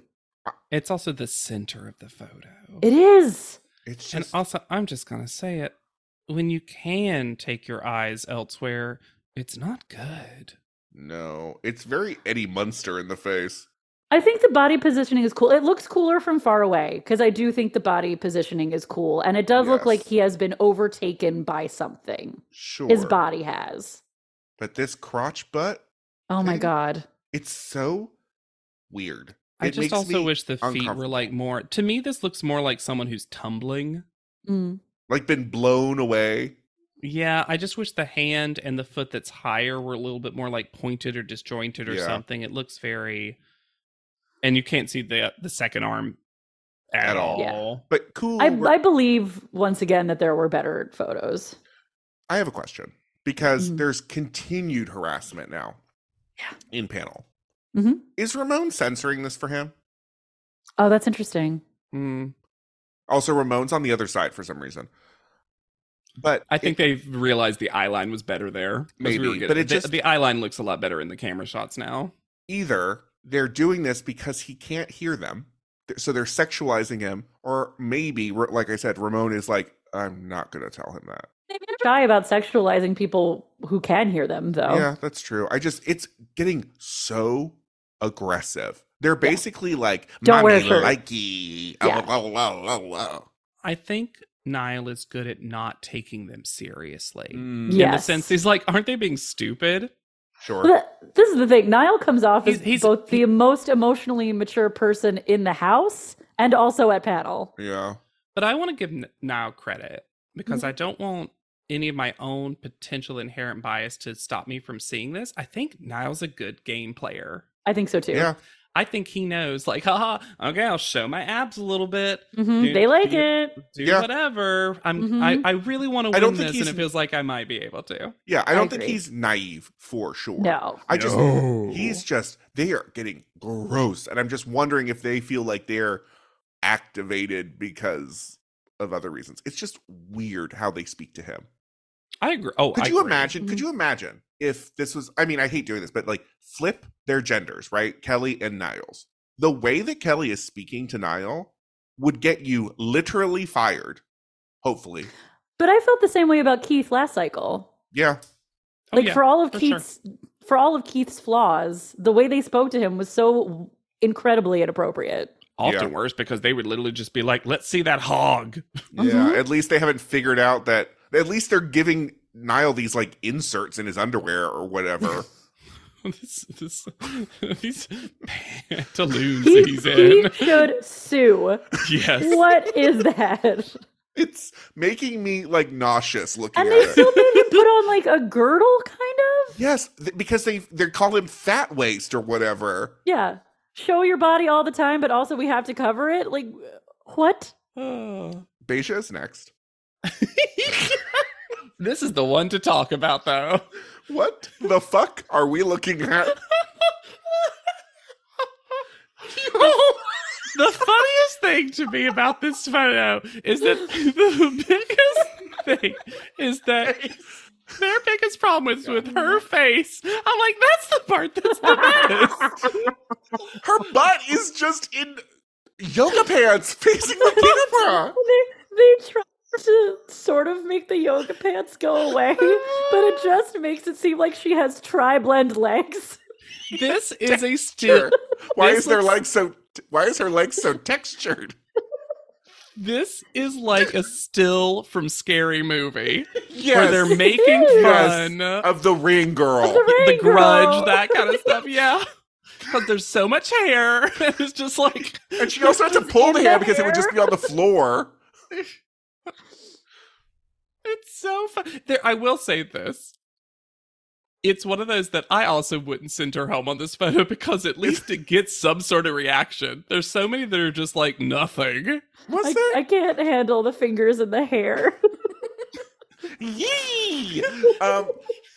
Speaker 2: It's also the center of the photo.
Speaker 3: It is.
Speaker 1: It's
Speaker 2: and
Speaker 1: just
Speaker 2: also, I'm just gonna say it. When you can take your eyes elsewhere, it's not good.
Speaker 1: no. It's very Eddie Munster in the face.
Speaker 3: I think the body positioning is cool. It looks cooler from far away because I do think the body positioning is cool. And it does look like
Speaker 1: Yes.
Speaker 3: he has been overtaken by something.
Speaker 1: Sure,
Speaker 3: His body has.
Speaker 1: but this crotch butt,
Speaker 3: Oh my
Speaker 1: Okay.
Speaker 3: God.
Speaker 1: it's so weird.
Speaker 2: I
Speaker 1: It
Speaker 2: just
Speaker 1: makes
Speaker 2: also
Speaker 1: me
Speaker 2: wish the feet were
Speaker 1: uncomfortable.
Speaker 2: like more. To me, this looks more like someone who's tumbling
Speaker 3: Mm.
Speaker 1: like been blown away.
Speaker 2: Yeah, I just wish the hand and the foot that's higher were a little bit more like pointed or disjointed or
Speaker 1: Yeah.
Speaker 2: something. It looks very, and you can't see the the second arm at,
Speaker 1: At all.
Speaker 2: all.
Speaker 3: Yeah.
Speaker 1: But cool.
Speaker 3: I,
Speaker 1: we're-
Speaker 3: I believe once again that there were better photos.
Speaker 1: I have a question because
Speaker 2: Mm.
Speaker 3: Mhm.
Speaker 1: there's continued harassment now.
Speaker 3: Yeah.
Speaker 1: In panel.
Speaker 3: Mhm.
Speaker 2: Mm-hmm.
Speaker 1: Is Ramon censoring this for him?
Speaker 3: Oh, that's interesting.
Speaker 2: Mm.
Speaker 1: Also, Ramon's on the other side for some reason. But
Speaker 2: I think they realized the eye line was better there. 'cause
Speaker 1: Maybe,
Speaker 2: getting-
Speaker 1: but it
Speaker 2: the,
Speaker 1: just-
Speaker 2: the eye line looks a lot better in the camera shots now.
Speaker 1: either they're doing this because he can't hear them. Th- So they're sexualizing him, or maybe, re- like I said, Ramon is like, I'm not going to tell him that.
Speaker 3: They never shy about sexualizing people who can hear them, though.
Speaker 1: Yeah, that's true. I just, it's getting so aggressive. They're basically like,
Speaker 3: Don't wear a
Speaker 1: "Mommy
Speaker 3: shirt."
Speaker 1: likey.
Speaker 3: Yeah.
Speaker 1: Oh, oh, oh, oh, oh.
Speaker 2: I think Niall is good at not taking them seriously.
Speaker 1: Mm,
Speaker 2: In the
Speaker 3: Yes.
Speaker 2: sense he's like, aren't they being stupid?
Speaker 1: Sure.
Speaker 3: Well, that- this is the thing. Niall comes off as
Speaker 2: He's- he's-
Speaker 3: both the most emotionally mature person in the house and also at panel.
Speaker 1: Yeah.
Speaker 2: But I want to give N- Niall credit because
Speaker 1: Mm-hmm.
Speaker 2: I don't want any of my own potential inherent bias to stop me from seeing this. I think Niall's a good game player.
Speaker 3: I think so too.
Speaker 1: Yeah.
Speaker 2: I think he knows, like, haha, okay, I'll show my abs a little bit,
Speaker 3: Mhm,
Speaker 2: Dude,
Speaker 3: They like
Speaker 2: dude.
Speaker 3: it.
Speaker 2: do
Speaker 1: Yeah. Mm-hmm.
Speaker 2: whatever. I'm, I,
Speaker 3: Mhm.
Speaker 2: I really want to win
Speaker 1: I don't think
Speaker 2: this,
Speaker 1: he's-
Speaker 2: and it feels like I might be able to.
Speaker 1: Yeah. I
Speaker 3: I
Speaker 1: don't think
Speaker 3: agree.
Speaker 1: he's naive for sure.
Speaker 3: No.
Speaker 1: I just,
Speaker 2: Mm-hmm.
Speaker 1: he's just, they are getting gross. And I'm just wondering if they feel like they're activated because of other reasons. It's just weird how they speak to him.
Speaker 2: I agree. Oh,
Speaker 1: Could
Speaker 2: I
Speaker 1: you
Speaker 2: agree.
Speaker 1: imagine? Could you imagine if this was? I mean, I hate doing this, but like flip their genders, right? Kelly and Niles. The way that Kelly is speaking to Niall would get you literally fired. Hopefully,
Speaker 3: But I felt the same way about Keith last cycle.
Speaker 1: yeah,
Speaker 2: Oh,
Speaker 3: Like
Speaker 2: yeah.
Speaker 3: for all of
Speaker 2: for sure.
Speaker 3: Keith's for all of Keith's flaws, the way they spoke to him was so incredibly inappropriate.
Speaker 2: often
Speaker 1: Yeah.
Speaker 2: worse because they would literally just be like, "Let's see that hog."
Speaker 1: yeah.
Speaker 2: Mm-hmm.
Speaker 3: Mhm.
Speaker 1: At least they haven't figured out that. At least they're giving Niall these like inserts in his underwear or whatever.
Speaker 2: this, this, these pantaloons
Speaker 3: He,
Speaker 2: that he's
Speaker 3: he
Speaker 2: in.
Speaker 3: should sue.
Speaker 2: yes.
Speaker 3: What is that?
Speaker 1: it's making me like nauseous looking at
Speaker 3: And they
Speaker 1: it.
Speaker 3: still made him put on like a girdle, kind of.
Speaker 1: yes, th- because they they call him fat waist or whatever.
Speaker 3: Yeah, show your body all the time, but also we have to cover it. Like, what?
Speaker 2: Oh.
Speaker 1: Beja is next.
Speaker 2: this is the one to talk about, though.
Speaker 1: What the fuck are we looking at?
Speaker 2: the funniest thing to me about this photo is that the biggest thing is that their biggest problem is with her face. I'm like, that's the part that's the best.
Speaker 1: Her butt is just in yoga pants facing the camera.
Speaker 3: They they try to sort of make the yoga pants go away, but it just makes it seem like she has tri blend legs.
Speaker 2: This is a still.
Speaker 1: Why
Speaker 2: This
Speaker 1: is their
Speaker 2: looks-
Speaker 1: leg so why is her leg so textured?
Speaker 2: This is like a still from Scary Movie, where
Speaker 1: Yes.
Speaker 2: they're making
Speaker 1: Yes.
Speaker 2: fun,
Speaker 1: of the ring girl.
Speaker 3: The
Speaker 2: the
Speaker 3: Rain
Speaker 2: grudge,
Speaker 3: Girl.
Speaker 2: that kind of stuff. Yeah, but there's so much hair. It's just like
Speaker 1: and she also had to pull the
Speaker 3: in the
Speaker 1: hair because it would just be on the floor.
Speaker 2: It's so fun. There, I will say this. It's one of those that I also wouldn't send her home on this photo because at least it gets some sort of reaction. There's so many that are just like nothing.
Speaker 1: Was
Speaker 3: I,
Speaker 1: there?
Speaker 3: I can't handle the fingers and the hair.
Speaker 1: Yee! Um,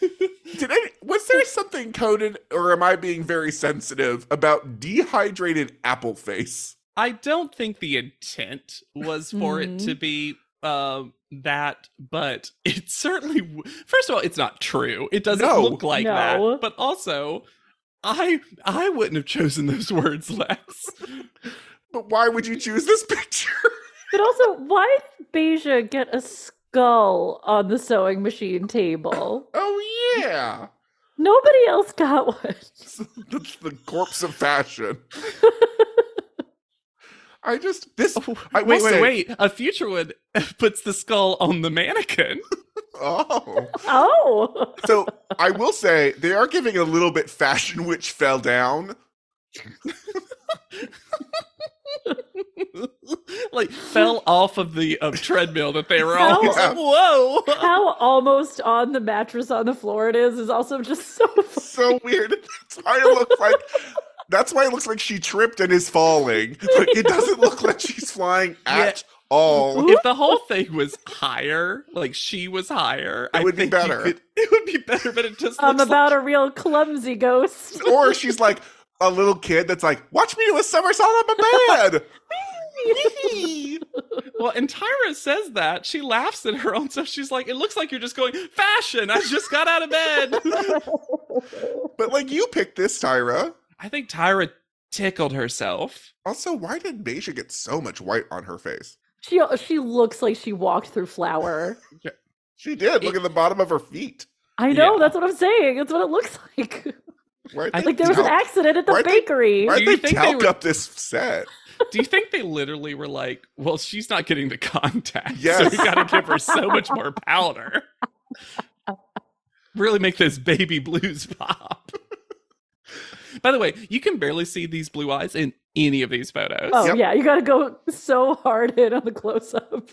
Speaker 1: did I, was there something coded, or am I being very sensitive about dehydrated apple face?
Speaker 2: I don't think the intent was for it
Speaker 3: Mhm.
Speaker 2: to be um that, but it certainly. W- First of all, it's not true. It doesn't
Speaker 1: No.
Speaker 2: look like
Speaker 3: No.
Speaker 2: that. But also, I I wouldn't have chosen those words, Lex.
Speaker 1: But why would you choose this picture?
Speaker 3: But also, why did Beja get a skull on the sewing machine table?
Speaker 1: Oh yeah.
Speaker 3: Nobody else got one.
Speaker 1: That's the corpse of fashion. I just this. I
Speaker 2: Oh, wait,
Speaker 1: will
Speaker 2: wait,
Speaker 1: say-
Speaker 2: wait. A future one puts the skull on the mannequin.
Speaker 1: Oh,
Speaker 3: Oh,
Speaker 1: so I will say they are giving a little bit fashion which fell down.
Speaker 2: like fell off of the um, treadmill that they were on.
Speaker 3: No.
Speaker 2: It's like, Whoa.
Speaker 3: how almost on the mattress on the floor it is is also just so. Funny.
Speaker 1: So weird. That's why it looks like. That's why it looks like she tripped and is falling. Like it doesn't look like she's flying at all.
Speaker 2: If the whole thing was higher, like she was higher,
Speaker 1: It
Speaker 2: I
Speaker 1: would be
Speaker 2: think you
Speaker 1: better.
Speaker 2: could- it would be better, but it just
Speaker 3: I'm
Speaker 2: looks
Speaker 3: Um, about a real clumsy ghost.
Speaker 1: Or she's like a little kid that's like, "Watch me do a somersault on my bed."
Speaker 2: like, well. And Tyra says that she laughs at her own stuff. She's like, "It looks like you're just going fashion." I just got out of bed.
Speaker 1: But like you picked this, Tyra.
Speaker 2: I think Tyra tickled herself.
Speaker 1: Also, why did Beja get so much white on her face?
Speaker 3: She she looks like she walked through flour.
Speaker 1: She did. Look
Speaker 2: It-
Speaker 1: at the bottom of her feet.
Speaker 3: I know.
Speaker 2: Yeah.
Speaker 3: That's what I'm saying. That's what it looks like.
Speaker 1: Why
Speaker 2: I
Speaker 1: did
Speaker 3: like there was an accident at the
Speaker 1: Why'd they-
Speaker 3: bakery.
Speaker 1: Why
Speaker 2: Do
Speaker 1: did
Speaker 2: you
Speaker 1: they
Speaker 2: think they
Speaker 1: talc
Speaker 2: were-
Speaker 1: up this set?
Speaker 2: Do you think they literally were like, well, she's not getting the contact. So
Speaker 1: Yes.
Speaker 2: we gotta give her so much more powder. really make those baby blues pop. By the way, you can barely see these blue eyes in any of these photos.
Speaker 3: Oh
Speaker 1: Yep.
Speaker 3: yeah, you got to go so hard in on the close up.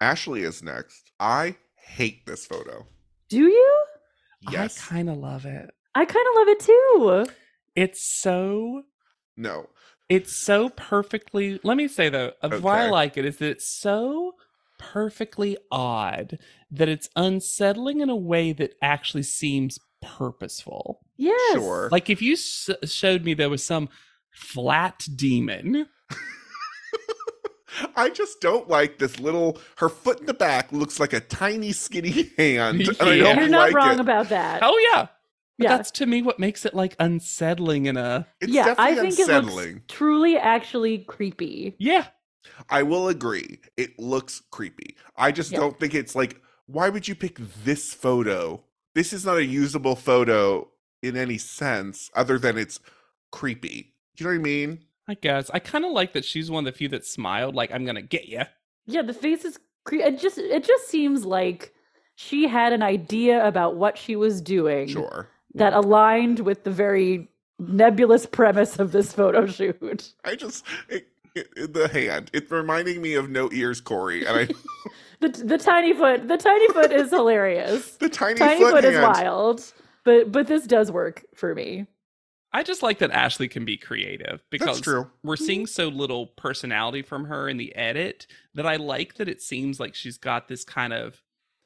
Speaker 1: Ashley is next. I hate this photo.
Speaker 3: Do you?
Speaker 1: Yes.
Speaker 2: I kinda love it.
Speaker 3: I kind of love it too.
Speaker 2: It's so
Speaker 1: no.
Speaker 2: it's so perfectly let me say though of why i
Speaker 1: Okay.
Speaker 2: like it is that it's so perfectly odd that it's unsettling in a way that actually seems purposeful
Speaker 3: Yes.
Speaker 1: Sure.
Speaker 2: like if you s- showed me there was some flat demon
Speaker 1: I just don't like this little. Her foot in the back looks like a tiny, skinny hand, and I
Speaker 2: Yeah.
Speaker 1: don't
Speaker 3: You're not
Speaker 1: like
Speaker 3: wrong
Speaker 1: it.
Speaker 3: about that.
Speaker 2: oh yeah but
Speaker 3: yeah.
Speaker 2: that's to me what makes it like unsettling in a
Speaker 1: It's
Speaker 3: yeah, I
Speaker 1: definitely
Speaker 3: think
Speaker 1: unsettling.
Speaker 3: it looks truly actually creepy.
Speaker 2: yeah
Speaker 1: I will agree. It looks creepy. I just
Speaker 3: Yeah.
Speaker 1: don't think it's like, why would you pick this photo? This is not a usable photo in any sense other than it's creepy. You know what I mean?
Speaker 2: i guess i kind of like that she's one of the few that smiled like i'm gonna get you
Speaker 3: Yeah, the face is cre- it just it just seems like she had an idea about what she was doing
Speaker 1: Sure.
Speaker 3: that aligned with the very nebulous premise of this photo shoot.
Speaker 1: I just, it, it, it- the hand, it's reminding me of No Ears Corey. And I,
Speaker 3: The the tiny foot, the tiny foot is hilarious.
Speaker 1: the tiny,
Speaker 3: tiny
Speaker 1: foot,
Speaker 3: foot,
Speaker 1: hand.
Speaker 3: is wild, but but this does work for me.
Speaker 2: i just like that ashley can be creative because
Speaker 1: That's true.
Speaker 2: we're seeing so little personality from her in the edit that I like that it seems like she's got this kind of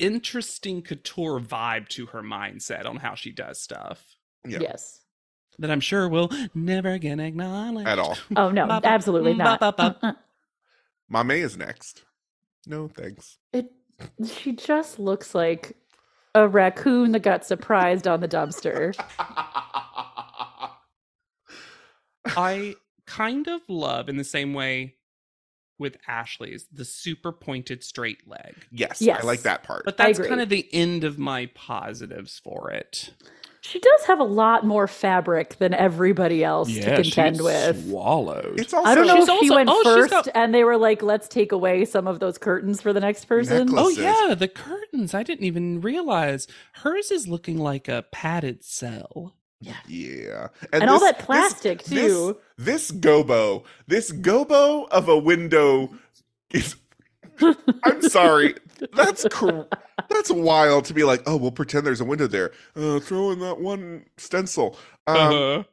Speaker 2: interesting couture vibe to her mindset on how she does stuff
Speaker 1: Yeah.
Speaker 3: Yes.
Speaker 2: that I'm sure will never get acknowledged
Speaker 1: At all.
Speaker 3: Oh no,
Speaker 2: Ba-ba-
Speaker 3: absolutely
Speaker 2: mm,
Speaker 3: not.
Speaker 2: ba-ba-ba.
Speaker 3: Uh-uh.
Speaker 1: Mame is next. No, thanks.
Speaker 3: It she just looks like a raccoon that got surprised on the dumpster.
Speaker 2: I kind of love in the same way with Ashley's the super pointed straight leg.
Speaker 1: yes, I
Speaker 3: Yes.
Speaker 1: like that part.
Speaker 2: But
Speaker 3: I
Speaker 2: that's
Speaker 3: agree.
Speaker 2: kind of the end of my positives for it.
Speaker 3: She does have a lot more fabric than everybody else to contend with.
Speaker 2: Swallowed.
Speaker 1: it's also
Speaker 3: I don't know
Speaker 2: She's
Speaker 3: if he
Speaker 2: also-
Speaker 3: went
Speaker 2: oh, she's
Speaker 3: first
Speaker 2: got-
Speaker 3: and they were like, let's take away some of those curtains for the next person.
Speaker 1: Necklace.
Speaker 2: Oh
Speaker 1: says-
Speaker 2: yeah, the curtains. I didn't even realize hers is looking like a padded cell.
Speaker 1: Yeah.
Speaker 3: And, all
Speaker 1: this-
Speaker 3: that
Speaker 1: this-
Speaker 3: plastic
Speaker 1: this-
Speaker 3: too.
Speaker 1: this gobo, this gobo of a window is. I'm sorry, that's cr- that's wild to be like, oh, we'll pretend there's a window there. Uh, throw in that one stencil.
Speaker 3: Uh-huh.
Speaker 1: Um,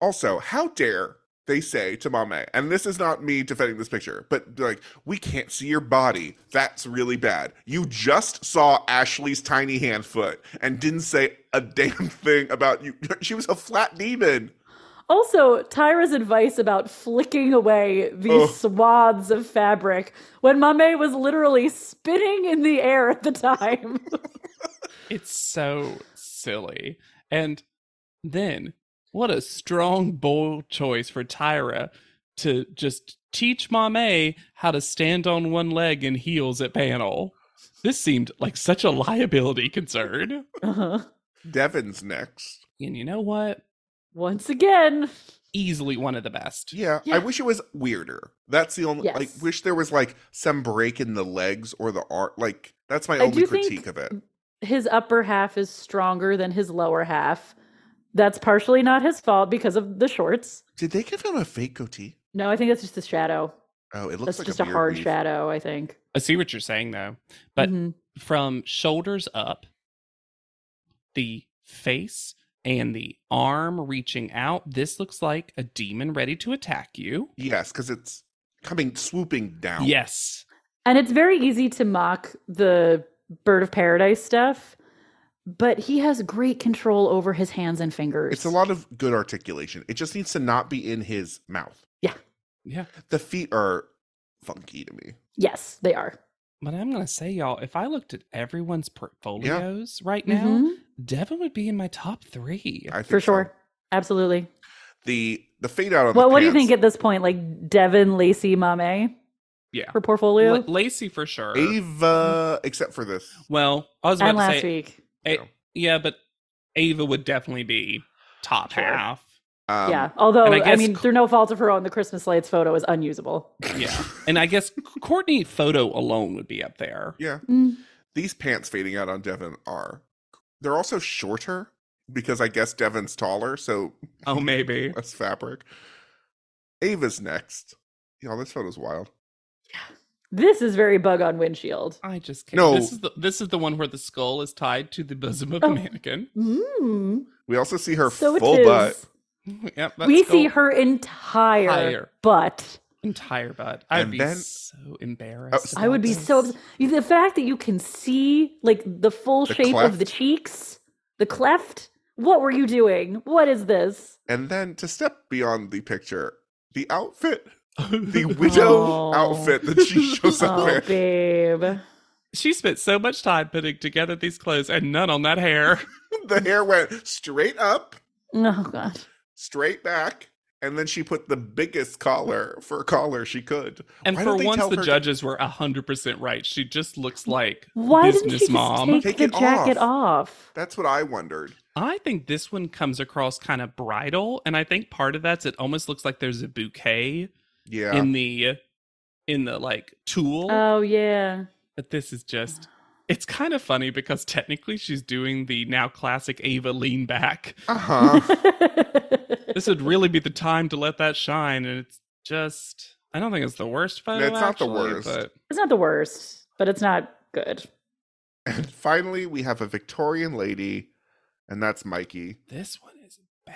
Speaker 1: also, how dare they say to Mame, and this is not me defending this picture, but like, we can't see your body. That's really bad. You just saw Ashley's tiny hand foot and didn't say a damn thing about you. She was a flat demon.
Speaker 3: Also, Tyra's advice about flicking away
Speaker 1: Ugh.
Speaker 3: these swaths of fabric when Mame was literally spinning in the air at the time.
Speaker 2: it's so silly. And then what a strong, bold choice for Tyra to just teach Mame how to stand on one leg in heels at panel. This seemed like such a liability concern.
Speaker 3: Uh-huh.
Speaker 1: Devin's next.
Speaker 2: And you know what?
Speaker 3: Once again,
Speaker 2: Easily one of the best.
Speaker 1: Yeah,
Speaker 3: Yeah.
Speaker 1: I wish it was weirder. That's the only.
Speaker 3: Yes.
Speaker 1: I wish there was like some break in the legs or the art. Like that's my
Speaker 3: I
Speaker 1: only
Speaker 3: do think-
Speaker 1: critique of it.
Speaker 3: his upper half is stronger than his lower half. That's partially not his fault because of the shorts.
Speaker 1: Did they give him a fake goatee?
Speaker 3: No, I think that's just a shadow.
Speaker 1: Oh, it looks
Speaker 3: That's
Speaker 1: like
Speaker 3: just
Speaker 1: a,
Speaker 3: a,
Speaker 1: beard
Speaker 3: hard
Speaker 1: weave.
Speaker 3: shadow, I think.
Speaker 2: I see what you're saying though. But
Speaker 3: Mhm.
Speaker 2: from shoulders up, the face and the arm reaching out. This looks like a demon ready to attack you.
Speaker 1: Yes, because it's coming swooping down.
Speaker 2: Yes.
Speaker 3: and it's very easy to mock the bird of paradise stuff, but he has great control over his hands and fingers.
Speaker 1: it's a lot of good articulation. It just needs to not be in his mouth.
Speaker 2: Yeah.
Speaker 1: The feet are funky to me.
Speaker 3: Yes, they are.
Speaker 2: But I'm going to say, y'all, if I looked at everyone's portfolios right now,
Speaker 3: Mhm.
Speaker 2: Devin would be in my top three.
Speaker 1: I think
Speaker 3: for
Speaker 1: so.
Speaker 3: sure. Absolutely.
Speaker 1: the the fade out on
Speaker 3: Well,
Speaker 1: the
Speaker 3: what do you
Speaker 1: pants,
Speaker 3: think at this point? Like Devin, Lacey, Mame
Speaker 2: Yeah.
Speaker 3: for portfolio,
Speaker 2: La- Lacey for sure.
Speaker 1: Ava, except for this.
Speaker 2: well, I was about
Speaker 3: and
Speaker 2: to
Speaker 3: last
Speaker 2: say,
Speaker 3: week.
Speaker 2: A-
Speaker 1: No.
Speaker 2: yeah, but Ava would definitely be top
Speaker 3: Sure.
Speaker 2: half.
Speaker 1: Um,
Speaker 3: yeah, although
Speaker 2: and I
Speaker 3: I,
Speaker 2: guess
Speaker 3: mean,
Speaker 2: Cl-
Speaker 3: through no fault of her own, the Christmas lights photo is unusable.
Speaker 2: Yeah, and I guess Courtney photo alone would be up there.
Speaker 1: Yeah.
Speaker 3: Mm.
Speaker 1: These pants fading out on Devin are. They're also shorter because I guess Devin's taller, so
Speaker 2: Oh, maybe.
Speaker 1: less fabric. Ava's next. Y'all, this photo's wild.
Speaker 3: This is very bug on windshield.
Speaker 2: I just can't.
Speaker 1: No.
Speaker 2: This is the this is the one where the skull is tied to the bosom of the
Speaker 3: Oh.
Speaker 2: mannequin.
Speaker 3: Mm.
Speaker 1: We also see her
Speaker 3: So it
Speaker 1: full
Speaker 3: is.
Speaker 1: butt.
Speaker 2: Yep, that
Speaker 3: We
Speaker 2: skull-
Speaker 3: see her entire
Speaker 2: Higher.
Speaker 3: butt.
Speaker 2: entire butt. I'd
Speaker 1: And
Speaker 2: be
Speaker 1: then- Oh,
Speaker 2: so embarrassed.
Speaker 3: I would be
Speaker 2: about
Speaker 3: so
Speaker 2: this.
Speaker 3: obs- you- the fact that you can see like the full
Speaker 1: The
Speaker 3: shape
Speaker 1: cleft.
Speaker 3: of the cheeks, the cleft. What were you doing? What is this?
Speaker 1: And then to step beyond the picture, the outfit, the widow
Speaker 3: Oh.
Speaker 1: outfit that she shows up
Speaker 3: Oh,
Speaker 1: in.
Speaker 3: babe.
Speaker 2: She spent so much time putting together these clothes and none on that hair.
Speaker 1: The hair went straight up,
Speaker 3: Oh god.
Speaker 1: straight back, and then she put the biggest collar for collar she could.
Speaker 2: And
Speaker 1: Why don't
Speaker 2: for
Speaker 1: they
Speaker 2: once,
Speaker 1: tell
Speaker 2: the
Speaker 1: her to-
Speaker 2: judges were hundred percent right. She just looks like
Speaker 3: Why didn't she
Speaker 2: business
Speaker 3: just
Speaker 2: mom.
Speaker 3: take,
Speaker 1: Take
Speaker 3: the
Speaker 1: it
Speaker 3: jacket off?
Speaker 1: That's what I wondered.
Speaker 2: I think this one comes across kind of bridal, and I think part of that's it almost looks like there's a bouquet
Speaker 1: Yeah. Uh,
Speaker 2: in the in the like tool.
Speaker 3: Oh yeah.
Speaker 2: but this is just it's kind of funny because technically she's doing the now classic Ava lean back.
Speaker 1: Uh huh.
Speaker 2: This would really be the time to let that shine, and it's just I don't think it's the worst photo.
Speaker 1: it's not the
Speaker 2: actually,
Speaker 1: worst.
Speaker 2: but-
Speaker 3: it's not the worst, but it's not good.
Speaker 1: and finally, we have a Victorian lady, and that's Mikey.
Speaker 2: This one is bad.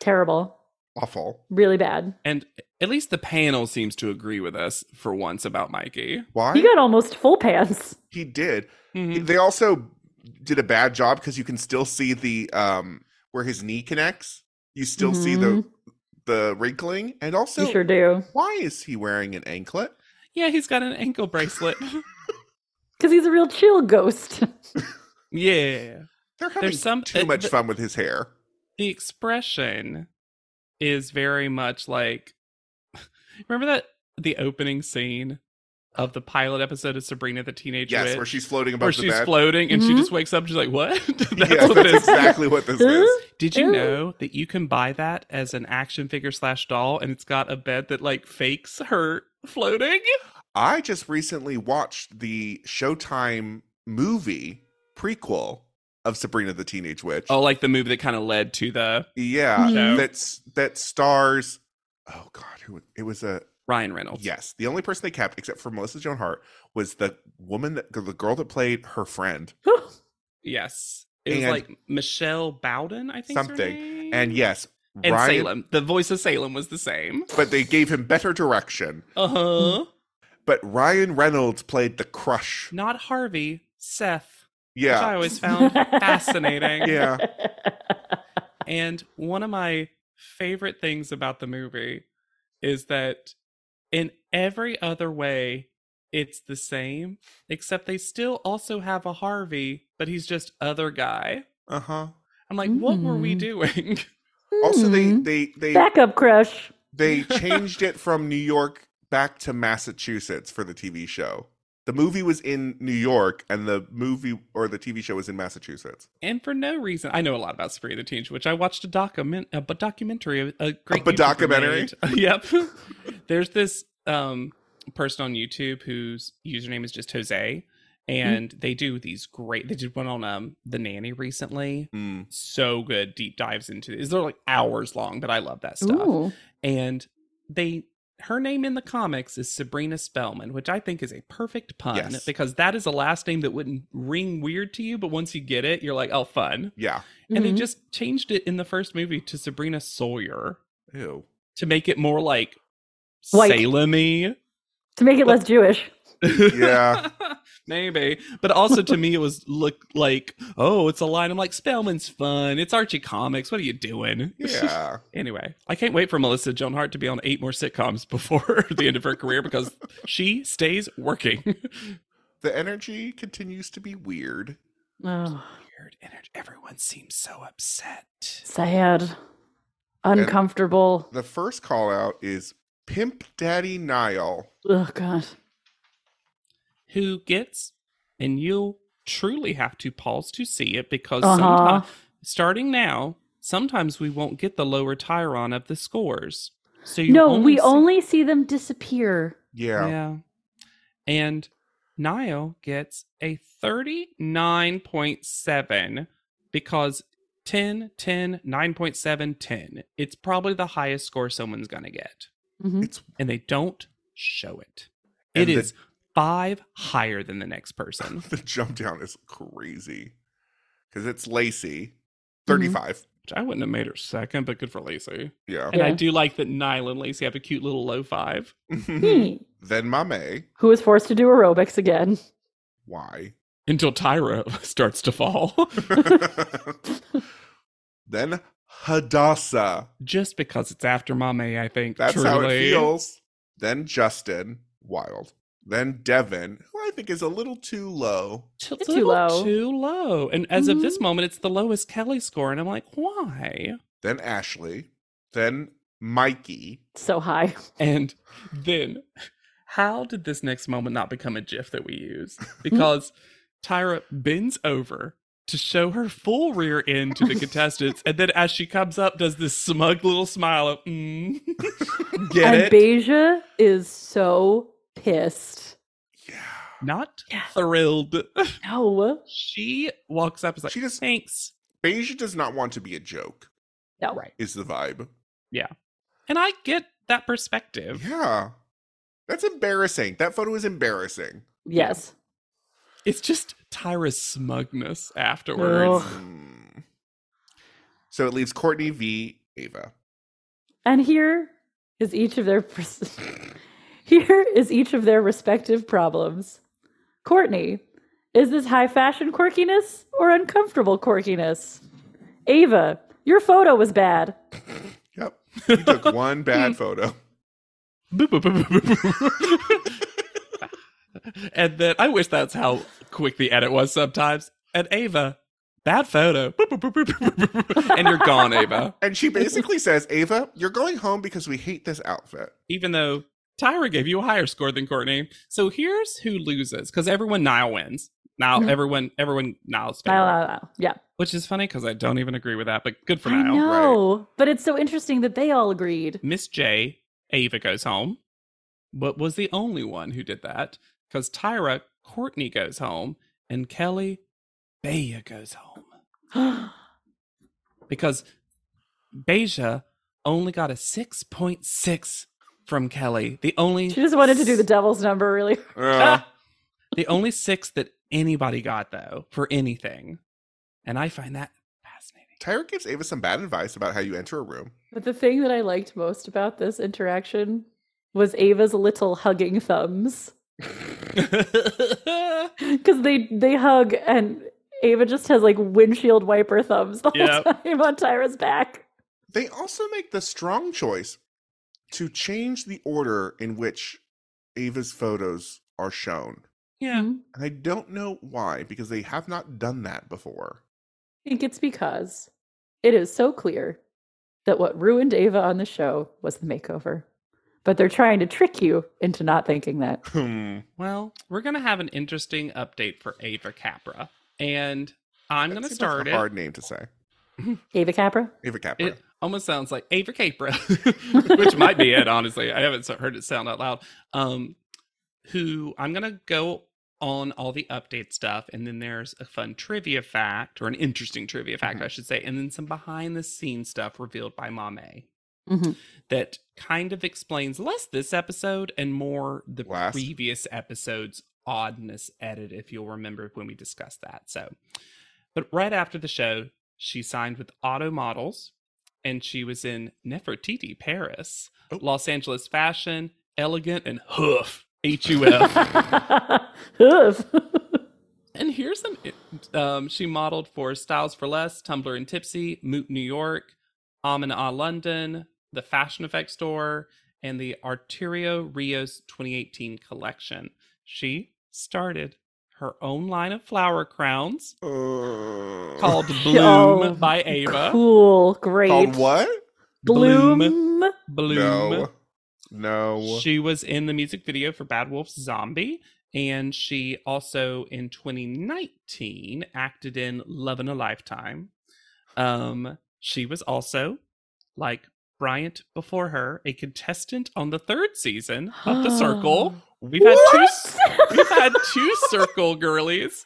Speaker 3: Terrible.
Speaker 1: Awful.
Speaker 3: Really bad.
Speaker 2: And at least the panel seems to agree with us for once about Mikey.
Speaker 1: Why?
Speaker 3: You got Hmm. almost full pants.
Speaker 1: he did.
Speaker 2: Mhm.
Speaker 1: They also did a bad job because you can still see the um where his knee connects. You still see the the wrinkling, and also
Speaker 3: Mm-hmm. you sure do.
Speaker 1: why is he wearing an anklet?
Speaker 2: Yeah, he's got an ankle bracelet.
Speaker 3: Because he's a real chill ghost.
Speaker 2: yeah.
Speaker 1: They're having
Speaker 2: some-
Speaker 1: too
Speaker 2: uh,
Speaker 1: much
Speaker 2: th-
Speaker 1: fun with his hair.
Speaker 2: The expression is very much like remember that the opening scene of the pilot episode of Sabrina the Teenage
Speaker 1: Yes,
Speaker 2: Witch?
Speaker 1: where she's floating above
Speaker 2: where
Speaker 1: the
Speaker 2: she's
Speaker 1: bed. Mm-hmm.
Speaker 2: floating and she
Speaker 3: Mhm.
Speaker 2: just wakes up. She's like, "What?" that's
Speaker 1: yes,
Speaker 2: what
Speaker 1: that's
Speaker 2: this.
Speaker 1: exactly what this is.
Speaker 2: Did you
Speaker 3: Ew.
Speaker 2: know that you can buy that as an action figure slash doll, and it's got a bed that like fakes her floating?
Speaker 1: I just recently watched the Showtime movie prequel of Sabrina the Teenage Witch.
Speaker 2: Oh, like the movie that kind of led to the
Speaker 1: yeah,
Speaker 2: Mhm.
Speaker 1: that's that stars. Oh God, who it was a
Speaker 2: Ryan Reynolds.
Speaker 1: Yes, the only person they kept, except for Melissa Joan Hart, was the woman that the girl that played her friend.
Speaker 2: Yes. It was
Speaker 1: And-
Speaker 2: like Michelle Bowden, I think.
Speaker 1: Something. And yes,
Speaker 2: and Salem. The voice of Salem was the same.
Speaker 1: but they gave him better direction.
Speaker 2: Uh huh.
Speaker 1: But Ryan Reynolds played the crush.
Speaker 2: Not Harvey, Seth, which I
Speaker 1: Yeah,
Speaker 2: always found fascinating.
Speaker 1: yeah.
Speaker 2: And one of my favorite things about the movie is that in every other way, it's the same, except they still also have a Harvey, but he's just other guy.
Speaker 1: Uh huh.
Speaker 2: I'm like, what were we
Speaker 3: Mm.
Speaker 2: doing?
Speaker 1: Also, they
Speaker 3: Mhm.
Speaker 1: they they
Speaker 3: backup crush.
Speaker 1: they changed it from New York back to Massachusetts for the TV show. The movie was in New York, and the movie or the TV show was in Massachusetts.
Speaker 2: and for no reason. I know a lot about Sabrina the Teenage Witch. I watched a document, a b- documentary, a great
Speaker 1: b-
Speaker 2: YouTuber
Speaker 1: documentary?
Speaker 2: made. yep. There's this um person on YouTube whose username is just Jose, and they do these great. They did one on um the nanny recently.
Speaker 1: Mm.
Speaker 2: So good, deep dives into. Is they're like hours long, but I love that stuff
Speaker 3: Ooh.
Speaker 2: and they her name in the comics is Sabrina Spellman, which I think is a perfect pun
Speaker 1: Yes.
Speaker 2: because that is a last name that wouldn't ring weird to you, but once you get it, you're like, oh, fun.
Speaker 1: Yeah.
Speaker 2: And
Speaker 1: Mm-hmm.
Speaker 2: they
Speaker 3: Mhm.
Speaker 2: just changed it in the first movie to Sabrina Sawyer
Speaker 1: Ew.
Speaker 2: to make it more like
Speaker 3: White.
Speaker 2: Salem-y.
Speaker 3: to make it less Jewish.
Speaker 1: Yeah.
Speaker 2: Maybe. But also to me, it was look like, oh, it's a line. I'm like, Spellman's fun. It's Archie Comics. What are you doing?
Speaker 1: Yeah.
Speaker 2: Anyway, I can't wait for Melissa Joan Hart to be on eight more sitcoms before the end of her career because she stays working.
Speaker 1: the energy continues to be weird.
Speaker 3: Oh,
Speaker 2: Weird energy. Everyone seems so upset.
Speaker 3: sad. Uncomfortable.
Speaker 1: The first call out is Pimp Daddy Niall.
Speaker 3: Oh god.
Speaker 2: Who gets, and you'll truly have to pause to see it because
Speaker 3: Uh-huh.
Speaker 2: sometimes, starting now, sometimes we won't get the lower Tyron of the scores. So you
Speaker 3: no,
Speaker 2: only
Speaker 3: we
Speaker 2: see-
Speaker 3: only see them disappear.
Speaker 1: Yeah.
Speaker 2: yeah. And Nio gets a 39.7 because 10, 10, 9.7, 10. It's probably the highest score someone's going to get.
Speaker 3: Mhm.
Speaker 1: It's
Speaker 2: And they don't show it.
Speaker 1: And
Speaker 2: It
Speaker 1: the-
Speaker 2: is five higher than the next person.
Speaker 1: the jump down is crazy. Cause it's Lacey. 35.
Speaker 2: Which I wouldn't have made her second, but good for Lacey.
Speaker 1: Yeah.
Speaker 2: And I
Speaker 3: Yeah.
Speaker 2: do like that Nile and Lacey have a cute little low five.
Speaker 3: Hmm.
Speaker 1: then Mame.
Speaker 3: Who was forced to do aerobics again?
Speaker 1: Why?
Speaker 2: Until Tyra starts to fall.
Speaker 1: then Hadassah.
Speaker 2: Just because it's after Mame, I think.
Speaker 1: That's how it
Speaker 2: truly.
Speaker 1: feels. Then Justin. Wild. Then Devin, who I think is a little too low.
Speaker 2: too,
Speaker 3: It's too low. Mm-hmm.
Speaker 2: Too low. And as of this moment, it's the lowest Kelly score. And I'm like, why?
Speaker 1: Then Ashley. Then Mikey.
Speaker 3: So high.
Speaker 2: And then how did this next moment not become a GIF that we use?
Speaker 3: Mm.
Speaker 2: Because Tyra bends over to show her full rear end to the contestants. And then as she comes up, does this smug little smile of, mm. get
Speaker 3: and
Speaker 2: it?
Speaker 3: Beja is so pissed.
Speaker 1: Yeah.
Speaker 2: not
Speaker 3: Yeah.
Speaker 2: thrilled.
Speaker 3: No.
Speaker 2: she walks up and is like,
Speaker 1: She just-
Speaker 2: thanks.
Speaker 1: Beja does not want to be a joke,
Speaker 3: No.
Speaker 2: Right.
Speaker 1: is the vibe.
Speaker 2: And I get that perspective.
Speaker 1: Yeah. That's embarrassing. That photo is embarrassing.
Speaker 3: Yes.
Speaker 2: It's just Tyra's smugness afterwards.
Speaker 3: Ugh.
Speaker 1: Hmm. So it leaves Courtney v. Ava.
Speaker 3: And here is each of their pers- here is each of their respective problems. Courtney, is this high fashion quirkiness or uncomfortable quirkiness? Ava, your photo was bad.
Speaker 1: Yep. You took one bad photo.
Speaker 2: Boop, boop, boop, boop, boop, boop. and then I wish that's how quick the edit was sometimes. And Ava, bad photo. Boop, boop, boop, boop, boop, boop, boop. and you're gone, Ava.
Speaker 1: And she basically says, Ava, you're going home because we hate this outfit.
Speaker 2: Even though Tyra gave you a higher score than Courtney. So here's who loses because everyone Nile wins. Now
Speaker 3: Mhm.
Speaker 2: everyone, everyone Nile's
Speaker 3: Blah,
Speaker 2: favorite,
Speaker 3: blah, blah. Yeah.
Speaker 2: which is funny because I don't even agree with that. But good for
Speaker 3: I
Speaker 2: Nile.
Speaker 3: know. But it's so interesting that they all agreed.
Speaker 2: Miss J, Ava goes home, but was the only one who did that because Tyra, Courtney goes home, and Kelly, Bea goes home because Beja only got a 6.6 from Kelly. The only
Speaker 3: she just wanted to do the devil's number really.
Speaker 1: Uh,
Speaker 2: the only six that anybody got though for anything, and I find that fascinating.
Speaker 1: Tyra gives Ava some bad advice about how you enter a room.
Speaker 3: But the thing that I liked most about this interaction was Ava's little hugging thumbs. Because they they hug and Ava just has like windshield wiper thumbs the whole
Speaker 2: Yep.
Speaker 3: time on Tyra's back.
Speaker 1: They also make the strong choice to change the order in which Ava's photos are shown.
Speaker 2: yeah,
Speaker 1: And I don't know why, because they have not done that before.
Speaker 3: I think it's because it is so clear that what ruined Ava on the show was the makeover. But they're trying to trick you into not thinking that.
Speaker 1: Hmm.
Speaker 2: Well, we're gonna have an interesting update for Ava Capra, and I'm
Speaker 1: That
Speaker 2: gonna
Speaker 1: seems like
Speaker 2: start
Speaker 1: a
Speaker 2: it.
Speaker 1: Hard name to say.
Speaker 3: Ava Capra?
Speaker 1: Ava Capra.
Speaker 2: It almost sounds like Ava Capra, which might be it. Honestly, I haven't so- heard it sound out loud. Um, who I'm gonna go on all the update stuff, and then there's a fun trivia fact or an interesting trivia fact, I should say, and then some behind the scenes stuff revealed by Mame
Speaker 3: Mhm.
Speaker 2: that kind of explains less this episode and more the
Speaker 1: Last.
Speaker 2: previous episode's oddness edit, if you'll remember when we discussed that. So, but right after the show, she signed with Auto Models and she was in Nefertiti, Paris,
Speaker 1: Oh.
Speaker 2: Los Angeles fashion, elegant, and hoof. H U F.
Speaker 3: Oof.
Speaker 2: and here's some. Um, she modeled for Styles for Less, Tumblr and Tipsy, Moot New York, Amin A London, the Fashion Effect Store, and the Arterio Rios 2018 collection. She started her own line of flower crowns
Speaker 1: Uh,
Speaker 2: called Bloom
Speaker 3: Oh,
Speaker 2: by Ava.
Speaker 3: cool. Great.
Speaker 1: called what?
Speaker 3: Bloom.
Speaker 2: Bloom.
Speaker 1: No. No.
Speaker 2: She was in the music video for Bad Wolf's Zombie, and she also in 2019 acted in Love in a Lifetime. Um, she was also, like Bryant before her, a contestant on the third season of The Circle. We've had two. s- We've had two Circle girlies.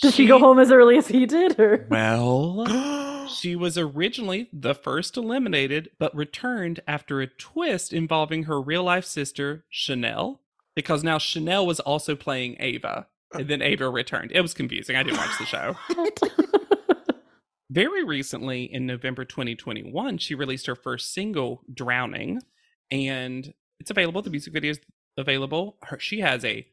Speaker 3: Did she go home as early as he did? Or
Speaker 2: Well, she was originally the first eliminated, but returned after a twist involving her real life sister, Chanel, because now Chanel was also playing Ava. And then Ava returned. It was confusing. I didn't watch the show. Very recently, in November 2021, she released her first single, Drowning, and it's available. The music video is available. Her, she has a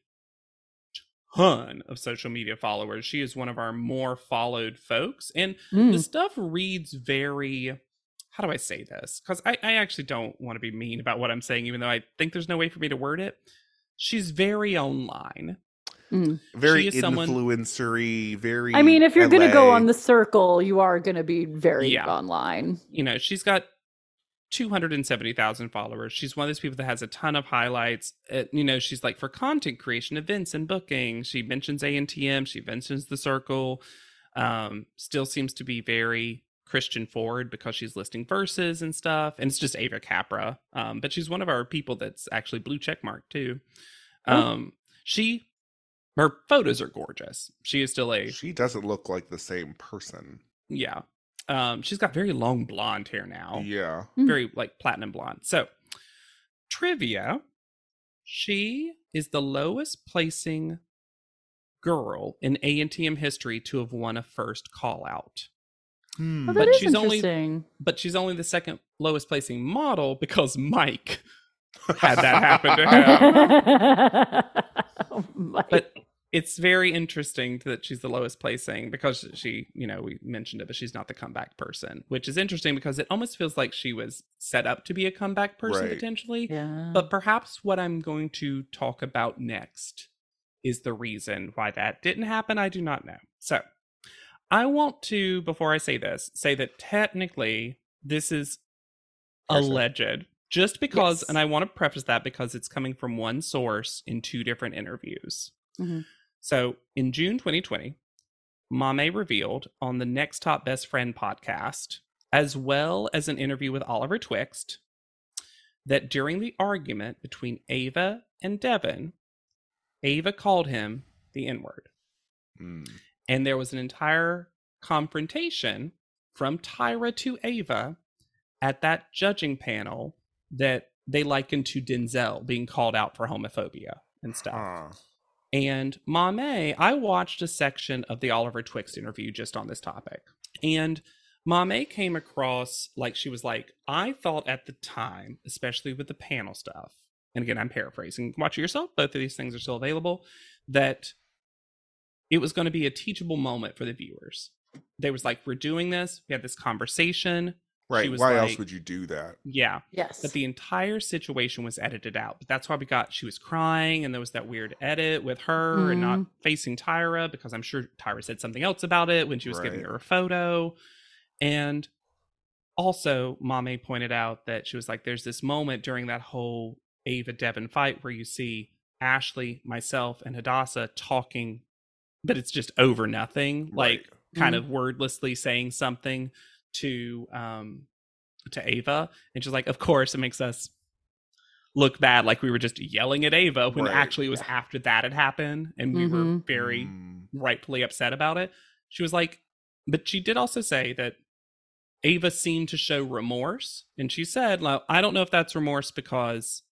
Speaker 2: ton of social media followers. She is one of our more followed folks. And the
Speaker 3: Mm.
Speaker 2: stuff reads very how do i say this because I, I actually don't want to be mean about what i'm saying even though i think there's no way for me to word it she's very online
Speaker 1: very
Speaker 2: She is someone-
Speaker 1: influencery, very
Speaker 3: I mean, if you're going to go
Speaker 1: LA.
Speaker 3: on the circle, you are going to be very
Speaker 2: Yeah.
Speaker 3: online.
Speaker 2: you know she's got 270000 followers she's one of those people that has a ton of highlights Uh you know she's like for content creation events and booking she mentions antm she mentions the circle um still seems to be very christian forward because she's listing verses and stuff and it's just ava capra um but she's one of our people that's actually blue check mark too
Speaker 3: Oh.
Speaker 2: um she her photos are gorgeous she is still a
Speaker 1: she doesn't look like the same person.
Speaker 2: yeah um she's got very long blonde hair now
Speaker 1: Yeah.
Speaker 3: Mm.
Speaker 2: very like platinum blonde. So, trivia she is the lowest placing girl in A&TM history to have won a first call out.
Speaker 1: Hmm.
Speaker 3: Oh,
Speaker 2: But
Speaker 3: that is
Speaker 2: she's only-
Speaker 3: interesting.
Speaker 2: But she's only the second lowest placing model because Mike had that happen to him.
Speaker 3: Oh my.
Speaker 2: But it's very interesting that she's the lowest placing because she, you know, we mentioned it, but she's not the comeback person, which is interesting because it almost feels like she was set up to be a comeback person
Speaker 1: Right.
Speaker 2: potentially.
Speaker 3: yeah.
Speaker 2: But perhaps what I'm going to talk about next is the reason why that didn't happen. I do not know. So I want to, before I say this, say that technically this is
Speaker 1: Person.
Speaker 2: alleged. Just because,
Speaker 3: Yes.
Speaker 2: and I want to preface that because it's coming from one source in two different interviews.
Speaker 3: Mhm.
Speaker 2: So in June 2020, Mame revealed on the Next Top Best Friend podcast, as well as an interview with Oliver Twixt, that during the argument between Ava and Devin, Ava called him the N word.
Speaker 1: Mm.
Speaker 2: And there was an entire confrontation from Tyra to Ava at that judging panel that they likened to Denzel being called out for homophobia and stuff.
Speaker 1: Huh.
Speaker 2: And Mame, I watched a section of the Oliver Twixt interview just on this topic. And Mame came across like she was like, I thought at the time, especially with the panel stuff, and again, I'm paraphrasing, watch it yourself. Both of these things are still available, that it was going to be a teachable moment for the viewers. They was like, We're doing this. We had this conversation.
Speaker 1: Right.
Speaker 2: was
Speaker 1: Why
Speaker 2: like-
Speaker 1: else would you do that?
Speaker 2: Yeah
Speaker 3: yes.
Speaker 2: that the entire situation was edited out. But that's why we got she was crying and there was that weird edit with her and not
Speaker 3: Mhm.
Speaker 2: facing Tyra because I'm sure Tyra said something else about it when she was giving
Speaker 1: Right.
Speaker 2: her a photo. And also Mame pointed out that she was like there's this moment during that whole Ava Devon fight where you see Ashley, myself and Hadassah talking but it's just over nothing. Like
Speaker 1: Right.
Speaker 2: kind
Speaker 3: Mhm.
Speaker 1: Mm-hmm.
Speaker 2: of wordlessly saying something to um to Ava and she's like of course it makes us look bad like we were just yelling at Ava when
Speaker 1: Right.
Speaker 2: actually it was after that had happened and we were
Speaker 3: Mhm.
Speaker 2: very
Speaker 1: Mm.
Speaker 2: rightfully upset about it she was like but she did also say that Ava seemed to show remorse and she said like I don't know if that's remorse because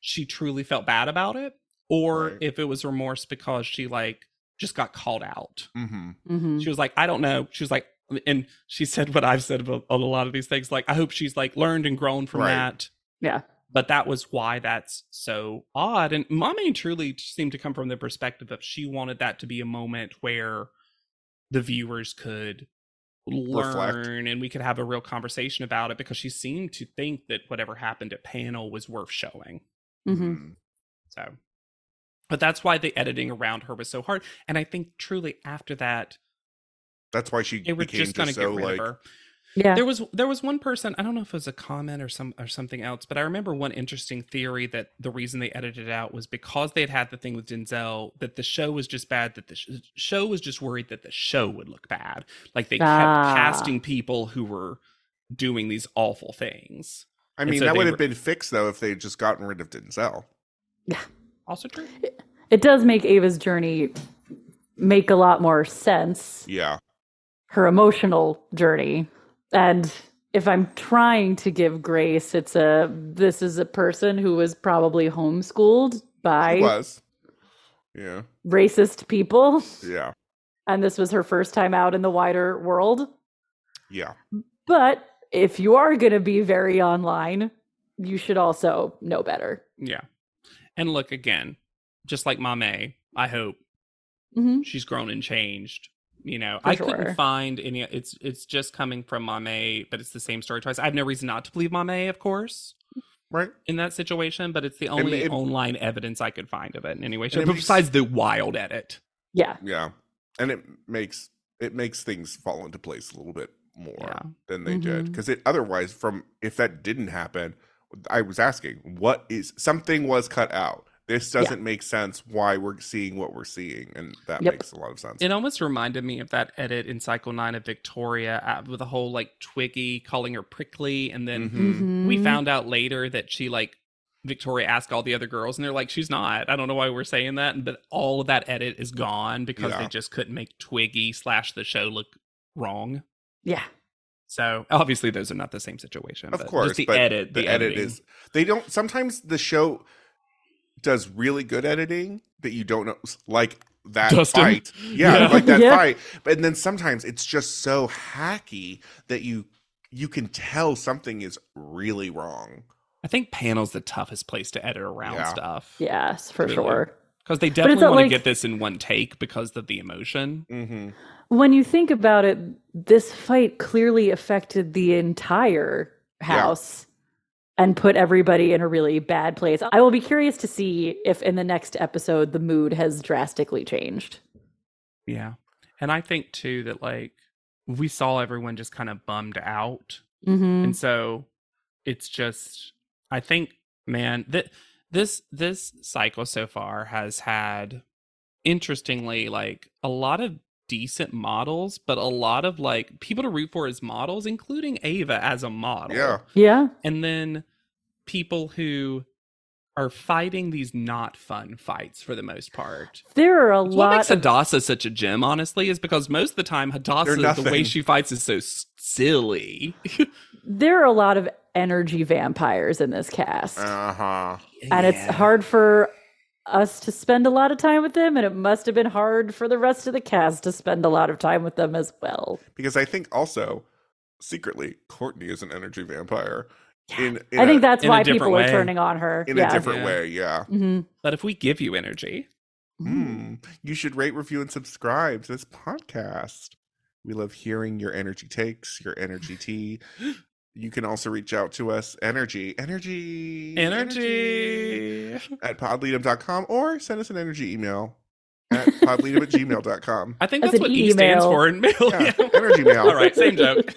Speaker 2: she truly felt bad about it or
Speaker 1: Right.
Speaker 2: if it was remorse because she like just got called out
Speaker 1: Mhm.
Speaker 3: Mhm.
Speaker 2: she was like, I don't know. She was like, and she said what I've said about on a lot of these things. Like, I hope she's like learned and grown from
Speaker 1: Right.
Speaker 2: that.
Speaker 3: Yeah.
Speaker 2: But that was why that's so odd. And mommy truly seemed to come from the perspective of she wanted that to be a moment where the viewers could
Speaker 1: Reflect.
Speaker 2: learn and we could have a real conversation about it because she seemed to think that whatever happened at panel was worth showing.
Speaker 3: Mhm.
Speaker 1: Mm.
Speaker 2: So, but that's why the editing around her was so hard. And I think truly after that,
Speaker 1: That's why she
Speaker 2: they were
Speaker 1: became
Speaker 2: just
Speaker 1: just,
Speaker 2: going to
Speaker 1: so
Speaker 2: get rid
Speaker 1: like
Speaker 2: of her.
Speaker 3: Yeah.
Speaker 2: There was there was one person I don't know if it was a comment or some or something else, but I remember one interesting theory that the reason they edited it out was because they had had the thing with Denzel that the show was just bad that the sh- show was just worried that the show would look bad, like they
Speaker 3: Ah.
Speaker 2: kept casting people who were doing these awful things.
Speaker 1: I
Speaker 2: And
Speaker 1: mean,
Speaker 2: so
Speaker 1: that
Speaker 2: they
Speaker 1: would
Speaker 2: were-
Speaker 1: have been fixed though if they had just gotten rid of Denzel.
Speaker 2: Also true.
Speaker 3: It does make Ava's journey make a lot more sense.
Speaker 1: Yeah.
Speaker 3: her emotional journey. And if I'm trying to give grace, it's a this is a person who was probably homeschooled
Speaker 1: It
Speaker 3: by
Speaker 1: was. Yeah.
Speaker 3: racist people,
Speaker 1: Yeah.
Speaker 3: and this was her first time out in the wider world.
Speaker 1: Yeah.
Speaker 3: But if you are going to be very online, you should also know better.
Speaker 2: Yeah. And look again, just like Mame, I hope
Speaker 3: Mhm.
Speaker 2: she's grown and changed. You know,
Speaker 3: For
Speaker 2: I
Speaker 3: sure.
Speaker 2: couldn't find any. It's it's just coming from Mame, but it's the same story twice. I have no reason not to believe Mame, of course,
Speaker 1: Right.
Speaker 2: in that situation. But it's the
Speaker 1: And
Speaker 2: only
Speaker 1: it-
Speaker 2: online evidence I could find of it in any way.
Speaker 1: it
Speaker 2: Shape,
Speaker 1: makes-
Speaker 2: besides the wild edit,
Speaker 3: Yeah.
Speaker 1: Yeah. And it makes it makes things fall into place a little bit more
Speaker 2: yeah,
Speaker 1: than they did
Speaker 3: Mhm.
Speaker 1: because it otherwise from if that didn't happen, I was asking what is something was cut out. This
Speaker 3: Yeah.
Speaker 1: doesn't make sense why we're seeing what we're seeing and that
Speaker 3: Yep.
Speaker 1: makes a lot of sense.
Speaker 2: it almost reminded me of that edit in Cycle Nine of Victoria uh, with the whole like Twiggy calling her prickly, and then
Speaker 1: Mhm.
Speaker 2: Mm-hmm. we found out later that she like Victoria asked all the other girls, and they're like, "She's not." I don't know why we're saying that, but all of that edit is gone because they
Speaker 1: Yeah.
Speaker 2: just couldn't make Twiggy slash the show look wrong.
Speaker 3: Yeah.
Speaker 2: So obviously, those are not the same situation. but
Speaker 1: Of
Speaker 2: just
Speaker 1: course,
Speaker 2: the
Speaker 1: but
Speaker 2: edit, the,
Speaker 1: edit
Speaker 2: editing.
Speaker 1: is they don't sometimes the show does really good editing that you don't know like that
Speaker 2: Dustin.
Speaker 1: fight. Yeah,
Speaker 2: Yeah.
Speaker 1: like that
Speaker 3: Yeah.
Speaker 1: fight. But and then sometimes it's just so hacky that you you can tell something is really wrong.
Speaker 2: I think panel's the toughest place to edit around
Speaker 1: Yeah.
Speaker 2: stuff.
Speaker 3: Yes, for
Speaker 2: Really.
Speaker 3: sure.
Speaker 2: because they
Speaker 3: it's
Speaker 2: definitely
Speaker 3: not
Speaker 2: want to
Speaker 3: like-
Speaker 2: get this in one take because of the emotion.
Speaker 1: Mm-hmm.
Speaker 3: when you think about it, this fight clearly affected the entire house and put everybody in a really bad place. I will be curious to see if in the next episode the mood has drastically changed.
Speaker 2: Yeah, and I think too that like we saw everyone just kind of bummed out
Speaker 3: Mm-hmm.
Speaker 2: and so it's just i think man that this this cycle so far has had interestingly like a lot of decent models but a lot of like people to root for as models including ava as a model
Speaker 1: Yeah.
Speaker 3: Yeah.
Speaker 2: and then people who are fighting these not fun fights for the most part
Speaker 3: There are a
Speaker 2: It's what
Speaker 3: lot
Speaker 2: makes Hadassah such a gem, honestly, is because most of the time Hadassah, the way
Speaker 1: nothing.
Speaker 2: she fights, is so s- silly.
Speaker 3: there are a lot of energy vampires in this cast.
Speaker 2: Oh,
Speaker 1: Uh-huh.
Speaker 3: and
Speaker 2: Yeah.
Speaker 3: it's hard for us to spend a lot of time with them and it must have been hard for the rest of the cast to spend a lot of time with them as well.
Speaker 1: Because I think also secretly Courtney is an energy vampire. In, in
Speaker 3: I think
Speaker 1: a,
Speaker 3: that's
Speaker 2: in a
Speaker 3: why
Speaker 2: different
Speaker 3: people are
Speaker 2: way.
Speaker 3: turning on her.
Speaker 1: in
Speaker 3: yeah.
Speaker 1: a different
Speaker 2: Yeah.
Speaker 1: way, yeah.
Speaker 3: hmm
Speaker 2: But if we give you energy,
Speaker 3: Mm-hmm.
Speaker 1: Mm, you should rate, review, and subscribe to this podcast. We love hearing your energy takes, your energy tea. You can also reach out to us, energy, energy,
Speaker 2: energy.
Speaker 1: at podleadum.com or send us an energy email at podleadum at gmail.com.
Speaker 2: I think
Speaker 3: As
Speaker 2: that's,
Speaker 3: an
Speaker 2: what E stands
Speaker 3: email.
Speaker 2: for in mail.
Speaker 1: Yeah,
Speaker 2: Yeah.
Speaker 1: energy mail.
Speaker 2: All right, same joke.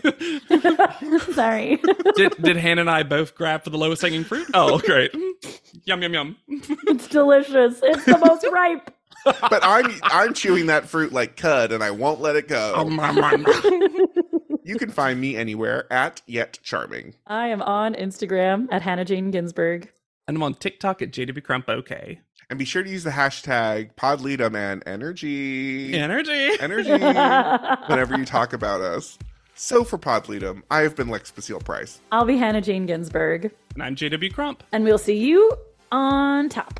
Speaker 2: Hmm.
Speaker 3: Sorry.
Speaker 2: did did Hannah and I both grab for the lowest hanging fruit? Oh, great. yum yum yum.
Speaker 3: it's delicious. It's the most ripe.
Speaker 1: But I'm I'm chewing that fruit like cud and I won't let it go.
Speaker 2: Oh, my, my, my.
Speaker 1: you can find me anywhere at yet charming.
Speaker 3: I am on Instagram at Hannah Jane Ginsburg.
Speaker 2: And I'm on TikTok at JW Crump. Okay.
Speaker 1: And be sure to use the hashtag podleadum and energy.
Speaker 2: Energy.
Speaker 1: Energy. whenever you talk about us. So for Podleadum, I have been Lex Basile Price.
Speaker 3: I'll be Hannah Jane Ginsburg,
Speaker 2: And I'm JW Crump.
Speaker 3: and we'll see you on top.